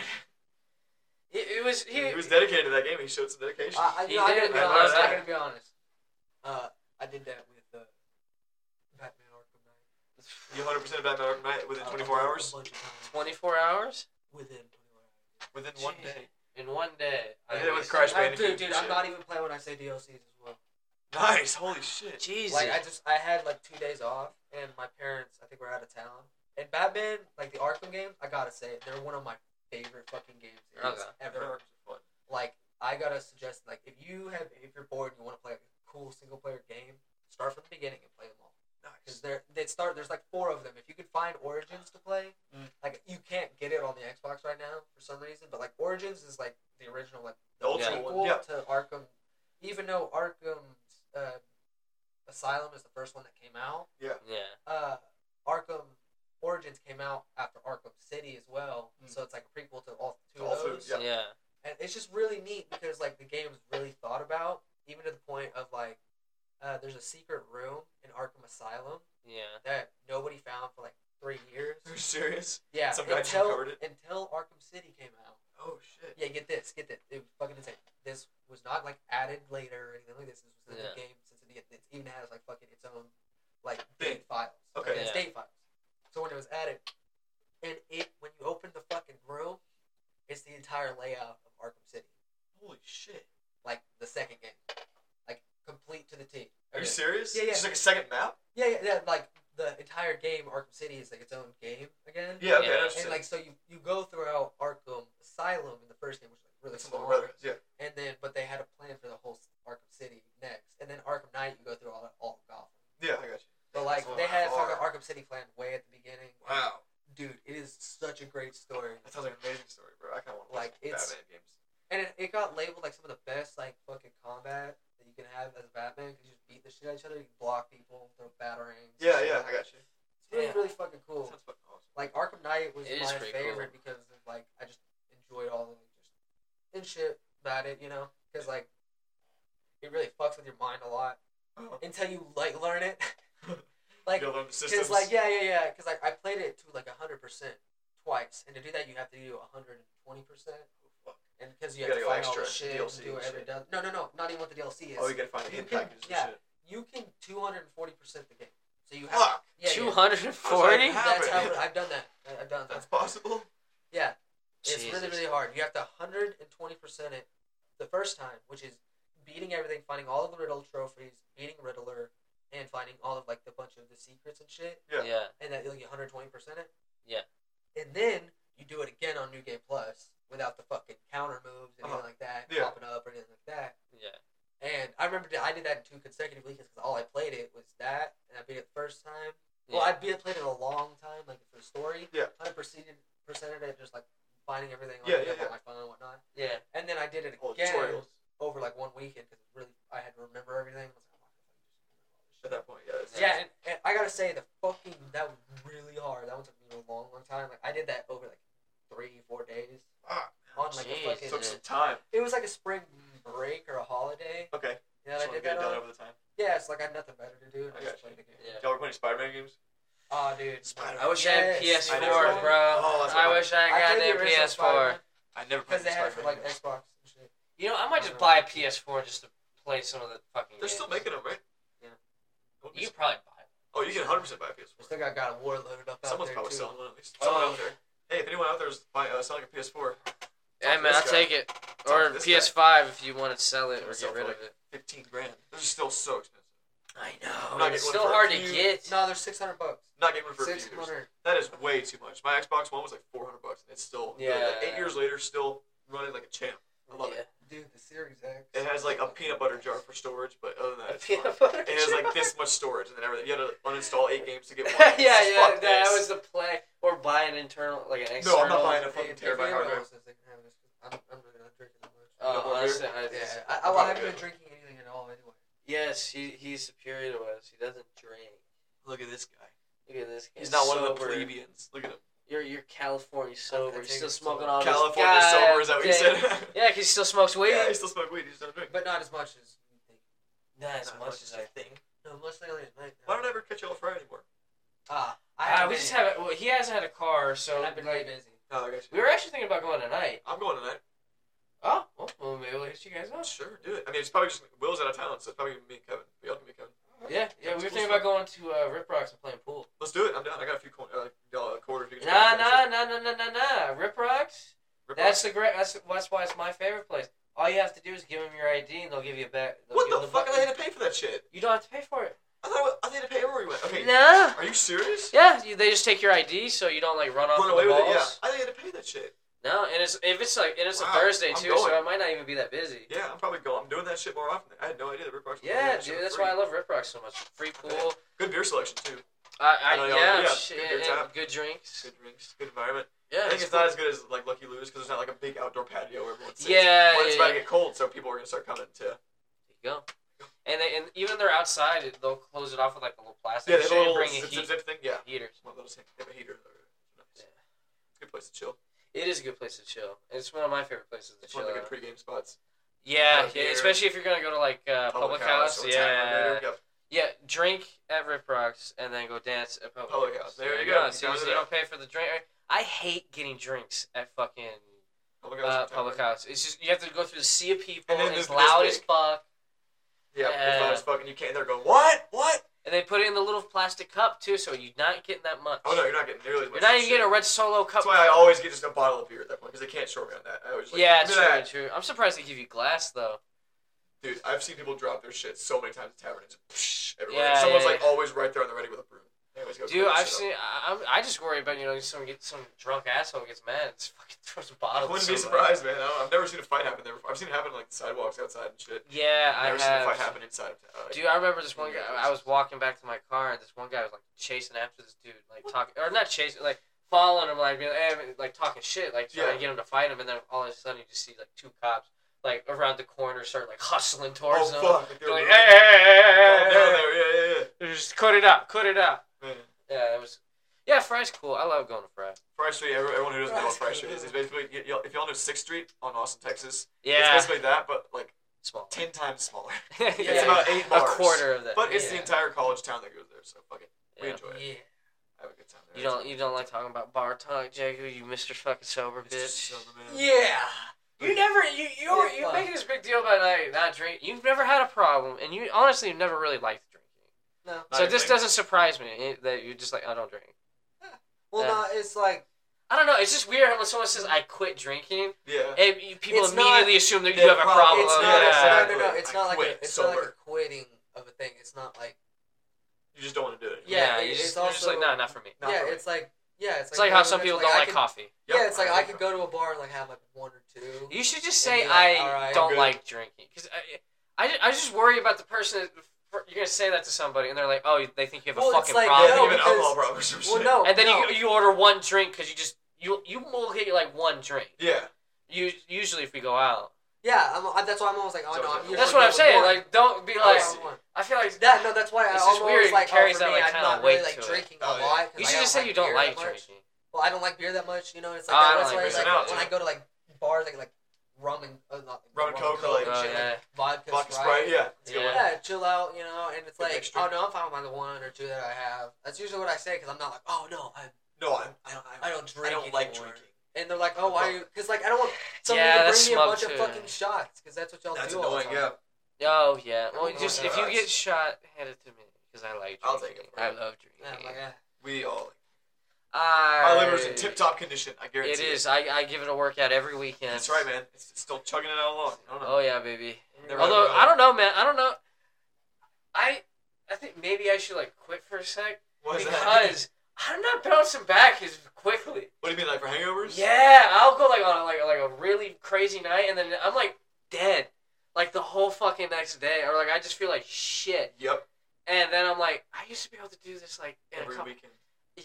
it, it was he,
He, was dedicated to that game. He showed some dedication.
Uh, I, I,
He
you know, I
did.
gotta be
I love
honest. I
that.
gotta be honest. Uh, I did that with uh, Batman Arkham Knight.
you 100 percent Batman Arkham Knight within 24
Uh,
hours.
A bunch of times.
twenty four hours
Within 24 hours.
Within one day.
in one day.
I did it with
was-
Crash
Uh,
Bandicoot
Dude, dude,
and
I'm
shit.
not even playing when I say DLCs as well.
Nice. Holy shit.
Jesus.
Like I just I had like two days off, and my parents I think were out of town. And Batman, like the Arkham games, I gotta say they're one of my favorite fucking games series
Okay.
ever.
Batman Arkham's fun.
Like I gotta suggest like if you have if you're bored and you want to play a cool single player game, start from the beginning and play them all. Because
Nice.
they're they start there's like four of them. If you could find Origins to play,
Mm.
like you can't get it on the Xbox right now for some reason, but like Origins is like the original like
The old
Yeah.
school
sequel
one. Yeah.
to Arkham, even though Arkham's uh, Asylum is the first one that came out,
yeah.
uh, Arkham Origins came out after Arkham City as well.
Mm.
So it's like a prequel to all two
All
of
three,
those.
Yeah.
Yeah. Yeah.
And it's just really neat because like the game is really thought about, even to the point of like uh, there's a secret room in Arkham Asylum that nobody found for like three years.
Are you serious?
Yeah,
Some guy just
until
covered
until Arkham City came out.
Oh shit.
Yeah, get this, get this. It was fucking insane. This was not like added later or anything like this. This was in
Yeah.
the game since it, it even has like fucking its own like
Thing.
date files.
Okay.
Like, it's
Yeah.
date files. So when it was added, and it when you open the fucking room, it's the entire layout of Arkham City,
Holy shit.
like the second game, like complete to the T.
Are you
Okay.
serious?
Yeah, yeah.
Just like a second map?
Yeah, yeah, yeah. Like the entire game, Arkham City is like its own game again.
Yeah. Okay.
Yeah.
That's
And like so, you you go throughout Arkham Asylum in the first game, which is like really
That's a little
small.
brother. Yeah.
and then but they had a plan for the whole s- Arkham City next, and then Arkham Knight you go through all all of Gotham.
Yeah. I got you.
But like
That's
they had
far.
fucking Arkham City planned way at the beginning.
Wow.
dude, it is such a great story,
That sounds like an amazing story, bro. I kind of want to
Like,
play
it's-
Batman games.
and it, it got labeled like some of the best like fucking combat that you can have as Batman because you just beat the shit out of each other, you block people, throw batarangs.
Yeah. Yeah. I got you.
It's really
Yeah.
really fucking cool.
Sounds fucking awesome.
Like Arkham Knight was
It is
my
pretty
favorite because of, like I just enjoyed all the just and shit about it, you know, because like it really fucks with your mind a lot.
Oh.
until you like learn it. like,
you learn the
because
systems.
like yeah yeah yeah, because like I played it to like hundred percent twice, and to do that you have to do hundred and twenty percent,
Oh, Fuck.
and because you,
You
have to
gotta go
find all the
extra,
shit
DLC
and do
and
every
shit.
done. No no no, not even what the DLC is.
Oh, you gotta find the
You
hit
can-
packages and
yeah.
shit.
You can two hundred and forty percent the game, so you have
Fuck.
yeah, yeah.
Two hundred and forty.
How
That's how
happened?
I've done that. I- I've done
That's
that.
possible.
Yeah, it's really really hard. You have to hundred and twenty percent it the first time, which is beating everything, finding all of the Riddle trophies, beating Riddler, and finding all of like the bunch of the secrets and shit.
Yeah.
Yeah.
and that you'll get 120 percent it.
Yeah.
And then you do it again on New Game Plus without the fucking counter moves and
Uh-huh.
anything like that,
Yeah.
popping up or anything like that.
Yeah.
And I remember that I did that in two consecutive weekends because all I played it was that, and I beat it the first time. Well, I beat it played it a long time, like for the story.
Yeah.
100 percent of it, just like finding everything like,
Yeah, yeah,
up
yeah.
on my phone and whatnot.
yeah.
And then I did it
Oh,
again
tutorials.
over like one weekend because really I had to remember everything. I was like, "Oh,
At that point, yeah. it's-
yeah, and, and I gotta say the fucking that was really hard. That one took me a long, long time. Like I did that over like three, four days
Ah,
on like
Jeez.
a fucking.
took some time.
It was like a spring break or a holiday,
Okay.
No,
just want
they did
to get
that.
it done
On,
over the time.
yeah, it's like I had nothing better to do. and
I
I just
got
played the game.
Yeah.
Y'all were playing Spider-Man games.
Oh, dude.
Spider-
I wish I had
Yes.
PS4,
I
bro.
never played it. Oh, that's what
I
I-
wish I
I
had
played the
goddamn
original
PS4.
Spider-Man,
I never played
Because they had it for
Spider-Man
like
games.
Xbox and shit.
You know, I might just buy a PS4 just to play some of the fucking.
Mm. They're still
games.
making them, right?
Yeah.
Wouldn't
You
be-
could probably buy. It.
Oh, you can 100% buy a
We
PS4.
still got God of War loaded up out
Someone's
there
probably
too.
selling
Um,
one at least. Someone
Oh.
out there. Hey, if anyone out there is buying, uh, selling a PS4,
Hey
to
man, I'll
this guy.
take it.
to
Or
this guy.
PS5 if you want to sell it
Give
or get
myself
rid of
like-
it.
15 grand. Those are still so expensive.
I
I'm
know.
not
Oh, It's
getting one
still
for a
hard to
few-
get.
No, they're 600 bucks.
Not getting one for a few years.
600.
That is way too much. My Xbox One was like 400 bucks, and it's still like,
Yeah.
eight years later still running like a champ. I love it.
Dude, the Series X.
It has like a peanut butter jar for storage, but other than that,
A
it's fine.
peanut butter.
It has like
jar.
this much storage, and then everything. You had to uninstall eight games to get one.
yeah, yeah,
Fuck
that
this.
was the play. Or buy an internal, like an
No,
external.
I'm not buying a fucking
If- if
terabyte hard
anyone
drive.
else is, they can have this. I'm, I'm not gonna drink it that much.
No
Oh,
more
honestly, I just,
yeah, I, I, well, I haven't been drinking anything at all anyway.
Yes, he, he's superior to us. He doesn't drink.
Look at this guy.
Look at this guy.
He's not one of the
sober.
plebeians. Look at him.
You're, you're California sober. You're
taking
still
it
smoking
sober.
all Oh, this.
California sober, is that what you
goddamn-
said?
Yeah, 'cause he still smokes weed.
yeah, he still smoke weed. He just don't drink.
But not as much as you think.
Not as
Not
much as I think.
No, mostly only at night.
Why don't I ever catch yellow fry anymore?
Ah, I
Uh,
haven't
we
been
just
yet.
haven't. Well, he hasn't had a car, so
And I've been really
like,
busy.
Oh, I got
we were actually thinking about going tonight.
I'm going tonight.
Oh, well, well maybe we'll hit you guys up.
Sure, do it. I mean, it's probably just Will's out of town, so it's probably me and Kevin. We all can be Kevin.
Yeah, yeah, we were
That's
thinking
cool
about going to uh, Rip Rocks and playing pool.
Let's do it. I'm down. I got a few coin, uh, dollar quarters. You
Nah, nah, nah, nah, nah, nah, nah. Rip Rocks.
Rip
That's the great. That's that's why it's my favorite place. All you have to do is give them your ID and they'll give you a back.
off. What the fuck?
buck-
I had to pay for that shit.
You don't have to pay for it.
I thought I was- I had to pay everywhere we went. Okay.
No.
Are you serious?
Yeah, you, they just take your ID so you don't like run off
Run
with
away
the balls.
with it? Yeah. I think I had to pay that shit.
No, and it's if it's like and it's a
Wow,
Thursday
I'm
too,
going.
so it might not even be that busy.
Yeah, I'm probably going. I'm doing that shit more often. I had no idea that Rip Rocks. was doing
Yeah,
that
dude,
shit for
that's
free.
why I love Rip Rocks so much. Free pool.
Good beer selection too.
I, I,
I know y'all-
yeah,
yeah,
shit,
good
and
time.
good drinks.
Good drinks. Good environment.
Yeah,
I think
it's
it's not as good as like Lucky Lou's because there's not like a big outdoor patio where everyone sits.
Yeah,
But it's
yeah,
about
yeah.
to get cold, so people are gonna start coming to.
You go. And they, and even they're outside, it- they'll close it off with like a little plastic
Yeah, they
shit
have a
and
little
bring a
zip, zip,
heat,
zip thing. Yeah.
heater.
One of those things. They have a heater. Nice.
Yeah.
Good place to chill.
It is a good place to chill. It's one of my favorite places to
It's
chill.
one of the good
at.
pregame spots.
yeah,
Out
yeah,
here.
especially if you're gonna go to like uh, public, house.
or tavern,
yeah,
there you go.
yeah. Drink at Rip Rocks and then go dance at public,
Public house. There you go. You
So
found
you
it
don't pay for the drink. I hate getting drinks at fucking
Public
uh,
house. or tavern.
public house. It's just you have to go through the sea of people.
And then
it's
this- this
loud
big.
as fuck.
Yeah,
Yeah.
it's loud as fuck, and you can't. They're going, what? What?
And they put it in the little plastic cup too, so you're not getting that much.
Oh no, you're not getting nearly as much.
You're not
as
even
shit.
getting a red solo cup.
That's why I always get just a bottle of beer at that point because they can't short me on that. I always like,
yeah,
give me
true,
that.
true. I'm surprised they give you glass though.
Dude, I've seen people drop their shit so many times at tavern. It's psh, everywhere.
Yeah,
And someone's
yeah,
like
yeah.
always right there on the ready with a broom. They always go
Dude,
clean that
I've seen.
shit up.
I, I'm- I just worry about you know some get some drunk asshole gets mad and just fucking throws a bottle.
I
at
wouldn't be
somebody.
surprised, man. I don't, I've never seen a fight happen there. Before. I've seen it happen on, like the sidewalks outside and shit.
Yeah, I
I've never seen a
have.
fight happen inside. Of, uh, like,
Dude, I remember this one guy. I was walking back to my car and this one guy was like chasing after this dude, like talking or not chasing, like following him, like being like, eh, like talking shit, like trying
Yeah.
to get him to fight him, and then all of a sudden you just see like two cops like around the corner start like hustling
oh
towards him.
fuck! Like,
They're
were
like,
really-
hey, hey, hey,
oh,
hey, hey,
there,
hey,
there, yeah, yeah,
hey." just cut it out, cut it out.
yeah. Man.
Yeah, it was. Yeah, Fry's cool. I love going to Fry.
Fry Street. every- Everyone who doesn't know what Fry
Fry
Street is,
Street.
it's basically y- y'all- if y'all know Sixth Street on Austin, Texas,
Yeah,
it's basically that, but like
small.
ten times smaller.
yeah.
It's about eight
a
bars.
quarter of that.
But it's the
Yeah.
entire college town that goes there, so fuck it. We
Yeah.
enjoy it.
Yeah.
I have a good time there.
you don't you don't like talking about bar talk, Jacob. You Mister fucking sober
It's just
bitch.
sober, man.
Yeah.
You never you you're,
Yeah,
you're
fuck.
making this big deal about not, not drinking. You've never had a problem, and you honestly you've never really liked drinking.
No.
Not
so
even
this
think-
doesn't surprise me eh, that you're just like I don't drink.
Well,
Yeah.
no, it's like
I don't know. It's just weird when someone says I quit drinking,
Yeah.
and you- people
It's not-
immediately assume that you
Yeah,
have a problem.
problem.
it's
yeah,
not.
yeah.
no, no, no,
exactly.
It's
I
not like
quit
a, it's not like
sober.
a quitting of a thing. It's not like
You just don't want to do it.
yeah,
Yeah,
you
it's
just, you're just like
also-
no, not for me.
Not
yeah,
for me.
it's like yeah, it's like
It's like how
one of
some
those,
people
I
don't like
can-
coffee.
Yep,
Yeah, it's like
I
I
agree.
could go to a bar and like have like one or two.
You should just say
And be like,
I
"All right, I'm
don't
good."
like drinking because I, I, ju- I just worry about the person. That, for- you're gonna say that to somebody, and they're like, "Oh, they think you have a
Well, it's
fucking
like,
Yeah,
problem."
they
no,
give it
because-
alcohol problem or some
Well,
shit.
no,
and then
no.
you you order one drink because you just you you will get like one drink.
Yeah.
You usually if we go out,
yeah, I'm, I, that's why I'm always like, oh
So
no,
it's
I'm
like-
usually
that's what I'm
going
saying.
one.
Like, don't be
I'm
like.
always
I see.
one.
I feel like
that. No, that's why I'm
It's just
always
weird, it
like,
carries
oh,
that,
for me,
like,
I'm
kinda
not
weight
really like
to it.
drinking
Oh,
a
yeah.
lot. 'cause
You
I
should just say you don't
beer
like
that much.
drinking.
Well, I don't like beer that much, you know. It's like
Oh, I
that's
don't
why
like
beer.
like
No,
when I go to like bars, like like rum and uh, not,
Rum and Coke or, like,
and
Oh,
shit,
yeah.
like vodka,
Vodka Sprite. Yeah. It's a good
Yeah.
chill out, you know. And it's
An
like,
extra.
oh no, I'm fine with my one or two that I have. That's usually what I say because I'm not like, oh no, I,
No, I'm,
I
I'm,
don't,
I'm
I don't drink.
I don't like
anymore."
drinking.
And they're like, oh, why? are you? Because like, I don't want somebody
Yeah,
to
that's
bring me a
smug
bunch
too.
of fucking shots because that's what y'all
That's
do all
annoying.
the time.
Yeah.
Oh yeah.
Oh
Well,
my
just if you
God.
get shot, hand it to me because I like drinking.
I'll take it for
I
you.
love
Yeah, I'm
drinking.
like, eh.
We all.
I,
My liver's in tip-top condition. I guarantee
It is. I, I give it a workout every weekend.
That's right, man. It's, it's still chugging it out along. I don't know.
Oh yeah, baby.
Never had
Although
one.
I don't know, man. I don't know. I I think maybe I should like quit for a sec
What is that?
because I'm not bouncing back as quickly.
What do you mean, like for hangovers?
Yeah, I'll go like on a, like like a really crazy night, and then I'm like dead, like the whole fucking next day, or like I just feel like shit,
Yep.
and then I'm like, I used to be able to do this like in a
Every
couple.
weekend.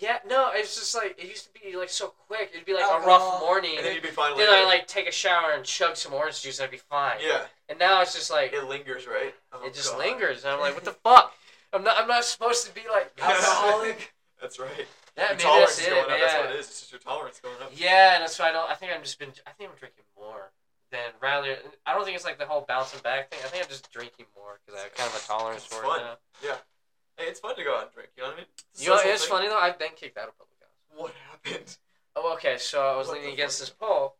Yeah, no, it's just like it used to be like so quick. It'd be like a rough
Alcohol.
morning,
And then you'd be fine
then I
later.
like take a shower and chug some orange juice, and I'd be fine.
yeah.
And now it's just like
It lingers, right? Oh,
it just
God.
lingers, and I'm like, what the fuck? I'm not. I'm not supposed to be like alcoholic.
That's right.
Yeah,
Your
maybe
tolerance
that's
is
it.
going up.
Yeah.
That's what it is. It's just your tolerance going up.
Yeah, and that's why I don't. I think I'm just been. I think I'm drinking more than rather. I don't think it's like the whole bouncing back thing. I think I'm just drinking more because I have kind of a tolerance
It's
for
fun.
it now.
Hey, it's fun to go out and drink. You know what I mean? It's a
You know,
social
it's
thing.
funny though. I've been kicked out of public house.
What happened?
Oh, okay. So I was
What
leaning
the
against
fuck?
this pole,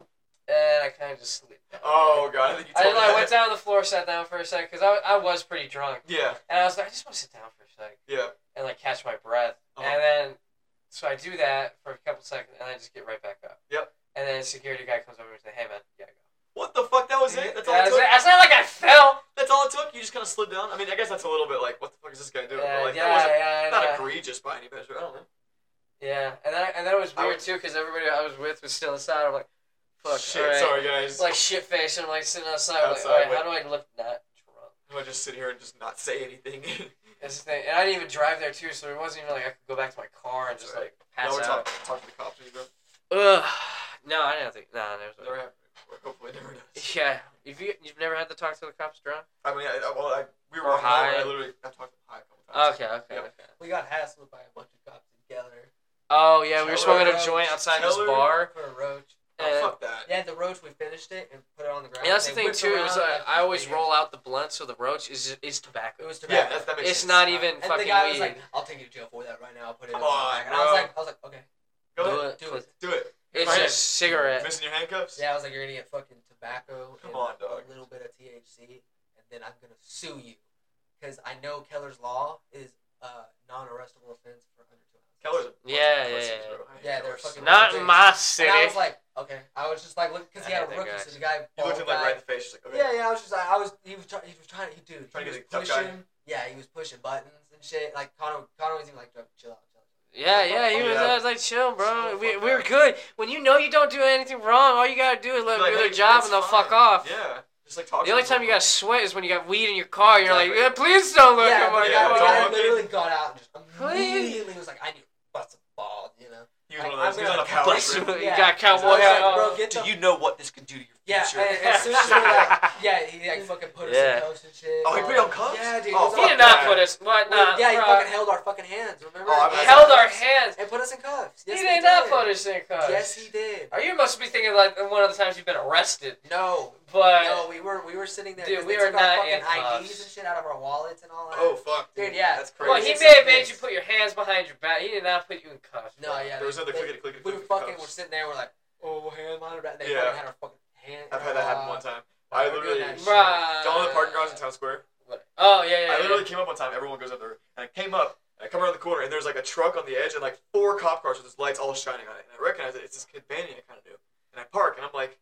and I kind of just slipped. down.
Oh God, I think you
I,
told me
like,
that.
went down on the floor, sat down for a second because I, I was pretty drunk,
Yeah,
and I was like, I just want to sit down for a second
yeah.
and like catch my breath,
Uh-huh.
and then so I do that for a couple seconds, and I just get right back up.
Yep.
And then a security guy comes over and says, "Hey man, you gotta go."
What the fuck? That was it. That's all
Yeah,
it took.
It's not like I fell.
That's all it took. You just kind of slid down. I mean, I guess that's a little bit like, what the fuck is this guy doing?
Yeah,
but like,
yeah,
that wasn't
yeah,
not
yeah.
egregious by any measure. I don't know.
Yeah, and then and then it was
I
weird
would-
too because everybody I was with was still inside. I'm like, fuck,
Shit,
alright.
sorry guys.
It's like shit faced. I'm like sitting outside. I'm like,
Outside,
alright,
wait.
how do I look not drunk?
I'm gonna just sit here and just not say anything.
That's the thing. And I didn't even drive there too, so it wasn't even like I could go back to my car and
That's
just like
right. now
pass
we're
out.
talking. Talk to the cops, bro.
Ugh. No, I didn't think. Nah,
Never
never.
happened. before. Hopefully, it never does.
Yeah, if you you've never had to talk to the cops drunk?
I mean, I, I- well, I, we were
Or
walking home, and
high.
I literally I talked to high a couple times.
Okay, okay,
Yep.
okay.
We got hassled by a bunch of cops together
Oh yeah, we were
Keller,
smoking a
uh,
joint outside this
Keller-
bar.
for a roach.
Oh,
and-
fuck that.
Yeah, the roach. We finished it and put it on the ground.
And that's the
They
thing
whipped
too is uh, I,
around like
I always
figures.
roll out the blunt, so the roach is is tobacco.
It was
Yeah,
tobacco.
that's, that makes
It's
sense.
not even
and
fucking
the guy
weed.
was like, "I'll take you to jail for that right now." I'll put it
Come
in the
on,
bag." and I was
bro.
like, "I was like, okay."
Go
Do
ahead.
it.
Do it.
Do it.
It's
Right.
a cigarette.
Missing your handcuffs?
Yeah, I was like, "You're gonna get fucking tobacco
Come
and
on, dog.
a little bit of THC, and then I'm gonna sue you because I know Keller's law is uh, non-arrestable offense for under two ounces."
Keller's a bunch
Yeah,
of
yeah,
pussies,
yeah.
bro. I hate
Yeah, they're
Keller's.
fucking-
Not in my city.
And I was like, okay. I was just like, look, because he
I
had a
hate that
rookie,
guy.
so the guy.
You looked him like
bald guy-
right in the face. Just like, okay.
Yeah, yeah. I was just like, I was. He was. Try, he was trying. He, dude,
Trying to get
he was
the tough guy.
pushing. Yeah, he was pushing buttons and shit. Like Connor, Connor was even like, "Chill out, chill out."
yeah, yeah, he was,
Yeah.
I was like, chill, bro.
Just go
We,
fuck
we're
off.
good. When you know you don't do anything wrong, all you gotta do is let them
Be like,
do
hey,
their job
it's
and they'll
fine.
fuck off.
Yeah. Just like talk
The
to
only
them.
time you gotta sweat is when you got weed in your car. You're like,
Exactly.
yeah, please don't look
yeah,
at
but
my
the
yeah,
guy, the
car.
don't
guy
look at-
literally got out and just
Please.
immediately was like, "I need to bust a ball," you know.
He was one of
Like,
those. He was
I'm
on a power
Bless you.
trip.
You
Yeah.
got
I was
cowboy hat
like,
on.
bro, get the
Do you know what this could do to your
Yeah,
future?
and, and as soon as we were like, yeah, he like fucking put us
Yeah.
in cuffs and shit.
Oh, he
all
put you on
that.
cuffs?
Yeah, dude. it
Oh,
was
He
all-
did not
Yeah.
put us. What?
Well,
Nah,
yeah, he
bro.
fucking held our fucking hands. Remember?
Oh, I
He
mean,
held our hands.
and put us in cuffs. Yes,
he did not
did.
put us in cuffs.
Yes, he did.
Or you must be thinking like one of the times you've been arrested.
No,
But
no, we were we were sitting there.
Dude,
'cause
we
they
were
took
not
our fucking
in cuffs.
IDs and shit out of our wallets and all that.
Oh fuck,
Dude, yeah.
that's crazy.
well, he
It's
may have made
intense.
you put your hands behind your back. He did not put you in cuffs.
no,
bro.
yeah.
There was
they-
another
they-
clickety clickety.
We were
clickety
fucking.
cuffs.
We're sitting there. We're like, oh, hand monitor. and They
Yeah.
fucking had our fucking hand.
I've had that happen one time. I
we were doing
literally-
that shit.
Bruh.
Down in the parking garage in town square.
What- Oh yeah, yeah.
I
yeah.
literally came up one time. Everyone goes up there, and I came up. And I come around the corner, and there's like a truck on the edge, and like four cop cars with its lights all shining on it. And I recognize it. It's this kid Banny I kind of knew. And I park, and I'm like,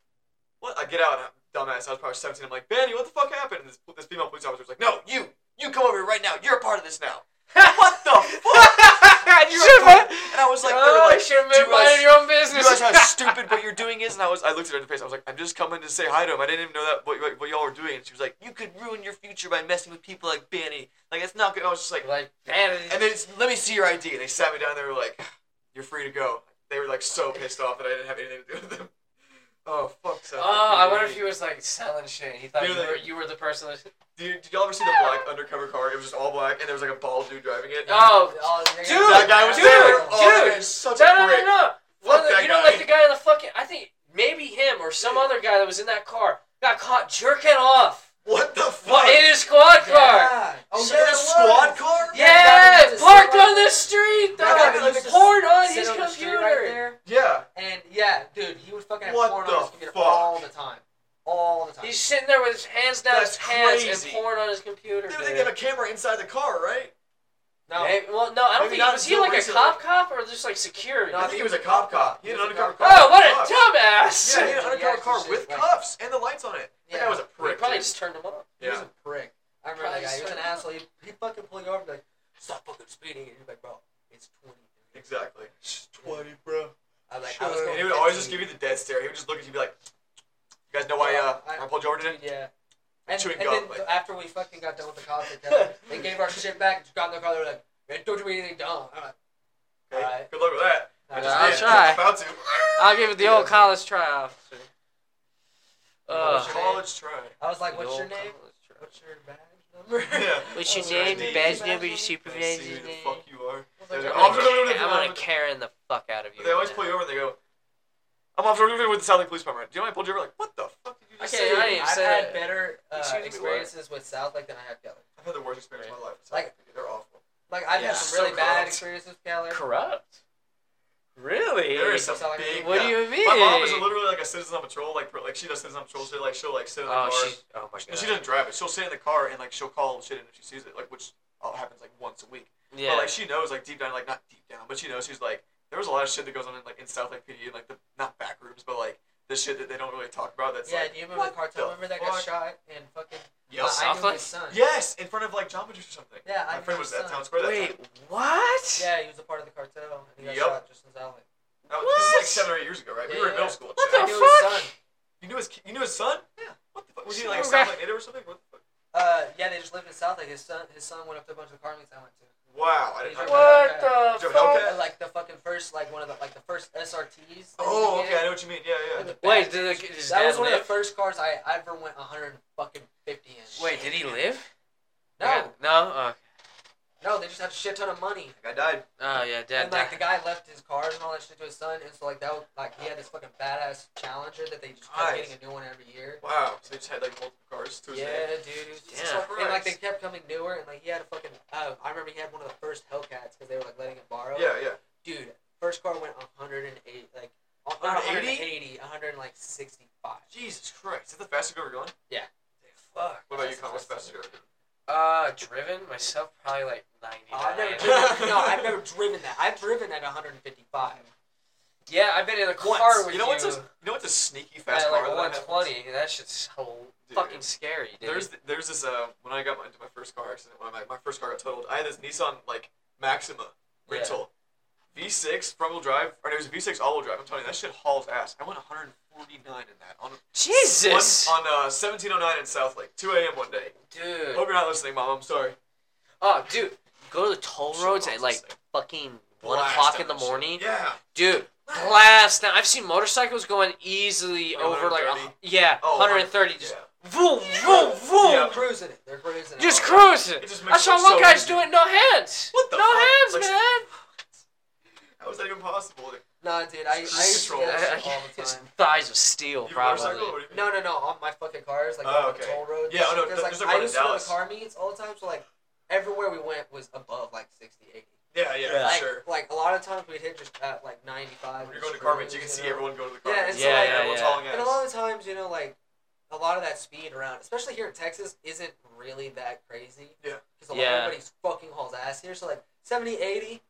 "What?" I get out, and I'm dumbass. I was probably 17. I'm like, "Banny, what the fuck happened?" And this, this female police officer was like, "No, you, you come over here right now. You're a part of this now." what the fuck? You're a
Should've
part-
been-
and I was like, they were
oh,
like,
you should have
"Do
been
you
minding
realize-
your own
you
business.
realize how stupid what you're doing is? And I was, I looked at her in the face. I was like, I'm just coming to say hi to him. I didn't even know that what, what, what y'all were doing. And she was like, you could ruin your future by messing with people like Banny. Like it's not good. I was just like,
like, man,
and then it's, let me see your ID. And they sat me down. They were like, you're free to go. They were like so pissed off that I didn't have anything to do with them. Oh fuck. So
oh, I wonder if he was like selling shit. and He thought you
Dude,
were,
like-
you were the person. That...
Dude, did y'all ever see the black undercover car? It was just all black, and there was like a bald dude driving it.
Oh,
dude,
that guy was
dude,
there. Oh,
dude.
that guy is such
No,
a
no, no,
prick.
no. One of
Fuck
the,
that
you know, like
guy.
the guy in the fucking. I think maybe him or some other guy that was in that car got caught jerking off.
What the fuck?
But in his squad car.
Yeah.
they would think they have a camera inside the car, right?
No.
Maybe- well, no, I don't
Maybe
think.
not
Was he
until
like a
recently.
cop cop or just like security?
No,
I think he was a cop cop. He had an
He was a
undercover
cop cop.
cop.
oh, what
Fuck.
a dumbass!
Yeah, he had an
Yeah,
undercover
he
car
actually
with
did.
cuffs and the lights on it. That guy was a
He
prick.
probably
dude.
just turned him up.
He was
Yeah.
a prick. I remember
Probably
that guy. He was an
so-
asshole. He, he fucking pulled you over and be like, stop fucking speeding. And you're like, bro, it's 20.
Exactly.
Twenty,
bro.
I was like, I was
And
going
he would always just
15.
give you the dead stare. He would just look at you and be like, "You guys know why uh,
I-
I pulled you over today?"
Yeah. And,
Chewing
and
gum,
then
like-
th- after we fucking got done with the cops, they, kept, they gave our shit back and got in the car. They were like, man, don't do anything dumb. I'm like,
Okay.
Alright.
Good luck with that.
I
"Nah,
just
I'll
did.
try."
try.
About to.
I'll give it the
Yeah.
old college try officer.
Oh,
Uh,
Ugh.
College try.
I was like,
The
what's your
old
name?
college try.
What's your badge number?
Yeah.
What's your
Officer
name?
ID.
Your badge number? Your
Nice to see
supervisor's
who the
name?
fuck you are.
I was
There's
like,
an
"I'm
I'm
officer.
gonna-
gonna Karen the fuck out of you.
But they always
right
pull
now.
you over and they go, "I'm officer with the South Lake Police Department." Do you know why I pulled you over? Like, what the fuck did you just
Okay,
say?
I didn't
I've
say
had
that.
better uh,
Excuse me, what?
experiences with South Lake than I have Keller.
I've had the worst experience of my life.
Like-
they're awful.
Like I've
Yeah,
had some
so
really bad
corrupt.
experiences with Keller.
Corrupt. Really?
There is some
South Lake-
big.
What do
yeah.
you mean?
My mom is literally like a citizen on patrol. Like, pro- like she does citizen on patrol shit. Like, she'll like sit in the
Oh,
car.
she. Oh my
And
god.
she doesn't drive it. She'll sit in the car and like she'll call shit in if she sees it, like which all happens like once a week.
Yeah.
But like she knows, like deep down, like not deep down, but she knows she's like there was a lot of shit that goes on in like in South Lake PD, like the not back rooms, but like the shit that they don't really talk about. That's
yeah,
like
do you remember the
what
cartel
the
member that
fuck?
got shot and fucking? uh,
Yes.
I- I
South
knew
Lake?
his son.
yes, in front of like John Majors or something.
Yeah, I
My friend
knew
was
his
at
son.
town square that time.
Wait, what?
Yeah, he was a part of the cartel and he got
Yup.
shot just in South Lake.
That was- this is
What?
like seven or eight years ago, right? we
Yeah,
were in
yeah.
middle school. and
What
shit.
the
I knew his
fuck?
son.
You knew his ki- you knew his son? Yeah. What the fuck? Was he like a
Okay.
South Lake native or something? What the fuck?
Uh, yeah, they just lived in South Lake. His son, his son went up to a bunch of the car meets I went to.
Wow, I didn't.
These are
I-
What the
Joe
fuck?
Hellcat?
Uh, like the fucking first, like one of the like the first SRTs. that
Oh,
you
okay,
get.
I know what you mean. Yeah,
With
yeah.
the
Wait,
badge.
did the, his
that
dad
was one of the
live?
first cars I ever went 150 in.
Wait, did he live?
No,
Okay, No. Oh,
no, they just had a shit ton of money.
Guy died.
oh yeah, dad
and like the
died.
guy left his cars and all that shit to his son, and so like that was, like he had this fucking badass Challenger that they just kept
Nice.
getting a new one every year.
Wow. So he just had like multiple cars to his
Yeah,
name.
dude. it was just
Yeah.
so- And like they kept coming newer, and like he had a fucking. Uh, I remember he had one of the first Hellcats because they were like letting it borrow.
Yeah, yeah.
Dude, first car went 108, like not
180?
180, 165.
Jesus Christ. Is that the fastest you've ever gone?
Fuck.
What about you,
that's
Connor? What's the
awesome.
fastest you've ever gone?
Uh, driven myself probably like ninety
Oh, I've never
nine.
driven, no, I've never driven that. I've driven at 155.
yeah, I've been in a car
Once.
with
you know what's a,
you
you know what's a sneaky
at
fast
like
car that I
one
have?
twenty, and that shit's so
Dude.
fucking scary, dude.
There's th- there's this uh when I got my, into my first car accident when my, my first car got totaled I had this Nissan like Maxima
Yeah.
rental V6 front wheel drive or no, it was a V6 all wheel drive I'm telling you that shit hauls ass I went 149 in that on
Jesus,
one, on uh 1709 in South Lake 2 a.m. one day
dude.
hope you're not listening mom I'm sorry
Oh, dude, go to the toll
Shit,
roads
Mom's
at like
listening.
fucking one
Blast
o'clock
down
in the
that shit.
morning,
yeah
dude. Blast now! I've seen motorcycles going easily
Like
over like a,
130?
yeah,
Oh,
130,
yeah.
just vroom, vroom, vroom,
Yeah.
They're cruising it. They're cruising it.
just
Oh,
cruising.
It just
I
makes
saw
it
one
so
guy just
easy.
doing no hands.
What the
no
fuck?
hands,
Like-
man.
how is that even possible
Nah, dude, I, I used to do
Control.
that
I-
shit
I-
all the
His
time.
thighs of steel,
You
probably.
motorcycle? What do you mean?
No, no, no, on my fucking cars, like
Oh,
on
okay.
the toll road.
Yeah, oh, no, th-
because like
there's a
I
one in
used to go to
Dallas.
car meets all the time, so like everywhere we went was above like 60, 80.
yeah yeah,
Yeah.
for
like,
sure
like a lot of times we'd hit just at like 95.
when
and
you're going to
just
car meets you can
cruise,
see
know?
everyone go to the car
Yeah,
meets.
it's Yeah, like- yeah,
everyone's
yeah.
hauling
And a
ass.
lot of times, you know, like a lot of that speed around, especially here in Texas, isn't really that crazy.
Yeah.
Because
Yeah.
everybody's fucking hauls ass here. So like 70,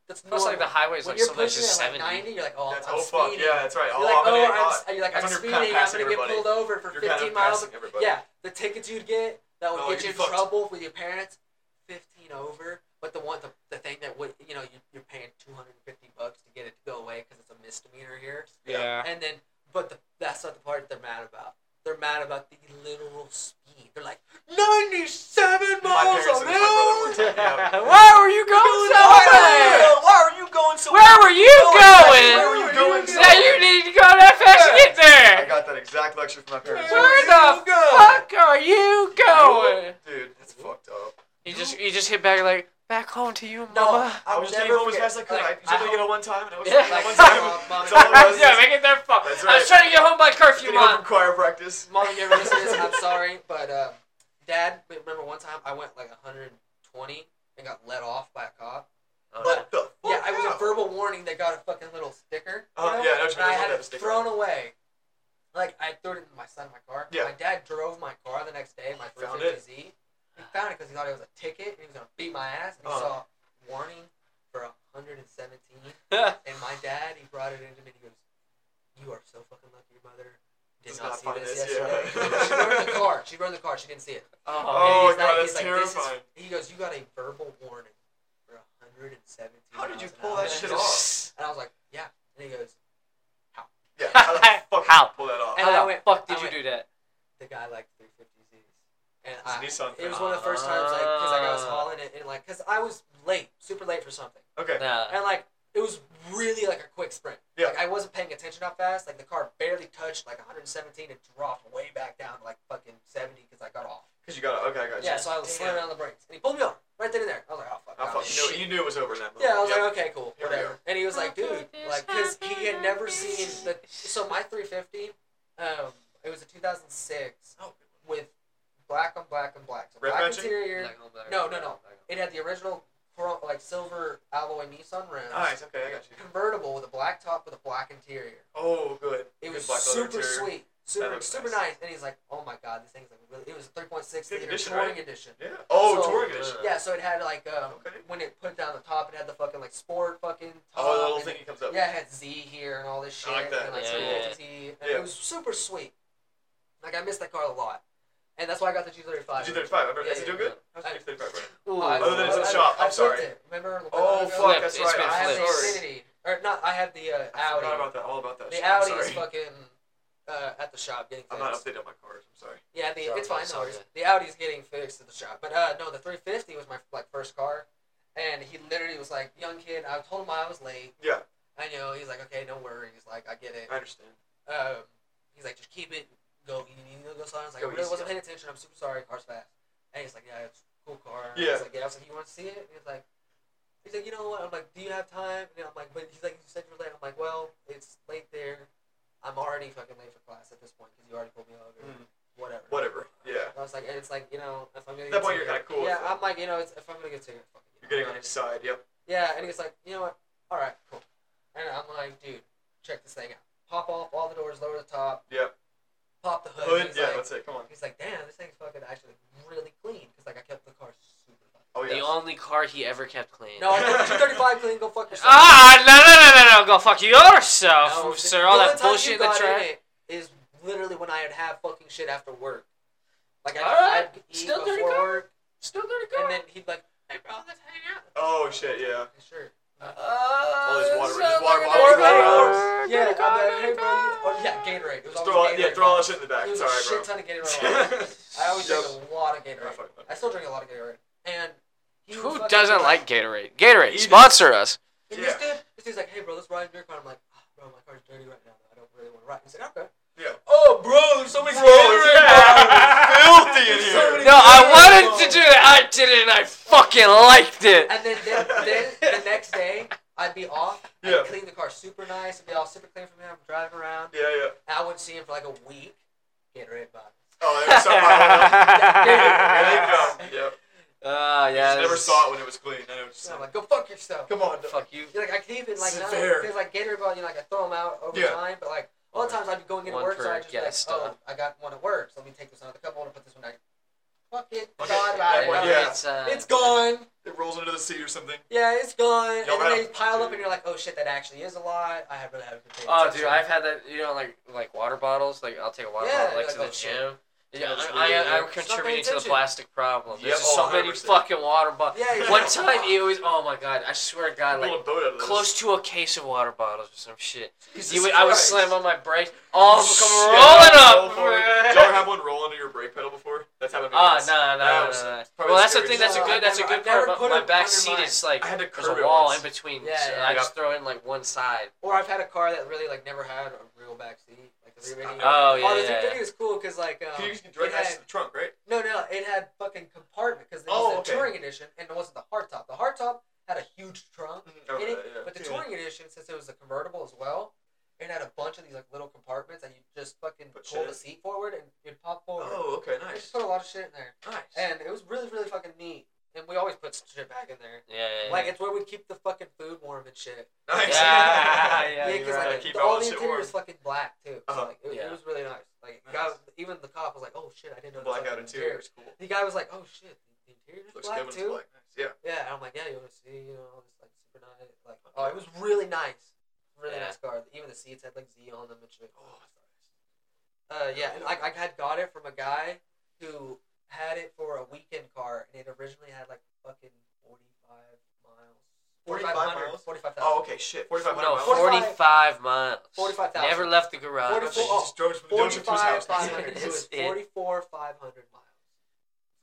That's
that's
Plus, like the
normal.
highways,
when
like
you're
sometimes
pushing
just
at like
seventy.
90, you're like, oh,
That's
I'm
oh fuck,
speeding.
yeah, that's right.
You're
Oh, I'm
like,
gonna
oh,
get
I'm,
caught.
s- you're like,
That's when
I'm
you're
speeding. I'm
passing
gonna get
everybody.
pulled over for
You're
15
kind of
miles.
passing everybody.
Yeah, the tickets you'd get that would
Oh, you'd
get you in
be fucked.
trouble with your parents, 15 over. But the one, the, the thing that would, you know, you, you're paying 250 bucks to get it to go away because it's a misdemeanor here. And then, but the, that's not the part they're mad about. They're mad about the literal speed. They're like, 97
My
miles
parents
an
and my brother
hour!
were talking about it.
Where were you going so fast?
Why are you going so
Where were you
Where
going?
were you going so
Now you need to go that fast to get
I
there.
got that exact lecture from my parents.
Where the fuck are you going?
Dude, that's fucked up.
You just you just hit back like back home to you,
No,
mama.
I
I'll
was just getting
never
home as
forget.
fast as I could. I
Like,
was only
I
get home one time, and I was
Yeah.
yeah. like,
Like,
one time.
mom, mom,
That's all it was.
yeah, make it their fault.
That's
I
right.
was trying to get home by curfew,
Getting
mom.
home from choir practice.
Mom, if you ever listen to this, I'm sorry, but um, Dad, remember one time I went like 120 and got let off by a cop?
What the fuck?
Oh, yeah, I was
no.
a verbal warning. They got a fucking little sticker. you
Uh,
know?
Oh, yeah, I know what you
and I
mean.
had
There's a
it thrown
sticker.
away. Like I threw it in my son my car.
Yeah.
My dad drove my car the next day. My
Found
350Z. He found it because he thought it was a ticket and he was gonna beat my ass. And he
Oh.
saw warning for hundred and seventeen. And my dad, he brought it into me. and He goes, "You are so fucking lucky, your mother did
Does
not,
not
see
find
this,
this, yeah.
yesterday." she burned the car. She burned the car. She didn't see it.
oh.
Oh, God,
And he's he's
that's
"This is-"
terrifying.
He goes, "You got a verbal warning for hundred and seventeen.
How did you pull that shit off?
And I was like, "Yeah." And he goes,
Yeah, how the fuck did
How?
you pull that off?
And
I
how the
went-
fuck
I
did you
went-
do that?
the guy liked 350Zs. And
It's a
I,
Nissan
it was
thing.
one of the first times, like, because like, I was
Ah.
hauling it, and like, because I was late, super late for something.
Okay.
Nah.
And like, it was really like a quick sprint.
Yeah.
Like, I wasn't paying attention how fast. Like, the car barely touched like 117 and dropped way back down to like fucking 70 because I got off.
Because you got it. Okay, I got you.
Yeah, so I was
Damn.
slamming on the brakes. And he pulled me over right then and there. I was like, oh, fuck.
I
oh,
fucking
shit.
knew, you knew it was over in that moment.
Yeah, I was
Yep.
like, okay, cool,
Here we
whatever.
go.
And he was like, dude, like, because he had never seen the. So my 350, um, it was a 2006
Oh,
with black on black on black. So
Red
black
matching?
interior.
No,
No, no, no. It had the original chrome, like silver alloy Nissan rims.
Nice, okay, I got you.
Convertible with a black top with a black interior.
Oh, good.
It
Good
was
black leather
super
interior.
sweet, super
looks
super nice.
nice.
And he's like, "Oh my god, this thing's like really." It was a 3.6
Good
liter
condition,
touring
right?
edition.
Yeah. Oh,
So-
touring edition.
Yeah, so it had like um,
Okay.
when it put down the top, it had the fucking like sport fucking
Oh,
top.
the little
and
thing that comes up.
Yeah, it had Z here and all this shit.
I like that.
And like
Yeah,
some
yeah,
50 and
Yeah.
It was super sweet. Like I missed that car a lot, and that's why I got the G35.
Did you 35? Remember,
Yeah,
is it
yeah,
doing
yeah.
good? How's the
I-
35 running?
Ooh.
I-
Other than it's in
I-
shop,
I
I'm
flipped
sorry.
it. Remember? when I
Oh,
was-
fuck, that's
It's
right.
been
I'm
I have the
flipped.
sorry.
Infinity, or not? I have the uh,
I forgot
Audi.
about that. All about that. shit.
The
I'm
Audi is
sorry.
fucking uh, at the shop getting
I'm
fixed.
not updated on my cars. I'm sorry.
yeah, the,
Sorry,
it's fine. No
sorry.
worries. The Audi is getting fixed at the shop, but uh, no, the 350 was my like first car, and he literally was like, "Young kid," I told him I was late.
Yeah.
I know. He's like, "Okay, no worries." Like, I get it.
I understand.
Um, he's like, just keep it. Go. You need to go slow. I was like,
Go
I really
easy,
wasn't
yeah.
paying attention. I'm super sorry. Car's fast. And he's like, yeah, it's a cool car. I
Yeah.
was like, yeah. I was like, you want to see it? And he's like, he's like, you know what? I'm like, do you have time? And I'm like, but he's like, you said you're late. I'm like, well, it's late there. I'm already fucking late for class at this point because you already pulled me over.
Mm.
Whatever.
Whatever. Yeah.
And I was like, and it's like, you know, if I'm gonna
At that
get
point, you're
ticket-
kinda cool with
Yeah,
it.
I'm like, you know, it's, if I'm gonna get ticket, fuck it, you
You're getting on
know,
his side. Yep.
yeah, and he's like, you know what? All right, cool. And I'm like, dude, check this thing out. Pop off all the doors, lower the top.
Yep.
Pop the hood.
Hood.
He's
Yeah,
like,
that's it. Come on.
he's like, damn, this thing's fucking actually really clean because like I kept the car super fucking.
Oh,
The
yeah.
only car he ever kept clean.
No, I kept the 235 clean. Go fuck yourself.
Ah, no, no, no, no, no. Go fuck
No,
yourself,
the-
sir. All
the only
that
time
bullshit
you
in the
got
trash.
it Is literally when I would have fucking shit after work. Like I,
All right,
I'd eat
still dirty
before
car?
work,
Still gonna
and then he'd like, hey bro, let's hang out.
Oh, shit. Yeah.
Sure.
Oh,
there's water- there's water
bottles.
Yeah,
Yeah, I'm like, hey bro, you- or, yeah, Gatorade. It was
Just throw
always
all,
Gatorade
yeah, throw all that
bottles.
shit in the back.
It was a
Sorry,
shit
bro.
ton of Gatorade. I always
Yep.
drink a lot of
I
Gatorade.
fucking love
I still drink a lot of Gatorade. And he was
Who
fucking-
doesn't like Gatorade? Gatorade,
Eat it.
sponsor us.
And
Yeah.
this dude, this dude's like, hey bro, let's ride in your car. I'm like, "Ah, bro, my car's dirty right now. though. I don't really want to ride. He's like, okay.
Yeah.
Oh bro, there's so many
Bro,
Gatorade.
it's filthy in
There's
here.
so many
No, I wanted to do it. I did it, and I fucking liked it.
And then, then, then the next day, I'd be off.
Yeah.
I'd clean the car super nice. It'd be all super clean for me. I'm driving around.
Yeah, yeah.
I wouldn't see him for like a week. Gatorade bottles.
Oh, there was something wrong.
Ah,
There you go. Yep.
yeah.
Just never saw it when it was clean. I know what you're
So I'm
saying.
like, go fuck yourself.
Come on.
Fuck you.
You're like, I can even like
This is
not
fair.
because like Gatorade bottle, you know, like I throw them out over
Yeah.
time, but like a lot of times I'd be going into
One
work, so
per
I just be like,
guest, uh,
oh, I got one at work, so let me take this out of the cup, I want to put this one down. Fuck it,
Fuck
forgot
it,
about
that one,
it.
yeah.
It's, uh,
It's gone.
It rolls under the seat or something.
Yeah, it's gone.
Y'all
and then they
have-
pile up, and you're like, oh shit, that actually is a lot. I have really haven't been paying
Oh,
attention.
dude, I've had that. You know, like like water bottles. Like I'll take a water
Yeah,
bottle like
like,
to the
oh, shit.
gym. Yeah,
It's
I,
really
I, I'm
weird.
contributing to the
attention.
plastic problem.
Yep,
There's just so
oh,
many
100%.
fucking water bottles.
Yeah, yeah.
One time it was oh my god! I swear to God,
Pull a
like
boat out of this.
close to a case of water bottles or some shit.
Jesus
You would, I would
Christ.
slam on my brakes. All of them come rolling
Shit, I'll roll
up.
forward. Did you ever have one roll under your brake pedal before? That's happened to me
Ah,
once.
no,
That
no,
was
no, no.
probably
Well, that's the
scariest.
thing. That's a
No,
good.
I've
That's a
never-
good
I've never
part about
put
my
it
back
under
seat.
mine.
It's like
I had to
there's
curb
a
it
wall in
once.
between,
Yeah,
so
yeah.
I just throw in like one side.
Or I've had a car that really like never had a real back seat, like the rear
Stop.
video.
Oh yeah,
oh, the
yeah,
350
yeah.
was cool because like um,
Can you just drive
it
next
had
to the trunk, right?
No, no, it had fucking compartment because it
Oh,
was
okay.
the touring edition and it wasn't the hard top. The hard top had a huge trunk
Mm-hmm.
Over
in it,
there, Oh, yeah.
but the
Yeah.
touring edition, since it was a convertible as well, it had a bunch of these like little compartments and you just fucking
Put shit
pull the
in.
seat forward and you'd pop forward.
Oh, okay,
I
nice.
just put a lot of shit in there,
Nice.
and it was really, really fucking neat. and we always put shit back in there.
Yeah. yeah,
Like
yeah.
it's where we keep the fucking food warm and shit.
Nice.
Yeah, yeah,
Yeah,
you're
because
right.
like
Keep
the, all
all
the
shit
interior
warm.
was fucking black too. So,
Uh-huh.
like it,
Yeah.
it was really nice. Like
Nice.
guys, even the cop was like, "Oh shit, I didn't know." this
Blackout
fucking
interior is cool.
The guy was like, "Oh shit, the interior's
Looks
black
good when
too."
it's black. Nice. Yeah.
Yeah, and I'm like, "Yeah, you want to see? You know, it's like super nice. Like, oh, it was really nice, really
Yeah.
nice car. Even the seats had like Z on them and shit."
Oh, that's
Uh, yeah, and like I had got it from a guy who had it for a weekend car, and it originally had like fucking forty
45
five miles, 4500,
miles?
45,000.
nice. Oh, okay, shit. 45
No,
miles.
40
forty-five miles.
45,000.
Never left the
I
garage.
thought you
44
just drove from the dealership to his house.
45,500. It was
It's it.
44,500 miles.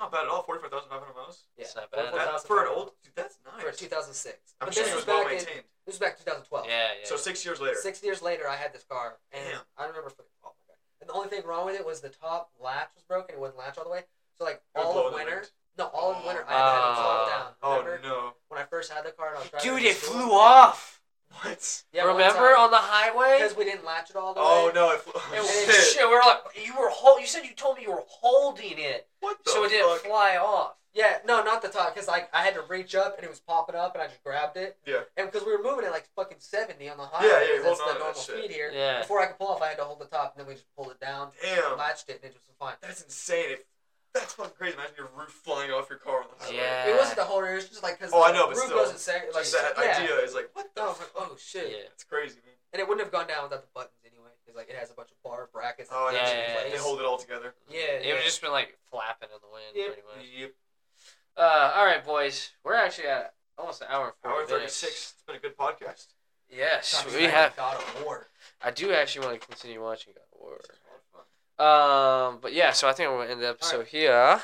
Not bad at all. Forty-five thousand five hundred miles.
Yeah.
It's not bad.
That,
44,500
for an old dude, that's
For
nice.
2006.
I'm
But
sure
this
it was
was
well
back in,
maintained.
this was back in 2012.
Yeah, yeah.
So six years later.
Six years later, I had this car, and
Damn.
I remember. fucking- Oh my god! And the only thing wrong with it was the top latch was broken. It wouldn't latch all the way. So like
It would
all
Oh, blow in
of
the
winter,
wind.
no, all of
Oh.
winter, I had it all
Ah.
down.
Oh
Remember
no!
when I first had the car and I was driving
Dude,
to
it
school?
flew off.
What?
Yeah,
Remember on the highway?
because we didn't latch it all the
Oh
way.
no! It flew.
It
was-
shit.
was, shit, we we're like, you were hold. You said you told me you were holding it,
What the
so it didn't
fuck?
fly off.
Yeah, no, not the top, because like I had to reach up and it was popping up, and I just grabbed it.
Yeah.
And because we were moving at like fucking seventy on the highway,
yeah,
'cause
hold
that's
on
the
to that
normal
shit.
speed here.
Yeah.
Before I could pull off, I had to hold the top, and then we just pulled it down,
Damn.
latched it, and it just was fine.
That's insane. If that's fucking crazy. Imagine your roof flying off your car on the highway.
Yeah.
It wasn't the whole rear; it was just like because
Oh,
the
I know, but
roof
still,
goes insane. Like
Just that
yeah.
idea is like, what the
No, I was like,
fuck?
oh shit!
Yeah.
That's crazy, man.
And it wouldn't have gone down without the buttons anyway, because like it has a bunch of bar brackets.
Oh,
that
Yeah,
keep
yeah,
in
yeah.
place.
They hold it all together.
Yeah,
It
yeah.
would just been like flapping in the wind,
Yep.
pretty much.
Yep.
Uh, all right, boys. We're actually at almost an hour and forty
Hour
minutes.
thirty-six. It's been a good podcast.
Yes,
Talking
we
about
have.
God of War.
I do actually want to continue watching God of War.
It's a lot of fun.
Um, but yeah, so I think I'm gonna end the episode here.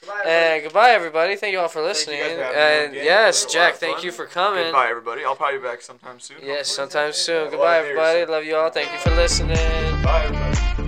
Goodbye, everybody.
And Uh, goodbye, everybody. Thank you all for
Thank you
listening.
guys for having me on
and
again.
yes,
It was a lot
Jack,
of
thank
fun.
you for coming.
Goodbye, everybody. I'll probably be back sometime soon.
Yes,
hopefully.
sometime soon.
Well,
Goodbye,
here's-
everybody. Love you all. Thank you for listening.
Bye, everybody.